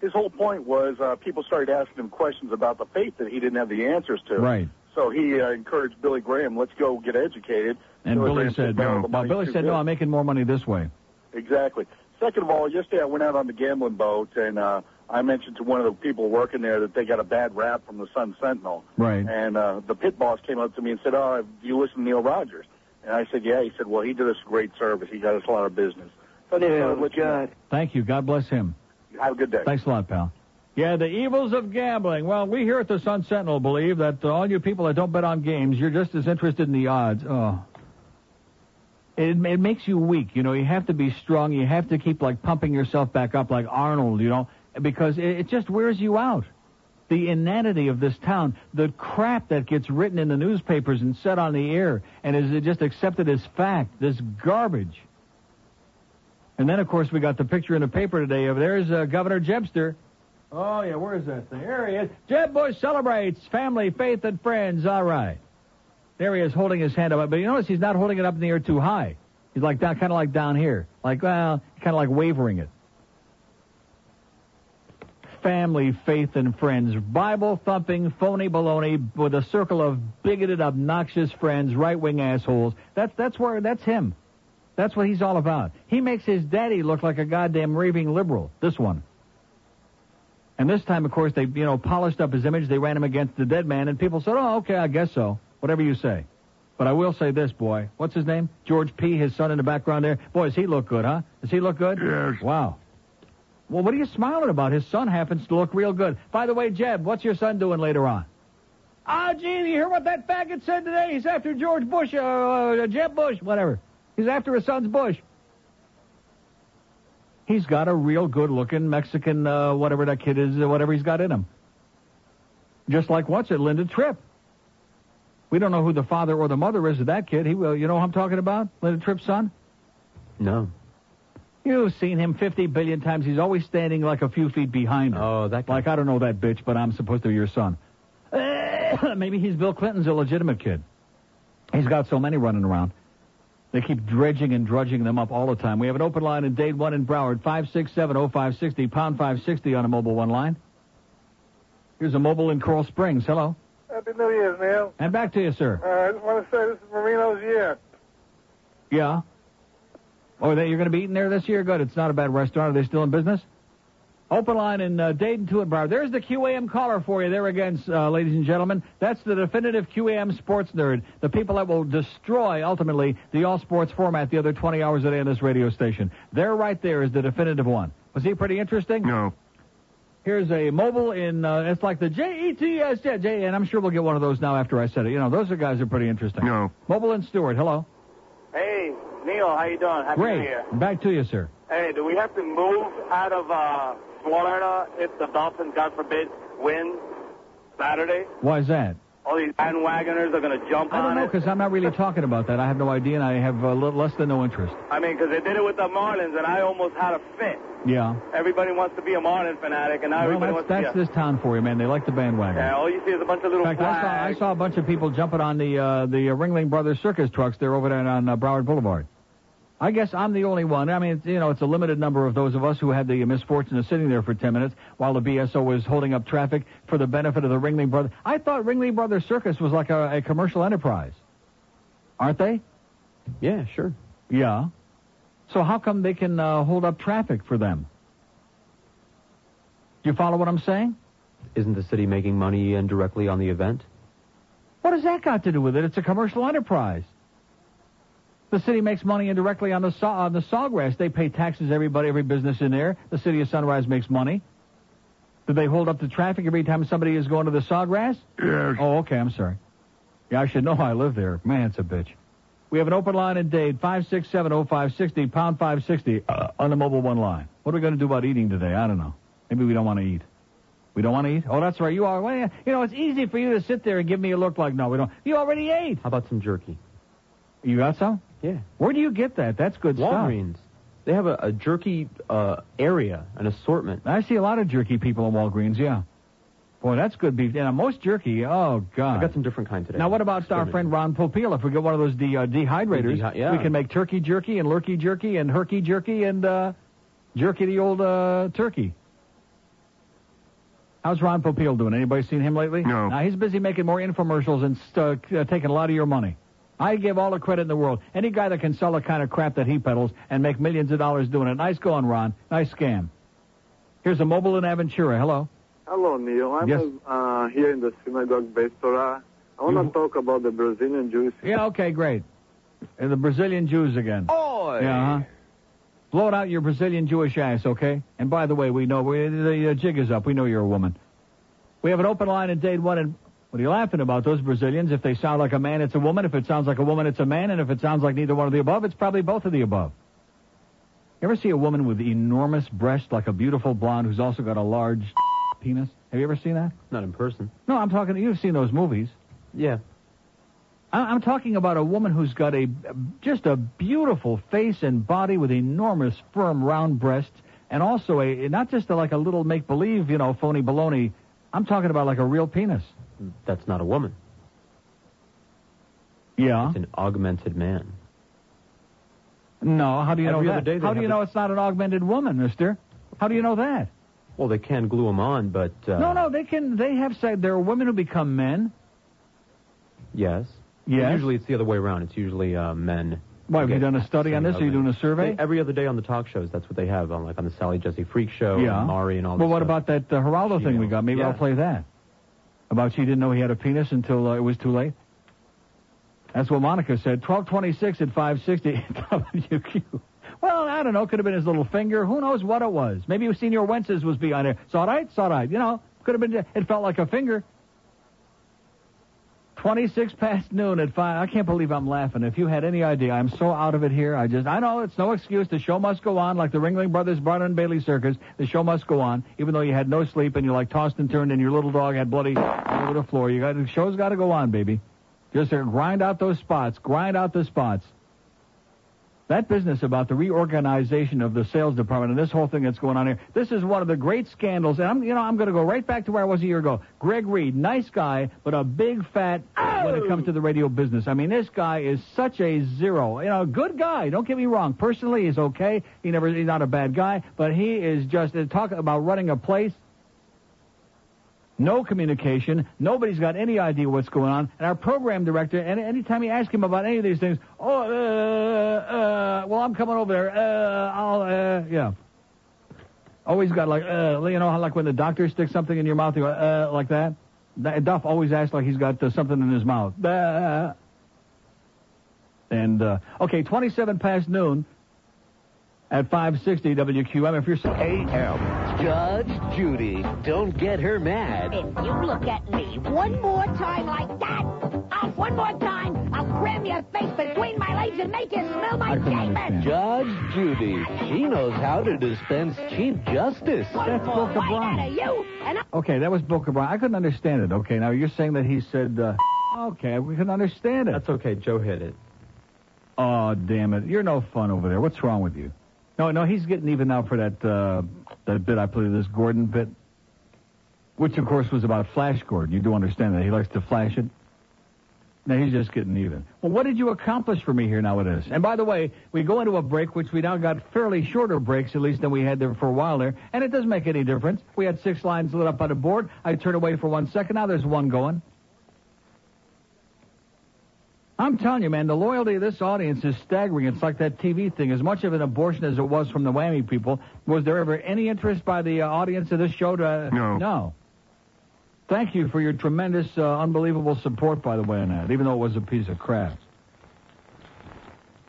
His whole point was uh, people started asking him questions about the faith that he didn't have the answers to.
Right.
So he uh, encouraged Billy Graham, let's go get educated.
And
Billy Graham
Billy said,
"No,
no.
the
Now,
money's
Billy
too
said, no,
good."
I'm making more money this way.
Exactly. Second of all, yesterday I went out on the gambling boat, and uh, I mentioned to one of the people working there that they got a bad rap from the Sun Sentinel.
Right.
And uh, the pit boss came up to me and said, "Oh, do you listen to Neil Rogers?" And I said, "Yeah." He said, "Well, he did us a great service. He got us a lot of business." So I just wanted to let you know.
Thank you. God bless him.
Have a good day.
Thanks a lot, pal. Yeah, the evils of gambling. Well, we here at the Sun Sentinel believe that uh, all you people that don't bet on games, you're just as interested in the odds. Oh. It, it makes you weak. You know, you have to be strong. You have to keep, like, pumping yourself back up like Arnold, you know, because it, it just wears you out. The inanity of this town, the crap that gets written in the newspapers and said on the air and is just accepted as fact, this garbage. And then, of course, we got the picture in the paper today of there's uh, Governor Jebster. Oh, yeah, where is that thing? There he is. Jeb Bush celebrates family, faith, and friends. All right. There he is holding his hand up. But you notice he's not holding it up in the air too high. He's like down, kind of like down here. Like, well, kind of like wavering it. Family, faith, and friends. Bible thumping, phony baloney with a circle of bigoted, obnoxious friends, right wing assholes. That's, that's where, that's him. That's what he's all about. He makes his daddy look like a goddamn raving liberal. This one. And this time, of course, they you know polished up his image. They ran him against the dead man, and people said, "Oh, okay, I guess so. Whatever you say." But I will say this, boy. What's his name? George P. His son in the background there. Boy, does he look good, huh? Does he look good? Yes. Wow. Well, what are you smiling about? His son happens to look real good. By the way, Jeb, what's your son doing later on? Ah, gee, you hear what that faggot said today? He's after George Bush, uh, uh, Jeb Bush, whatever. He's after his son's Bush. He's got a real good-looking Mexican, uh, whatever that kid is, uh, whatever he's got in him. Just like what's it, Linda Tripp. We don't know who the father or the mother is of that kid. He will, you know who I'm talking about? Linda Tripp's son.
No.
You've seen him 50 billion times. He's always standing like a few feet behind her. Oh, that like I don't know that bitch, but I'm supposed to be your son. Eh, Maybe he's Bill Clinton's illegitimate kid. He's got so many running around. They keep dredging and drudging them up all the time. We have an open line in Dade 1 in Broward, 5670560, pound 560 on a mobile one line. Here's a mobile in Coral Springs. Hello.
Uh,
Happy New Year's, Neil.
And back to you, sir.
Uh, I just want to say this is Marino's year.
Yeah. Oh, that you're going to be eating there this year? Good. It's not a bad restaurant. Are they still in business? Open line in uh, Dayton to and Broward. There's the QAM caller for you there again, uh, ladies and gentlemen. That's the definitive QAM sports nerd, the people that will destroy ultimately the all sports format the other 20 hours a day on this radio station. There, right there, is the definitive one. Was he pretty interesting? No. Here's a mobile in. Uh, it's like the J E T S J J, and I'm sure we'll get one of those now after I said it. You know, those are guys are pretty interesting. No. Mobile in Stewart. Hello.
Hey, Neil, how you doing? Happy New
Great.
Year.
Back to you, sir.
Hey, do we have to move out of uh, Florida if the Dolphins, God forbid, win Saturday?
Why is that?
All these bandwagoners are going to jump
I don't
on
know
it.
because I'm not really talking about that. I have no idea, and I have uh, l- less than no interest.
I mean, because they did it with the Marlins, and I almost had a fit.
Yeah.
Everybody wants to be a Marlin fanatic, and now
Well,
everybody
that's,
wants
that's
to be
this town for you, man. They like the
a...
bandwagon.
Yeah, all you see is a bunch of little
In fact, I saw, I
flags.
saw a bunch of people jumping on the uh, the uh, Ringling Brothers Circus trucks. They're over there on uh, Broward Boulevard. I guess I'm the only one. I mean, it's, you know, it's a limited number of those of us who had the misfortune of sitting there for 10 minutes while the BSO was holding up traffic for the benefit of the Ringling Brothers. I thought Ringling Brothers Circus was like a, a commercial enterprise. Aren't they? Yeah, sure. Yeah. So how come they can uh, hold up traffic for them? Do you follow what I'm saying?
Isn't the city making money indirectly on the event?
What has that got to do with it? It's a commercial enterprise. The city makes money indirectly on the saw on the sawgrass. They pay taxes everybody every business in there. The city of Sunrise makes money. Do they hold up the traffic every time somebody is going to the sawgrass? Yes. Oh, okay. I'm sorry. Yeah, I should know I live there. Man, it's a bitch. We have an open line in Dade, 5670560, pound 560 uh, on the mobile one line. What are we going to do about eating today? I don't know. Maybe we don't want to eat. We don't want to eat? Oh, that's right. You are. Well, yeah, you know, it's easy for you to sit there and give me a look like, no, we don't. You already ate. How about some jerky? You got some? Yeah. Where do you get that? That's good
Walgreens.
stuff. They have a, a jerky uh, area, an assortment. I see a lot of jerky people in Walgreens, yeah. Boy, that's good beef. And most jerky, oh, God.
I got some different kind today.
Now, what about our friend Ron Popeil? If we get one of those de- uh, dehydrators,
Dehi- yeah.
we can make turkey jerky and lurky jerky and herky jerky and uh, jerky the old uh, turkey. How's Ron Popeil doing? Anybody seen him lately? No. Now, he's busy making more infomercials and st- uh, taking a lot of your money. I give all the credit in the world. Any guy that can sell the kind of crap that he peddles and make millions of dollars doing it. Nice going, Ron. Nice scam. Here's a mobile in Aventura. Hello.
Hello, Neil. I'm
Yes.
uh, here in the synagogue Bestora. I want to talk about the Brazilian Jews.
Yeah, okay, great. And the Brazilian Jews again. Oh, Yeah, huh? Blow it out your Brazilian Jewish ass, okay? And by the way, we know we, the uh, jig is up. We know you're a woman. We have an open line in Dade 1. And what are you laughing about, those Brazilians? If they sound like a man, it's a woman. If it sounds like a woman, it's a man. And if it sounds like neither one of the above, it's probably both of the above. You ever see a woman with enormous breasts, like a beautiful blonde who's also got a large penis? Have you ever seen that?
Not in person.
No, I'm talking. You've seen those movies.
Yeah.
I- I'm talking about a woman who's got a just a beautiful face and body with enormous, firm, round breasts, and also a not just a, like a little make-believe, you know, phony baloney. I'm talking about like a real penis.
That's not a woman.
Yeah.
It's an augmented man.
No, how do you
Every
know
other
that?
day they
how do
have
you
the-
know it's not an augmented woman, Mister? How do you know that?
Well, they can glue them on, but uh,
no, no, they can. They have said there are women who become men.
yes.
Yes.
Usually it's the other way around. It's usually uh, men.
Why, have you
get
done a study on
accent
this? Are you
augmented.
doing a survey?
They- every other day on the talk shows, that's what they have on like on the Sally Jesse Freak Show,
Yeah.
and Maury, and all.
well,
this
what
stuff.
about that uh, Geraldo thing we got? Maybe
Yeah.
I'll play that. About she didn't know he had a penis until uh, it was too late. That's what Monica said. Twelve twenty-six at five sixty WQ. Well, I don't know. Could have been his little finger. Who knows what it was? Maybe Senior Wences was behind it. It's all right. It's all right. You know, could have been. It felt like a finger. Twenty-six past noon at five. I can't believe I'm laughing. If you had any idea, I'm so out of it here. I just. I know it's no excuse. The show must go on, like the Ringling Brothers Barnum and Bailey Circus. The show must go on, even though you had no sleep and you like tossed and turned and your little dog had bloody all over the floor. You got the show's got to go on, baby. Just uh, grind out those spots. Grind out the spots. That business about the reorganization of the sales department and this whole thing that's going on here, this is one of the great scandals. And I'm, you know, I'm going to go right back to where I was a year ago. Greg Reed, nice guy, but a big fat when it comes to the radio business. I mean, this guy is such a zero. You know, good guy. Don't get me wrong. Personally, he's okay. He never, uh, he's not a bad guy, but he is just talk about running a place. no communication. Nobody's got any idea what's going on. And our program director, and anytime you ask him about any of these things, oh, uh, uh, well, I'm coming over there. Uh, I'll, uh, yeah. Always got like, uh, you know, how like when the doctor sticks something in your mouth, you go, uh, like that. That- Duff always acts like he's got uh, something in his mouth. Uh, and uh, okay, 27 past noon at 560 WQM. If you're so AM,
Judge Judy, don't get her mad.
If you look at me one more time like that, I'll one more time, I'll grab your face between my legs and make you smell my semen.
Judge Judy, she knows how to dispense cheap justice.
That's
Oh,
Boca
Out of you, and I-
Okay, that was Booker Brown. I couldn't understand it. Okay, now you're saying that he said, uh, okay, we can understand it. That's okay. Joe hit it. Oh, damn it. You're no fun over there. What's wrong with you? No, no, he's getting even now for that, uh, that bit I played, this Gordon bit, which, of course, was about Flash Gordon. You do understand that. He likes to flash it. Now he's just getting even. Well, what did you accomplish for me here now with this? And by the way, we go into a break, which we now got fairly shorter breaks, at least than we had there for a while there, and it doesn't make any difference. We had six lines lit up on the board. I turned away for one second. Now there's one going. I'm telling you, man, the loyalty of this audience is staggering. It's like that TV thing. As much of an abortion as it was from the whammy people, was there ever any interest by the uh, audience of this show to? uh,
No.
No. Thank you for your tremendous, uh, unbelievable support, by the way, on that, even though it was a piece of crap.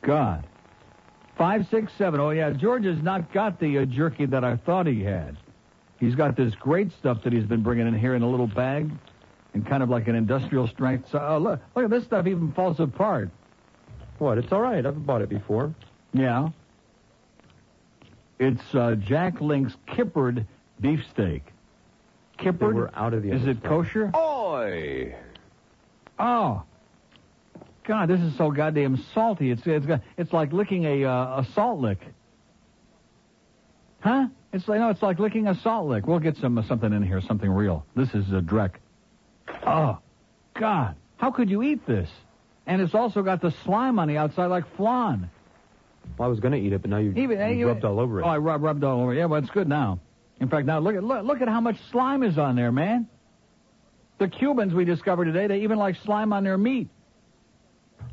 God. 567. Oh, yeah, George has not got the uh, jerky that I thought he had. He's got this great stuff that he's been bringing in here in a little bag and kind of like an industrial strength. So, oh, look, look at this stuff even falls apart. What? It's all right. I've bought it before. Yeah. It's uh, Jack Link's Kippered beefsteak. Kippered? We're out of the is it kosher?
Oi!
Oh. God, this is so goddamn salty. It's it's got- it's like licking a uh, a salt lick. Huh? It's like no, it's like licking a salt lick. We'll get some uh, something in here, something real. This is a dreck. Oh, God, how could you eat this? And it's also got the slime on the outside like flan.
Well, I was going to eat it, but now you,
Even-
you
even-
rubbed all over it.
Oh, I rub, rubbed all over. it. Yeah, well, it's good now. In fact, now look at look, look at how much slime is on there, man. The Cubans we discovered today, they even like slime on their meat.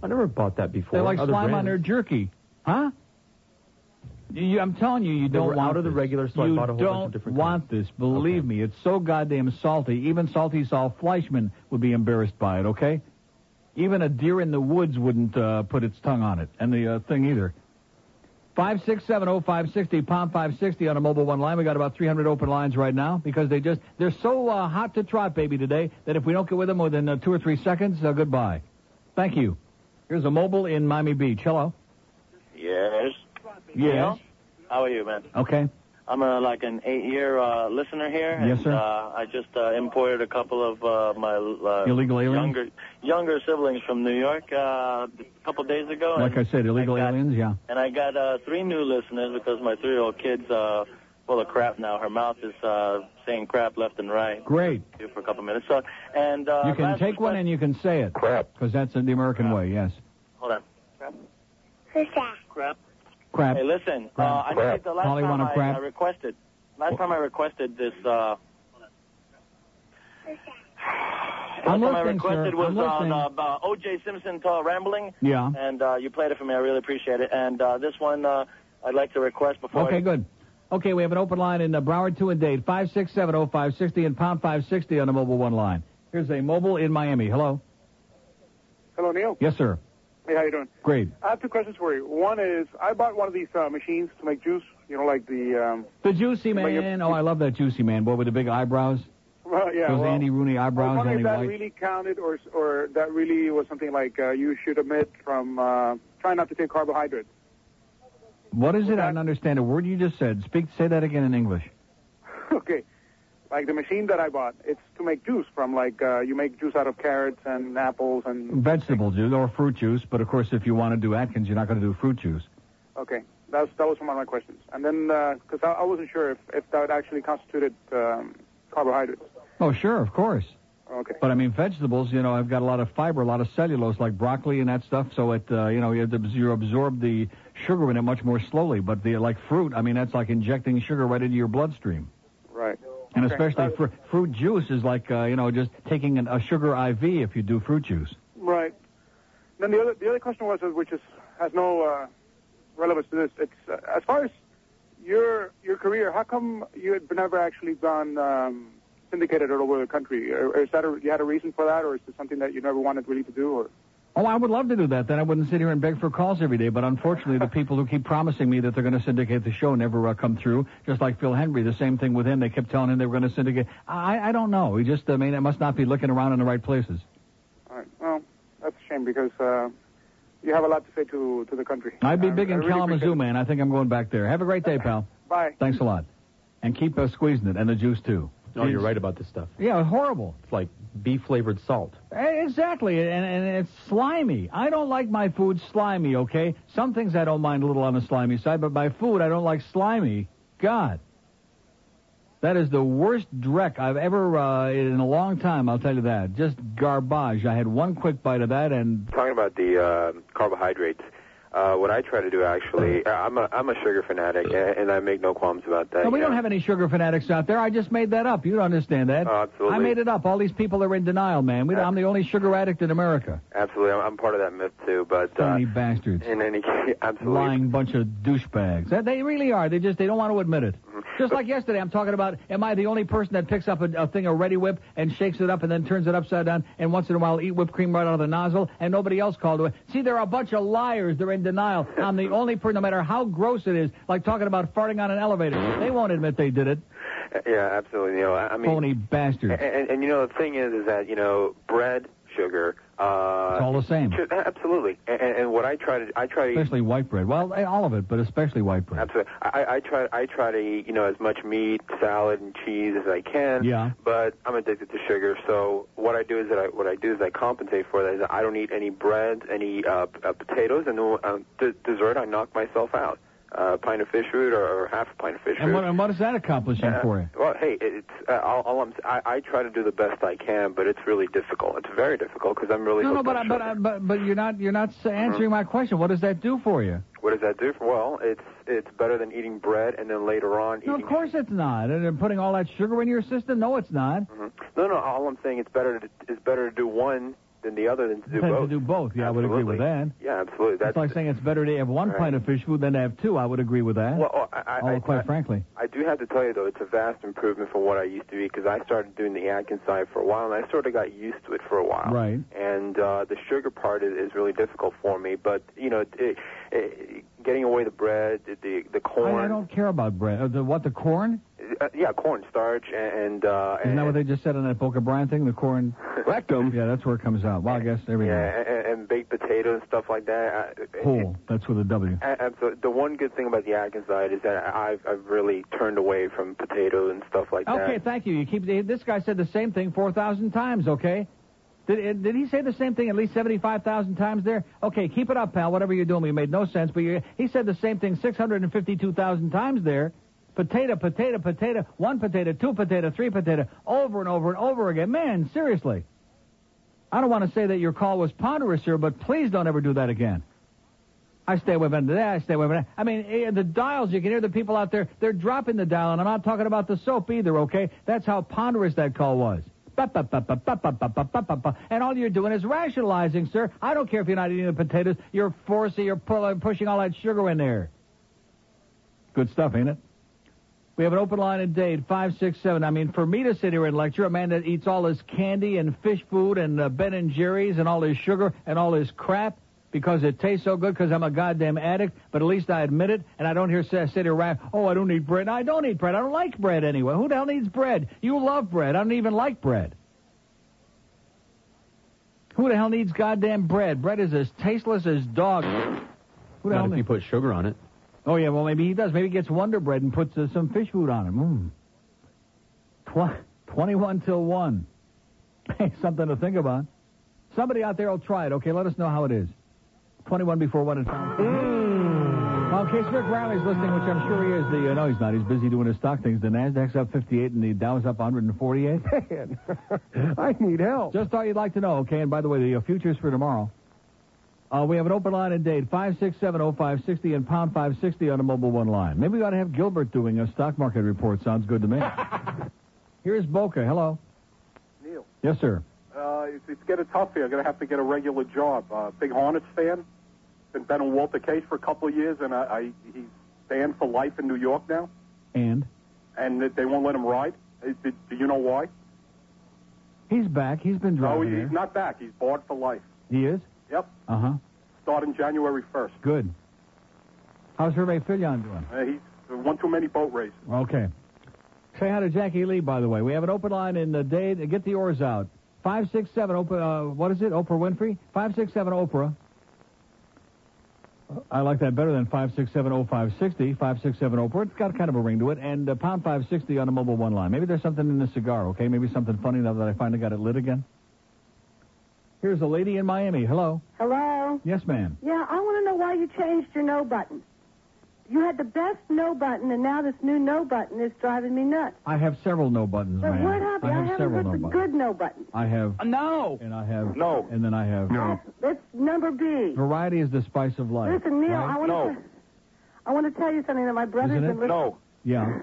I never bought that before.
They like
Other
slime on
brands.
their jerky, huh? You- You, I'm telling you, you
They
don't
were
want
out of the
this.
regular, so I
you
bought a whole bunch
don't
of different
want this. Believe me, it's so goddamn salty. Even salty Saul Fleischman would be embarrassed by it. Okay, even a deer in the woods wouldn't uh, put its tongue on it, and the uh, thing either. Five six seven oh five sixty pound five sixty on a mobile one line. We got about three hundred open lines right now because they just they're so uh, hot to trot, baby, today that if we don't get with them within uh, two or three seconds, uh, goodbye. Thank you. Here's a mobile in Miami Beach. Hello.
Yes.
Yes.
How are you, man?
Okay.
I'm uh like an eight-year uh, listener here.
Yes,
and,
sir.
Uh, I just uh, imported a couple of uh, my uh,
Illegal aliens?
younger younger siblings from New York uh, a couple days ago.
Like I
and,
said, illegal aliens. Yeah.
and I got uh, three new listeners because my three-year-old kid's uh, full of crap now. Her mouth is uh, saying crap left and right.
Great.
Here For a couple minutes. So, and uh,
you can
last-
take one and you can say it. Crap. Because that's the American way. Yes.
Hold on. Crap. Who's that? Crap.
Crap.
Hey, listen.
Crap.
Uh, I
Crap.
think the last
Polly
time
wanna
I,
crap?
I requested, last time I requested this. Uh, last time
I'm
I
listening, sir.
requested was
I'm
on
listening.
uh, about O.J. Simpson tall rambling.
Yeah.
And uh, you played it for me. I really appreciate it. And uh, this one, uh, I'd like to request before.
Okay.
I,
Good. Okay. We have an open line in uh, Broward two and Dade five six seven oh five sixty and pound five sixty on the mobile one line. Here's a mobile in Miami. Hello.
Hello, Neil.
Yes, sir.
Hey, how you doing?
Great.
I have two questions for you. One is, I bought one of these uh, machines to make juice. You know, like the um,
The juicy
But you-
man. Oh, I love that juicy man. Boy with the big eyebrows.
well, yeah.
Those
well,
Andy Rooney
I was
eyebrows,
wondering
Andy
if that
White.
really counted, or or that really was something like uh, you should omit from uh, try not to take carbohydrates.
What is it? I don't understand a word you just said. Speak. Say that again in English.
okay, like the machine that I bought, it's to make juice from like uh, you make juice out of carrots and apples and
Vegetable juice or fruit juice, but of course, if you want to do Atkins, you're not going to do fruit juice.
okay. That's that was one of my questions, and then because I, I wasn't sure if if that actually constituted um, carbohydrates.
Oh, sure, of course.
Okay.
But I mean, vegetables, you know, I've got a lot of fiber, a lot of cellulose, like broccoli and that stuff. So it, uh, you know, you, have to, you absorb the sugar in it much more slowly. But the like fruit, I mean, that's like injecting sugar right into your bloodstream.
Right.
And especially fr- fruit juice is like, uh, you know, just taking an, a sugar IV if you do fruit juice.
Right. Then the other the other question was, uh, which is has no uh, relevance to this. It's uh, as far as your your career. How come you had never actually gone um, syndicated all over the country? Or, or is that a, you had a reason for that, or is it something that you never wanted really to do? Or
Oh, I would love to do that. Then I wouldn't sit here and beg for calls every day. But unfortunately, the people who keep promising me that they're going to syndicate the show never uh, come through. Just like Phil Henry, the same thing with him. They kept telling him they were going to syndicate. I, I don't know. He just, I mean, it must not be looking around in the right places.
all right, well, that's a shame because uh, you have a lot to say to to the country.
I'd be
Um,
big
I
in
really appreciate
Kalamazoo,
it.
man. I think I'm going back there. Have a great day, pal.
Bye.
Thanks a lot. And keep uh, squeezing it, and the juice too.
Oh, you're right about this stuff.
Yeah, horrible.
It's like beef flavored salt.
Eh, Exactly, and, and it's slimy. I don't like my food slimy, okay? Some things I don't mind a little on the slimy side, but my food I don't like slimy. God. That is the worst dreck I've ever, uh, in a long time, I'll tell you that. Just garbage. I had one quick bite of that, and
Talking about the uh, carbohydrates, uh, what I try to do actually,
Uh-huh.
uh, I'm a I'm a sugar fanatic, and, and I make no qualms about that.
No, we
you
don't
know.
have any sugar fanatics out there. I just made that up. You don't understand that.
Oh, absolutely.
I made it up. All these people are in denial, man. We, I'm the only sugar addict in America.
Absolutely, I'm, I'm part of that myth too. But uh,
Phony bastards.
in any case, absolutely.
lying bunch of douchebags. That- They really are. They just they don't want to admit it. Just like yesterday, I'm talking about. Am I the only person that picks up a, a thing of Ready Whip and shakes it up and then turns it upside down and once in a while eat whipped cream right out of the nozzle and nobody else called to it? See, there are a bunch of liars. They're in denial. I'm the only person, no matter how gross it is, like talking about farting on an elevator. They won't admit they did it.
Yeah, absolutely. You know, I, I mean, eh,
Phony bastards.
And, and, and you know, the thing is, is that you know, bread, sugar, uh,
It's all the same.
ju- Absolutely. And, and and what I try to, I try to.
Especially white bread. Well, eh, all of it, but especially white bread.
Absolutely. I, I try. I try to eat, you know, as much meat, salad, and cheese as I can.
Yeah.
But I'm addicted to sugar, so what I do is that I what I do is I compensate for that. Is I don't eat any bread, any uh, p- uh, potatoes, and then um, d- dessert I knock myself out. Uh, a pint of fish root or, or half a pint of fish
And
root.
what, and what is that accomplishing
Uh,
for you?
Well, hey, it's uh, all, all I'm, I, I try to do the best I can, but it's really difficult. It's very difficult because I'm really
No, no,
hooked
but
on
I- but
sugar.
I- but but you're not you're not s- answering my question. What does that do for you?
what does that do? For, well, it's it's better than eating bread and then later on
No,
eating.
of course it's not. And they're putting all that sugar in your system? No, it's not.
Mhm. No, no, all I'm saying it's better to, it's better to do one than the other than to do
Better to
both.
do both. Yeah, I would agree with that.
Yeah, absolutely.
It's
That's
like saying it's better to have one
Right.
pint of fish food than to have two. I would agree with that.
Well, oh, I, I,
Although, quite
I,
frankly.
I do have to tell you though, it's a vast improvement from what I used to be because I started doing the Atkins diet for a while, and I sort of got used to it for a while.
Right.
And uh, the sugar part is, is really difficult for me, but you know, it, it, it, getting away the bread, the the, the
I, I
corn,
don't care about bread. Uh, the, what, the corn?
uh, yeah, corn starch, and uh,
Isn't that what they just said on that Boca Brian thing? The corn? Rectum. Yeah, that's where it comes out. Well, I guess there we go.
yeah, and, and baked potato and stuff like that. I,
Whole. That's with a W.
And, and so the one good thing about the Atkins diet is that I've I've really turned away from potato and stuff like that.
Okay, thank you. You keep this guy said the same thing four thousand times. Okay, did did he say the same thing at least seventy five thousand times there? Okay, keep it up, pal. Whatever you're doing, we made no sense. But you he said the same thing six hundred and fifty two thousand times there. Potato, potato, potato. One potato, two potato, three potato, over and over and over again. Man, seriously. I don't want to say that your call was ponderous here, but please don't ever do that again. I stay away from that. I stay away from that. I mean, eh, the dials, you can hear the people out there, they're dropping the dial, and I'm not talking about the soap either, okay? That's how ponderous that call was. Ba, ba, ba, ba, ba, ba, ba, ba, ba, ba, ba. And all you're doing is rationalizing, sir. I don't care if you're not eating the potatoes. You're forcing, you're pulling, pushing all that sugar in there. Good stuff, ain't it? We have an open line at Dade, 567. I mean, for me to sit here and lecture, a man that eats all his candy and fish food and uh, Ben and Jerry's and all his sugar and all his crap because it tastes so good because I'm a goddamn addict, but at least I admit it and I don't hear sit, sit here rap, oh, I don't eat bread. No, I don't eat bread. I don't like bread anyway. Who the hell needs bread? You love bread. I don't even like bread. Who the hell needs goddamn bread? Bread is as tasteless as dog. Who the
Not
hell
if
needs
you put sugar on it.
Oh yeah, well maybe he does. Maybe he gets Wonder Bread and puts uh, some fish food on him. Mm. Tw- Twenty-one till one. Hey, something to think about. Somebody out there will try it. Okay, let us know how it is. Twenty-one before one at five. Well, in case Rick Riley's listening, which I'm sure he is, the uh, no, he's not. He's busy doing his stock things. The Nasdaq's up 58 and the Dow's up 148. Man, I need help. Just thought you'd like to know. Okay, and by the way, the uh, futures for tomorrow. Uh, we have an open line and date, 5670560 and pound 560 on a mobile one line. Maybe we ought to have Gilbert doing a stock market report. Sounds good to me. Here's Boca. Hello.
Neil,
Yes, sir.
uh, it's, it's getting tough here. I'm going to have to get a regular job. Uh, big Hornets fan. Been been on Walter Case for a couple of years, and I, I he's banned for life in New York now,
And
and that they won't let him ride. Uh, Do, do you know why?
he's back. He's been
No,
driving.
he's not back. He's barred for life.
here. He is.
Yep.
Uh huh.
Starting January 1st.
Good. How's Hervé Fillon doing?
Uh, he's won too many boat races.
Okay. Say hi to Jackie Lee, by the way. We have an open line in the day. Get the oars out. 567 Oprah, uh, what is it? Oprah Winfrey? 567 Oprah. I like that better than oh, 5670560, 567 Oprah. It's got kind of a ring to it. And uh, pound 560 on the mobile one line. Maybe there's something in the cigar, okay? Maybe something funny now that I finally got it lit again. Here's a lady in Miami. Hello.
Hello?
Yes, ma'am.
Yeah, I want to know why you changed your no button. You had the best no button, and now this new no button is driving me nuts.
I have several no buttons,
But
ma'am.
what happened?
I have
haven't
several
heard
no
the
buttons.
good no button.
I have. No. And I have. No. And then I have. No.
That's number B.
Variety is the spice of life.
Listen, Neil,
right?
I want to. I want to tell you something that my brother's
Isn't it?
been listening.
Yeah.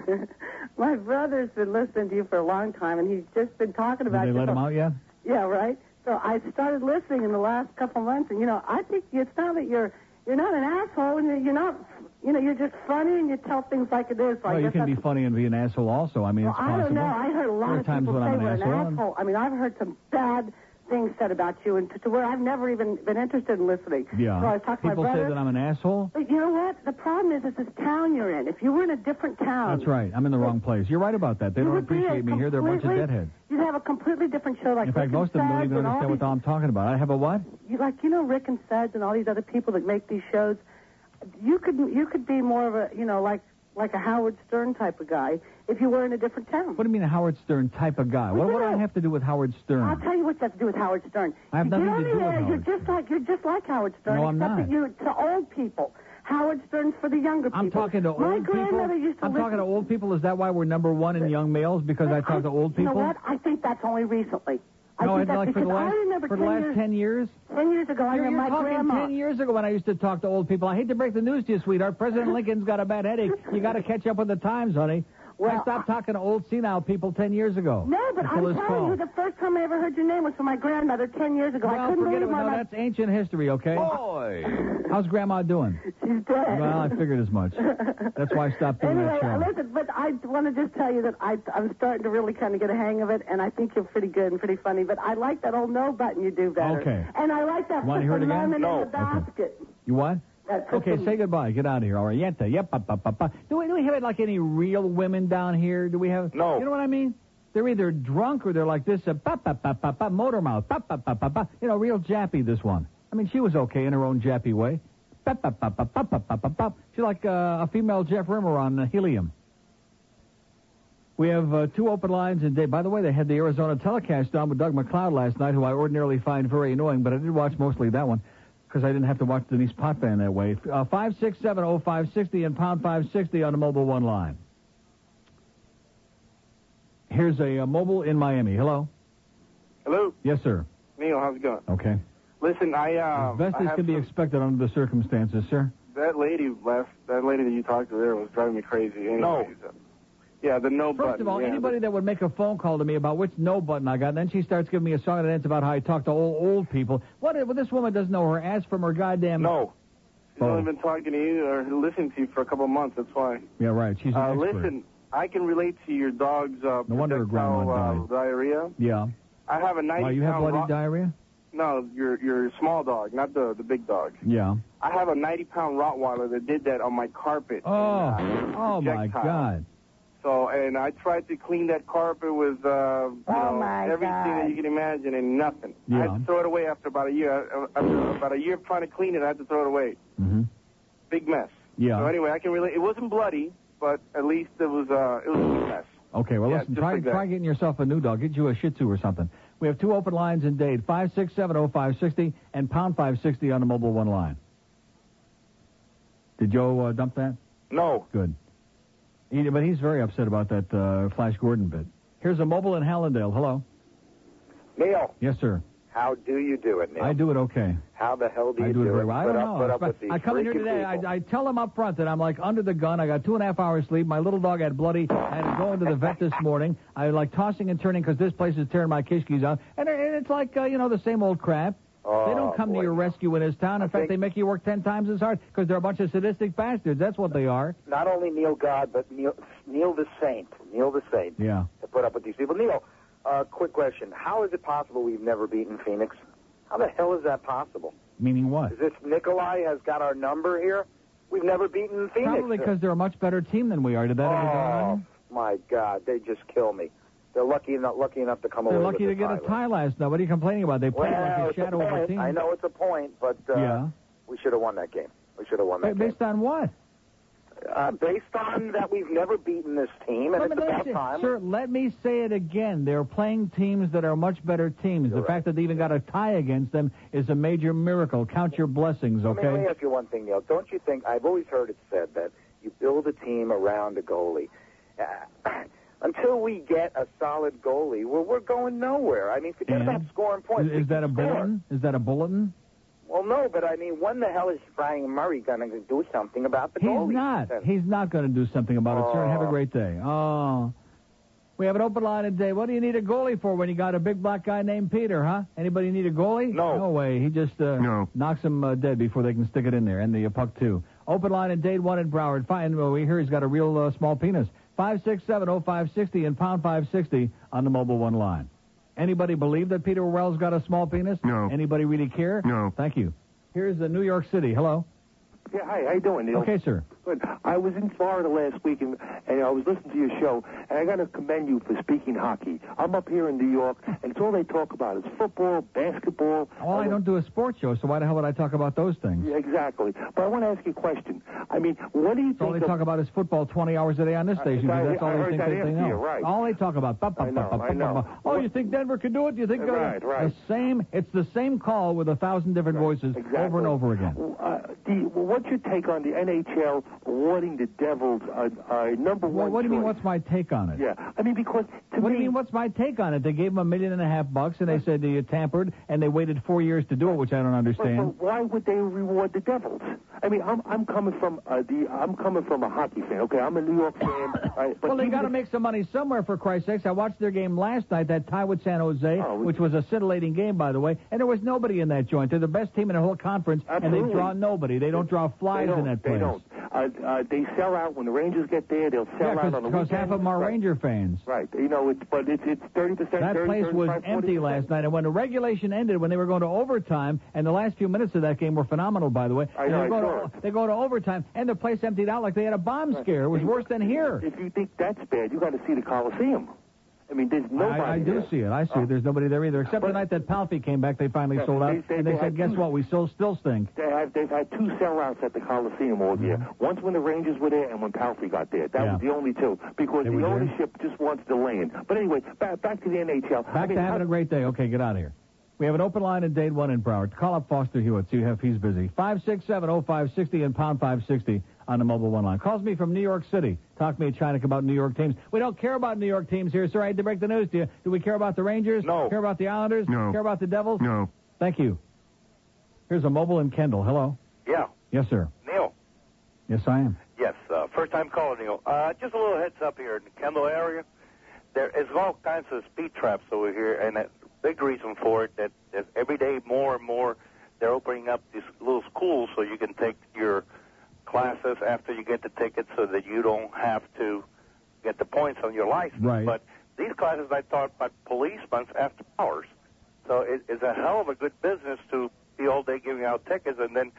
My brother's been listening to you for a long time, and he's just been talking
Did
about
they
you.
let him out yet?
Yeah, right. So I started listening in the last couple months, and you know, I think it's not that you're you're not an asshole, and you're not, you know, you're just funny, and you tell things like it is. So
well,
I
you
guess
can
that's-
be funny and be an asshole also. I mean,
well,
it's
I
possible.
don't know. I heard a lot
there are
of
times
people
when
say
I'm an
we're
asshole.
an asshole. I mean, I've heard some bad things said about you, and to, to where I've never even been interested in listening.
and- Yeah.
So I was talking
People
to my brother.
say that I'm an asshole.
But you know what? The problem is, it's this town you're in. If you were in a different town,
That's right. I'm in the wrong place. You're right about that. They
Um, You
don't
would be a
appreciate me here. They're a bunch of
completely-
deadheads.
you'd have a completely different show. Like
In fact,
Rick
most
and
of them don't
Suds
even
and all
understand what I'm talking about. I have a what?
these- you, like you know Rick and Suds and all these other people that make these shows. You could you could be more of a you know like like a Howard Stern type of guy if you were in a different town.
What do you mean a Howard Stern type of guy? What, what do I have to do with Howard
I'll
Stern?
tell you what you have to do with Howard Stern.
I have
You
nothing
get
to
on
do
the
with
air,
Howard
You're just like you're just like Howard Stern,
No, I'm
except
not.
that you're to old people. Howard Stern's for the younger people.
I'm talking to
My
old
grandmother
people.
used to
I'm
listen.
talking to old people. Is that why we're number one in young males? Because I talk to old
You know
people?
what? I think that's only recently. I
no,
think
I'd
that's
like for
because
the
I
last,
remember
for the
10
last
years-
10 years.
Ten years ago, I
You're,
remember
you're
my
talking
grandma.
ten years ago when I used to talk to old people. I hate to break the news to you, sweetheart. President Lincoln's got a bad headache. You got to catch up with the times, honey. I
Well,
stopped talking to old senile people ten years ago.
No, but
Until
I'm
this
telling
call.
you, the first time I ever heard your name was from my grandmother ten years ago. I
Well,
couldn't
forget
believe
it.
my
No, that's ancient history, okay? Boy, how's Grandma doing?
She's dead.
Well, I figured as much. That's why I stopped doing
Anyway,
that show.
listen, but I want to just tell you that I, I'm starting to really kind of get a hang of it, and I think you're pretty good and pretty funny. But I like that old no button you do better.
Okay.
And I like that
Wanna hear it
put the
again?
lemon
No.
in the basket.
You what?
That put
Okay,
the-
say goodbye. Get out of here. All right. Yenta. Yep. Up, up, up, up. Do we do we have like any real women down here? Do we have? No. You know what I mean? They're either drunk or they're like this. Uh, pop, pop, pop, pop, pop, motor mouth. Pop, pop, pop, pop, pop. You know, real jappy. This one. I mean, she was okay in her own jappy way. Pop, pop, pop, pop, pop, pop, pop, pop, pop. She's like uh, a female Jeff Rimmer on uh, Helium. We have uh, two open lines in day. By the way, they had the Arizona telecast on with Doug McCloud last night, who I ordinarily find very annoying, but I did watch mostly that one because I didn't have to watch Denise Potvin that way. Uh, 5670560 and pound 560 on the mobile one line. Here's a uh, mobile in Miami. Hello?
Hello,
Yes, sir.
Neil. How's it going?
Okay.
Listen, I um,
Best
I
as
have
can be expected under the circumstances, sir.
that lady left. That lady that you talked to there was driving me crazy. Anyways.
No.
Yeah, the no button.
First of all,
yeah,
anybody that would make a phone call to me about which no button I got, and then she starts giving me a song and dance about how I talk to old, old people. What? Well, this woman doesn't know her ass from her goddamn. No.
She's only been talking to you or listening to you for a couple of months. That's why.
Yeah, right. She's an
uh,
expert.
listen, I can relate to your dog's uh,
No wonder her grandma
projectile,
died.
uh, diarrhea.
Yeah.
I have a 90
Why, you have
pound
bloody
ro-
diarrhea?
No, your your small dog, not the the big dog.
Yeah.
I have a 90 pound Rottweiler that did that on my carpet. uh,
Oh. Oh, my
projectile.
God.
So, and I tried to clean that carpet with uh, you know, everything that you can imagine and nothing. I had
Yeah.
to throw it away after about a year. Uh, After about a year of trying to clean it, I had to throw it away.
Mm-hmm.
Big mess.
Yeah.
So anyway, I can relate. It wasn't bloody, but at least it was uh, it was a big mess.
Okay, well, listen,
just
try,
like that.
try getting yourself a new dog. Get you a Shih Tzu or something. We have two open lines in Dade, 5670560 and pound 560 on the mobile one line. Did Joe uh, dump that? No. Good. He, but he's very upset about that uh, Flash Gordon bit. Here's a mobile in Hallandale. Hello.
Neil,
Yes, sir.
How do you do it, Neil?
I do it okay.
How the hell do you
I do it
do
very
it?
well. I
Put
don't
up,
know.
Put up
But
with these
I come in here
freaking
today.
people.
I, I tell them up front that I'm like under the gun. I got two and a half hours sleep. My little dog had bloody. I had to go into the vet this morning. I like tossing and turning because this place is tearing my kishkis out. And, it- and it's like uh, you know the same old crap. they
Oh,
don't come to your rescue in this town. In fact, they make you work ten times as hard because they're a bunch of sadistic bastards. That's what they are.
Not only Neil God, but Neil, Neil the Saint. Neil the Saint.
Yeah.
To put up with these people. Neil, uh, quick question. How is it possible we've never beaten Phoenix? How the hell is that possible?
Meaning what?
Is this Nikolai has got our number here? We've never beaten Phoenix.
Probably because they're a much better team than we are. Did that ever dawn on you?
Oh, my God. They just kill me. They're lucky enough, lucky enough to come
They're
away
lucky
with
to
the
get a
title.
tie last night. What are you complaining about? They played
Well,
like a
it's a
shadow of a
point.
team.
I know it's a point, but uh,
Yeah.
we should have won that game. We should have won that
Ba- Based on what?
Uh, based on that, we've never beaten this team, and
Let me-
it's
let
about
me say-
time.
Sir, let me say it again. They're playing teams that are much better teams. the fact that they even got a tie against them is a major miracle. Count your blessings,
Let me- Let
okay?
me ask you one thing, Neil. Don't you think I've always heard it said that you build a team around a goalie. Uh, until we get a solid goalie, well, we're going nowhere. I mean, forget
And?
about scoring points.
Is, is that a
score.
bulletin? Is that a bulletin?
Well, no, but I mean, when the hell is Brian Murray going to do something about the
He's
goalie?
not. He's not going to do something about it, sir. and Have a
Oh.
great day. Oh. We have an open line today. What do you need a goalie for when you got a big black guy named Peter, huh? Anybody need a goalie? No. No way. He just uh, knocks him uh, dead before they can stick it in there. And the uh, puck, too. Open line at Dade 1 in Broward. Fine. Well, we hear he's got a real uh, small penis. 5670560 oh, and pound 560 on the mobile one line. Anybody believe that Peter Wells got a small penis? No. Anybody really care? No. Thank you. Here's uh, New York City. Hello.
Yeah, hi. How you doing, Neil?
Okay, sir.
Good. I was in Florida last week, and, and I was listening to your show, and I got to commend you for speaking hockey. I'm up here in New York, and it's all they talk about is football, basketball.
Well, I don't do a sports show, so why the hell would I talk about those things?
Yeah, exactly. But I want to ask you a question. I mean, what do you
That's all they
think of...
talk about is football 20 hours a day on this
I-
station. 'cause
I-
that's all
I
they
heard
think
that
they, they
answer,
know.
you're right.
All they talk about. Ba, ba,
I know,
ba, ba,
I
ba,
know.
ba. Oh, you think Denver could do it? You think uh,
Right, right.
the same? It's the same call with a thousand different voices over and over again.
Uh, the, what's your take on the NHL awarding the Devils a, a number
Well,
one
what do you mean?
choice?
What's my take on it?
Yeah, I mean because to
What do
me,
you mean? What's my take on it? They gave him a million and a half bucks, and they said that you tampered, and they waited four years to do it, which I don't understand.
But, but why would they reward the Devils? I mean, I'm I'm coming from uh, the I'm coming from a hockey fan. Okay, I'm a New York fan. all right, but
well, they
even
got to
if-
make some money somewhere, for Christ's sakes. I watched their game last night, that tie with San Jose,
Oh,
which was a scintillating game, by the way, and there was nobody in that joint. They're the best team in the whole conference, and they
Absolutely.
draw nobody. They don't draw
They
flies
don't.
in that
they
place.
don't. Uh, uh, they sell out when the Rangers get there. They'll sell
Yeah,
out on the
because
weekend.
half of them are Ranger fans.
Right. You know, it's but it's it's thirty percent.
That place was empty last night, and when the regulation ended, when they were going to overtime, and the last few minutes of that game were phenomenal, by the way.
I
and
know,
they,
I
go
saw
to, they go to overtime, and the place emptied out like they had a bomb scare. It was worse than here.
If you think that's bad, you got to see the Coliseum. I mean, there's nobody.
I, I do
there.
see it. I see it. There's nobody there either. Except the night that Palfi came back, they finally
Yeah,
sold out,
they- they-
and they,
they
said,
had
"Guess
two-
what? We still still stink."
They have, they've had two sellouts at the Coliseum all year.
Mm-hmm.
Once when the Rangers were there and when Palfrey got there. That was the only two because
They
the
were there?
ownership just wants the land. But anyway, back, back to the NHL.
Back to having a great day. Okay, get out of here. We have an open line at Dade One in Broward. Call up Foster Hewitt. See if he's busy. Five six seven oh five sixty and pound five sixty on the mobile one line. Calls me from New York City. Talk to me, Chinook, about New York teams. We don't care about New York teams here, sir. I had to break the news to you. Do we care about the Rangers? No. Care about the Islanders?
No.
Care about the Devils?
No.
Thank you. Here's a mobile in Kendall. Hello.
Yeah,
Yes, sir.
Neil.
Yes, I am.
Yes, uh, first time calling Neil. Uh, just a little heads up here in the Kendall area. There is all kinds of speed traps over here, and a big reason for it that, that every day more and more they're opening up these little schools so you can take your classes after you get the ticket, so that you don't have to get the points on your license.
Right.
But these classes I taught by policemen after hours, so it, it's a hell of a good business to be all day giving out tickets and then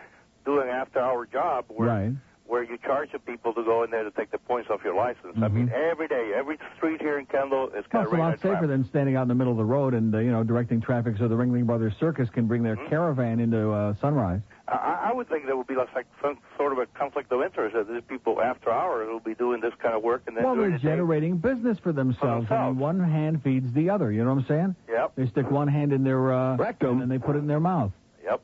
doing an after-hour job where
Right.
where you charge the people to go in there to take the points off your license. I
Mm-hmm.
mean, every day, every street here in Kendall is kind
That's
of
a lot
ringing
safer than standing out in the middle of the road and uh, you know directing traffic so the Ringling Brothers Circus can bring their
Hmm?
caravan into uh, Sunrise.
I, I would think there would be like like some sort of a conflict of interest that there's people after hours who'll be doing this kind of work and then
Well,
doing
they're
the day.
generating business for themselves, and one hand feeds the other. You know what I'm saying?
Yep.
They stick one hand in their uh, rectum and then they put it in their mouth.
Yep.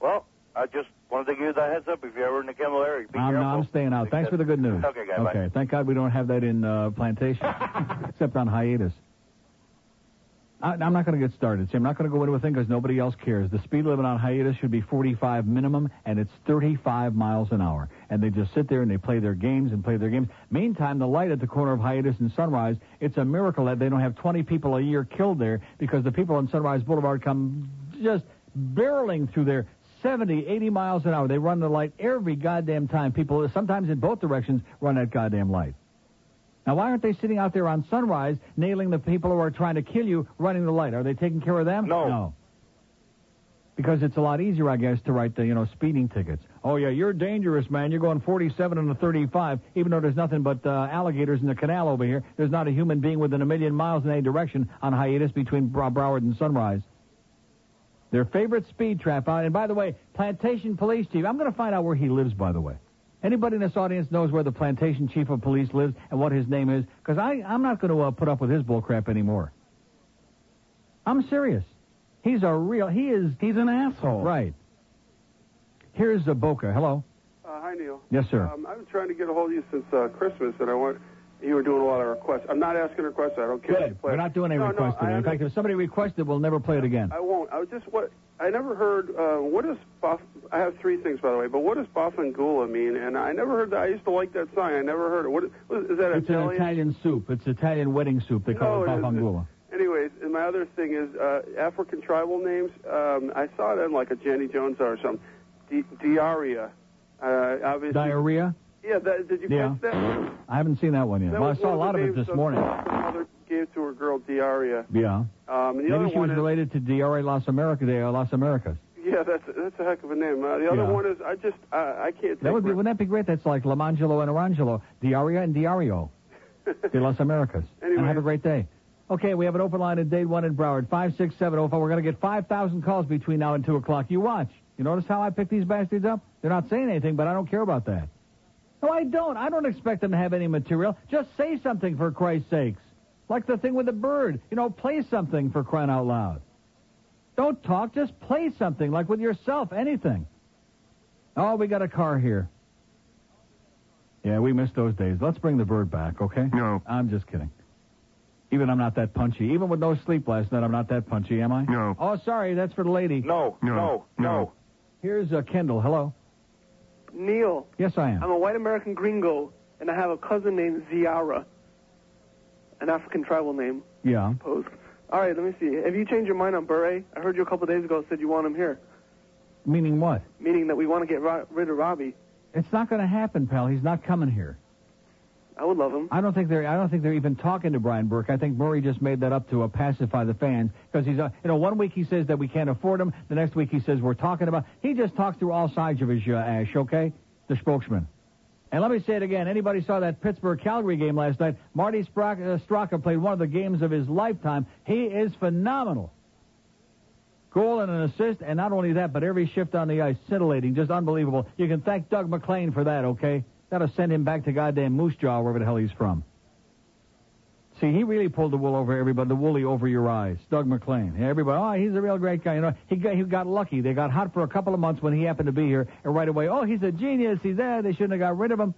Well, I just wanted to give you that heads up. If you're ever in the Kendall area, be
I'm,
careful.
I'm staying out. Thanks for the good news.
Okay, guy, bye.
Okay. Thank God we don't have that in uh, Plantation, except on hiatus. I, I'm not going to get started, See, I'm not going to go into a thing because nobody else cares. The speed limit on hiatus should be 45 minimum, and it's 35 miles an hour. And they just sit there and they play their games and play their games. Meantime, the light at the corner of hiatus and Sunrise, it's a miracle that they don't have 20 people a year killed there because the people on Sunrise Boulevard come just barreling through there. 70, 80 miles an hour. They run the light every goddamn time. People, sometimes in both directions, run that goddamn light. Now, why aren't they sitting out there on sunrise nailing the people who are trying to kill you running the light? Are they taking care of them? No. No. Because it's a lot easier, I guess, to write the, you know, speeding tickets. Oh, yeah, you're dangerous, man. You're going 47 and a 35, even though there's nothing but uh, alligators in the canal over here. There's not a human being within a million miles in any direction on hiatus between Bro- Broward and Sunrise. Their favorite speed trap out. And by the way, Plantation Police Chief, I'm going to find out where he lives, by the way. Anybody in this audience knows where the plantation chief of police lives and what his name is, because I'm not going to uh, put up with his bullcrap anymore. I'm serious. He's a real. He is. He's an asshole. Right. Here's a Boca. Hello.
Uh, hi, Neil.
Yes, sir.
Um, I've been trying to get a hold of you since uh, Christmas, and I want you were doing a lot of requests. I'm not asking requests. I don't care. if you
Good.
play
We're
it.
not doing any
no,
requests
No,
today.
I,
In fact, if somebody requests it, we'll never play it again.
I won't. I was just what I never heard. Uh, what does Boff? I have three things by the way, but what does Boffangula mean? And I never heard that. I used to like that song. I never heard it. What is is that
It's an
Italian?
Italian soup. It's Italian wedding soup. They call
No,
it
it isn't.
papangula.
Anyways, and my other thing is uh, African tribal names. Um, I saw it in like a Jenny Jones or something. Di- diarrhea. Uh, obviously.
Diarrhea.
Yeah. That, did you
Yeah.
catch that?
I haven't seen that one yet.
That
Well, I
was
saw a
one
lot
the
of it
names
this
some-
morning.
Some mother gave to her girl diarrhea.
Yeah.
Um, and the
Maybe
other
she
one is
was related to DRA Las America de Las Americas.
yeah, that's that's a heck of a name. Uh, the other
Yeah.
one is I just I, I can't.
That would be, wouldn't that be great? That's like Lamangelo and Orangelo, Diaria and Diario de Las Americas. And have a great day. Okay, we have an open line at day one in Broward, 56705. oh, We're going to get 5,000 calls between now and 2 o'clock. You watch. You notice how I pick these bastards up? They're not saying anything, but I don't care about that. No, I don't. I don't expect them to have any material. Just say something, for Christ's sakes. Like the thing with the bird. You know, play something, for crying out loud. Don't talk, just play something, like with yourself, anything. Oh, we got a car here. Yeah, we miss those days. Let's bring the bird back, okay? No. I'm just kidding. Even I'm not that punchy. Even with no sleep last night, I'm not that punchy, am I? No. Oh, sorry, that's for the lady.
No,
no, no. Here's uh, Kendall. Hello.
Neil,
Yes, I am.
I'm a white American gringo, and I have a cousin named Ziara, an African tribal name.
Yeah.
All right, let me see. Have you changed your mind on Beret? I heard you a couple days ago said you want him here,
Meaning what?
meaning that we want to get ro- rid of Robbie.
It's not going to happen, pal. He's not coming here.
I would love him.
I don't think they're. I don't think they're even talking to Brian Burke. I think Murray just made that up to uh, pacify the fans because he's. Uh, you know, one week he says that we can't afford him. The next week he says we're talking about. He just talks through all sides of his uh, ash. Okay, the spokesman. And let me say it again. Anybody saw that Pittsburgh Calgary game last night? Marty Sprock, uh, Straka played one of the games of his lifetime. He is phenomenal. Goal and an assist, and not only that, but every shift on the ice, scintillating, just unbelievable. You can thank Doug McLean for that, okay? That'll send him back to goddamn Moose Jaw, wherever the hell he's from. See, he really pulled the wool over everybody, the woolly over your eyes. Doug McLean. Everybody, oh, he's a real great guy. You know, he got, he got lucky. They got hot for a couple of months when he happened to be here, and right away, oh, he's a genius. He's there. They shouldn't have got rid of him.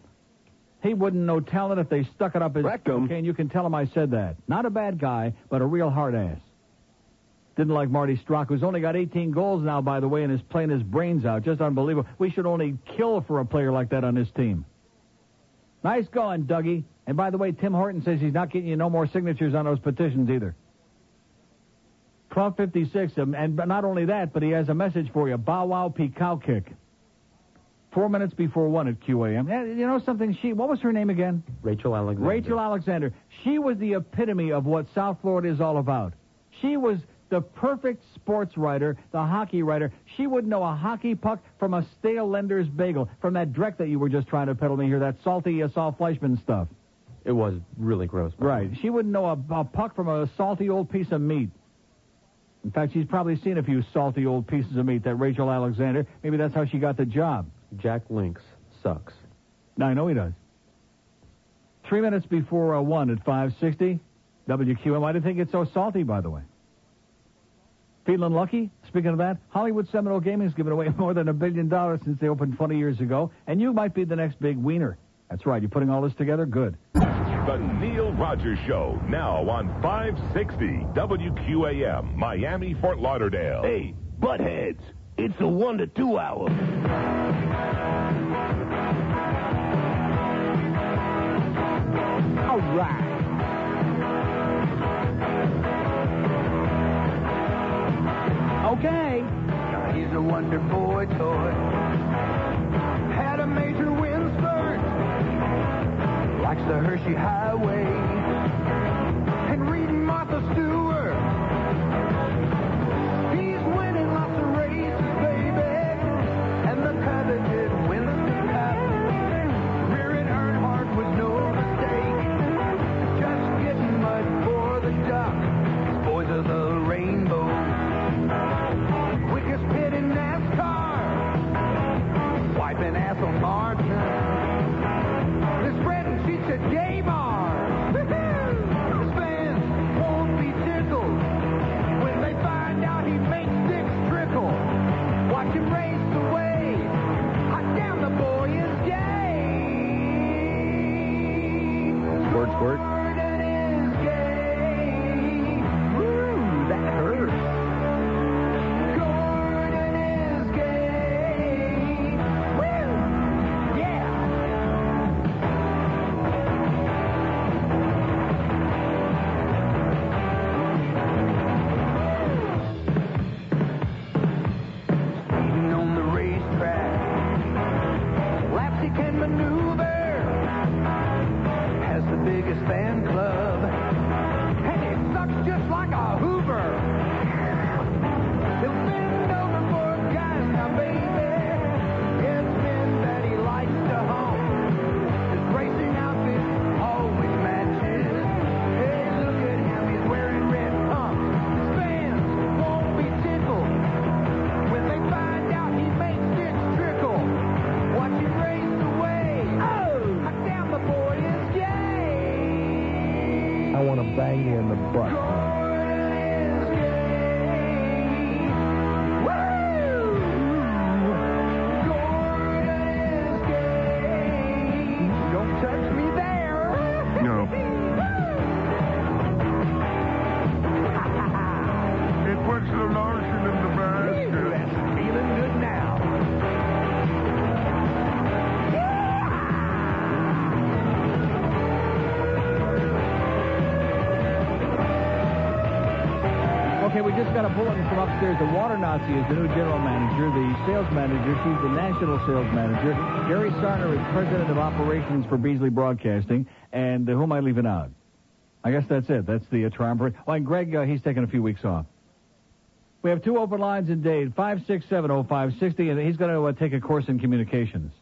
He wouldn't know talent if they stuck it up his rectum. Okay, and you can tell him I said that. Not a bad guy, but a real hard ass. Didn't like Marty Strock, who's only got 18 goals now, by the way, and is playing his brains out. Just unbelievable. We should only kill for a player like that on this team. Nice going, Dougie. And by the way, Tim Horton says he's not getting you no more signatures on those petitions either. 1256, um, and but not only that, but he has a message for you. Bow wow, peacock kick. Four minutes before one at QAM. Yeah, You know something? She, what was her name again?
Rachel Alexander.
Rachel Alexander. She was the epitome of what South Florida is all about. She was the perfect sports writer, the hockey writer. She would know a hockey puck from a stale lender's bagel, from that dreck that you were just trying to peddle me here, that salty uh, Saul Fleischman stuff.
It was really gross.
Right. She wouldn't know a, a puck from a salty old piece of meat. In fact, she's probably seen a few salty old pieces of meat that Rachel Alexander. Maybe that's how she got the job.
Jack Lynx sucks.
Now I know he does. Three minutes before uh, one at 560 WQM. I didn't think it's so salty, by the way. Feeling lucky? Speaking of that, Hollywood Seminole Gaming's given away more than a billion dollars since they opened 20 years ago, and you might be the next big wiener. That's right. You putting all this together? Good.
The Neil Rogers Show, now on 560 WQAM, Miami, Fort Lauderdale. Hey, buttheads, it's a one to two hour.
All right.
Okay. He's a wonderful toy. Had a major windstorm. Likes the Hershey Highway. And reading Martha Stewart. He's winning lots of races, baby. And the coveted Winston Cup. Rearing Earnhardt was no mistake. Just getting mud for the duck. Boys of the rainbow. Quickest pit in NASCAR. Wiping ass on Martin. This bread and cheats at Gay Bar. His fans won't be tickled when they find out he makes dicks trickle. Watch him race away. Hot damn, the boy is gay.
Squirt, squirt.
Jordan is gay. Ooh, that hurts. Jordan is gay. Woo! Yeah. Speeding on the racetrack. Laps he can maneuver has the biggest fan club. And it sucks just like a Hoover. He'll bend over for guys now, baby. It's men that he likes to home. His racing outfit always matches. Hey, look at him, he's wearing red pumps. His fans won't be tickled when they find out he makes dicks trickle. Watch him race away. Oh, knock down the boy is gay.
I want to bang you in the butt.
Don't touch me there.
No.
It puts the lotion in the basket. that's feeling good now.
Okay, we just got a bulletin from upstairs. The water Nazi is the new general manager, the sales manager. She's the national sales manager. Gary Sarner is president of operations for Beasley Broadcasting. And uh, who am I leaving out? I guess that's it. That's the uh, triumvirate. Oh, and Greg, uh, he's taking a few weeks off. We have two open lines in Dade, 5670560, and he's going to uh, take a course in communications.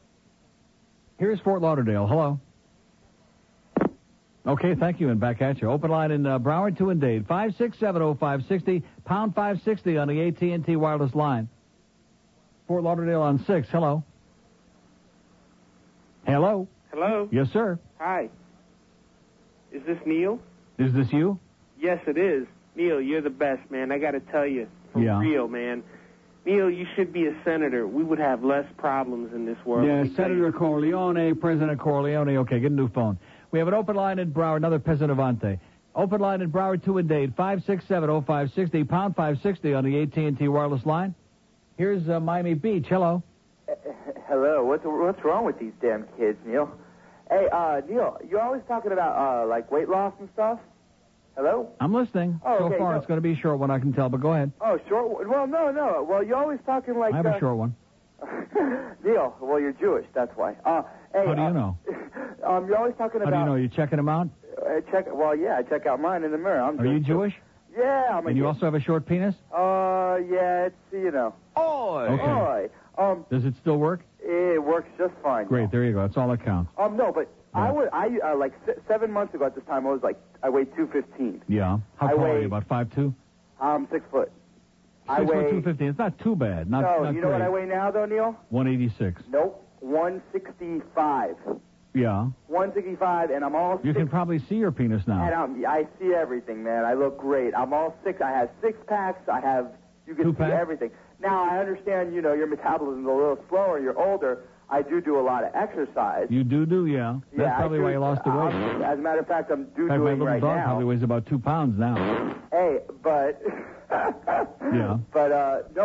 Here's Fort Lauderdale. Hello. Okay, thank you, and back at you. Open line in uh, Broward, 2 in Dade, 5670560, pound 560 on the AT&T wireless line. Fort Lauderdale on 6. Hello. Hello.
Hello.
Yes, sir.
Hi. Is this Neil?
Is this you?
Yes, it is. Neil, you're the best, man. I got to tell you,
yeah.
real, man. Neil, you should be a senator. We would have less problems in this world.
Yeah, Senator Corleone, President Corleone. Okay, get a new phone. We have an open line in Broward, another Pesavante. Open line in Broward, 2 in Dade, 5670560, pound 560 on the AT&T wireless line. Here's uh, Miami Beach. Hello.
Hello. What's what's wrong with these damn kids, Neil? Hey, uh, Neil, you're always talking about uh, like weight loss and stuff. Hello.
I'm listening.
Oh,
so
okay,
far,
no.
it's going to be a short one, I can tell, but go ahead.
Oh, short. Well, no, no. Well, you're always talking like.
I have a
uh,
short one.
Neil, well, you're Jewish, that's why. Uh, hey,
How do
uh,
you know?
Um, you're always talking
How do you
about.
know? You're checking them out?
Uh, check. Well, yeah, I check out mine in the mirror. I'm
Are you Jewish?
Yeah, I'm a.
And you also have a short penis?
Uh, yeah, it's you know. Oi.
Okay.
Oi. Um,
Does it still work?
it works just fine.
Great, there you go. That's all that counts.
Um, no, but I would. I uh, like se- seven months ago at this time. I was like, I weighed two fifteen.
Yeah. How
I
tall are
weigh-
you? About 5'2"?
I'm six foot. I
Six foot
weigh.
250. It's not too bad. Not,
no,
not
you know what
great.
I weigh now though, Neil?
186.
Nope, one sixty five.
Yeah.
One sixty five, and I'm all.
You can probably see your penis now.
And I'm, I see everything, man. I look great. I'm all six. I have six packs. I have you can see
Two-pack?
everything. Now I understand. You know your metabolism's a little slower. You're older. I do do a lot of exercise.
You do do, yeah. That's
Yeah, I
probably why
do-
you lost the weight.
um, As a matter of fact, I'm do
In fact, my
doing
little
right
dog
now.
probably weighs about two pounds now.
Hey, but
Yeah.
but uh, no,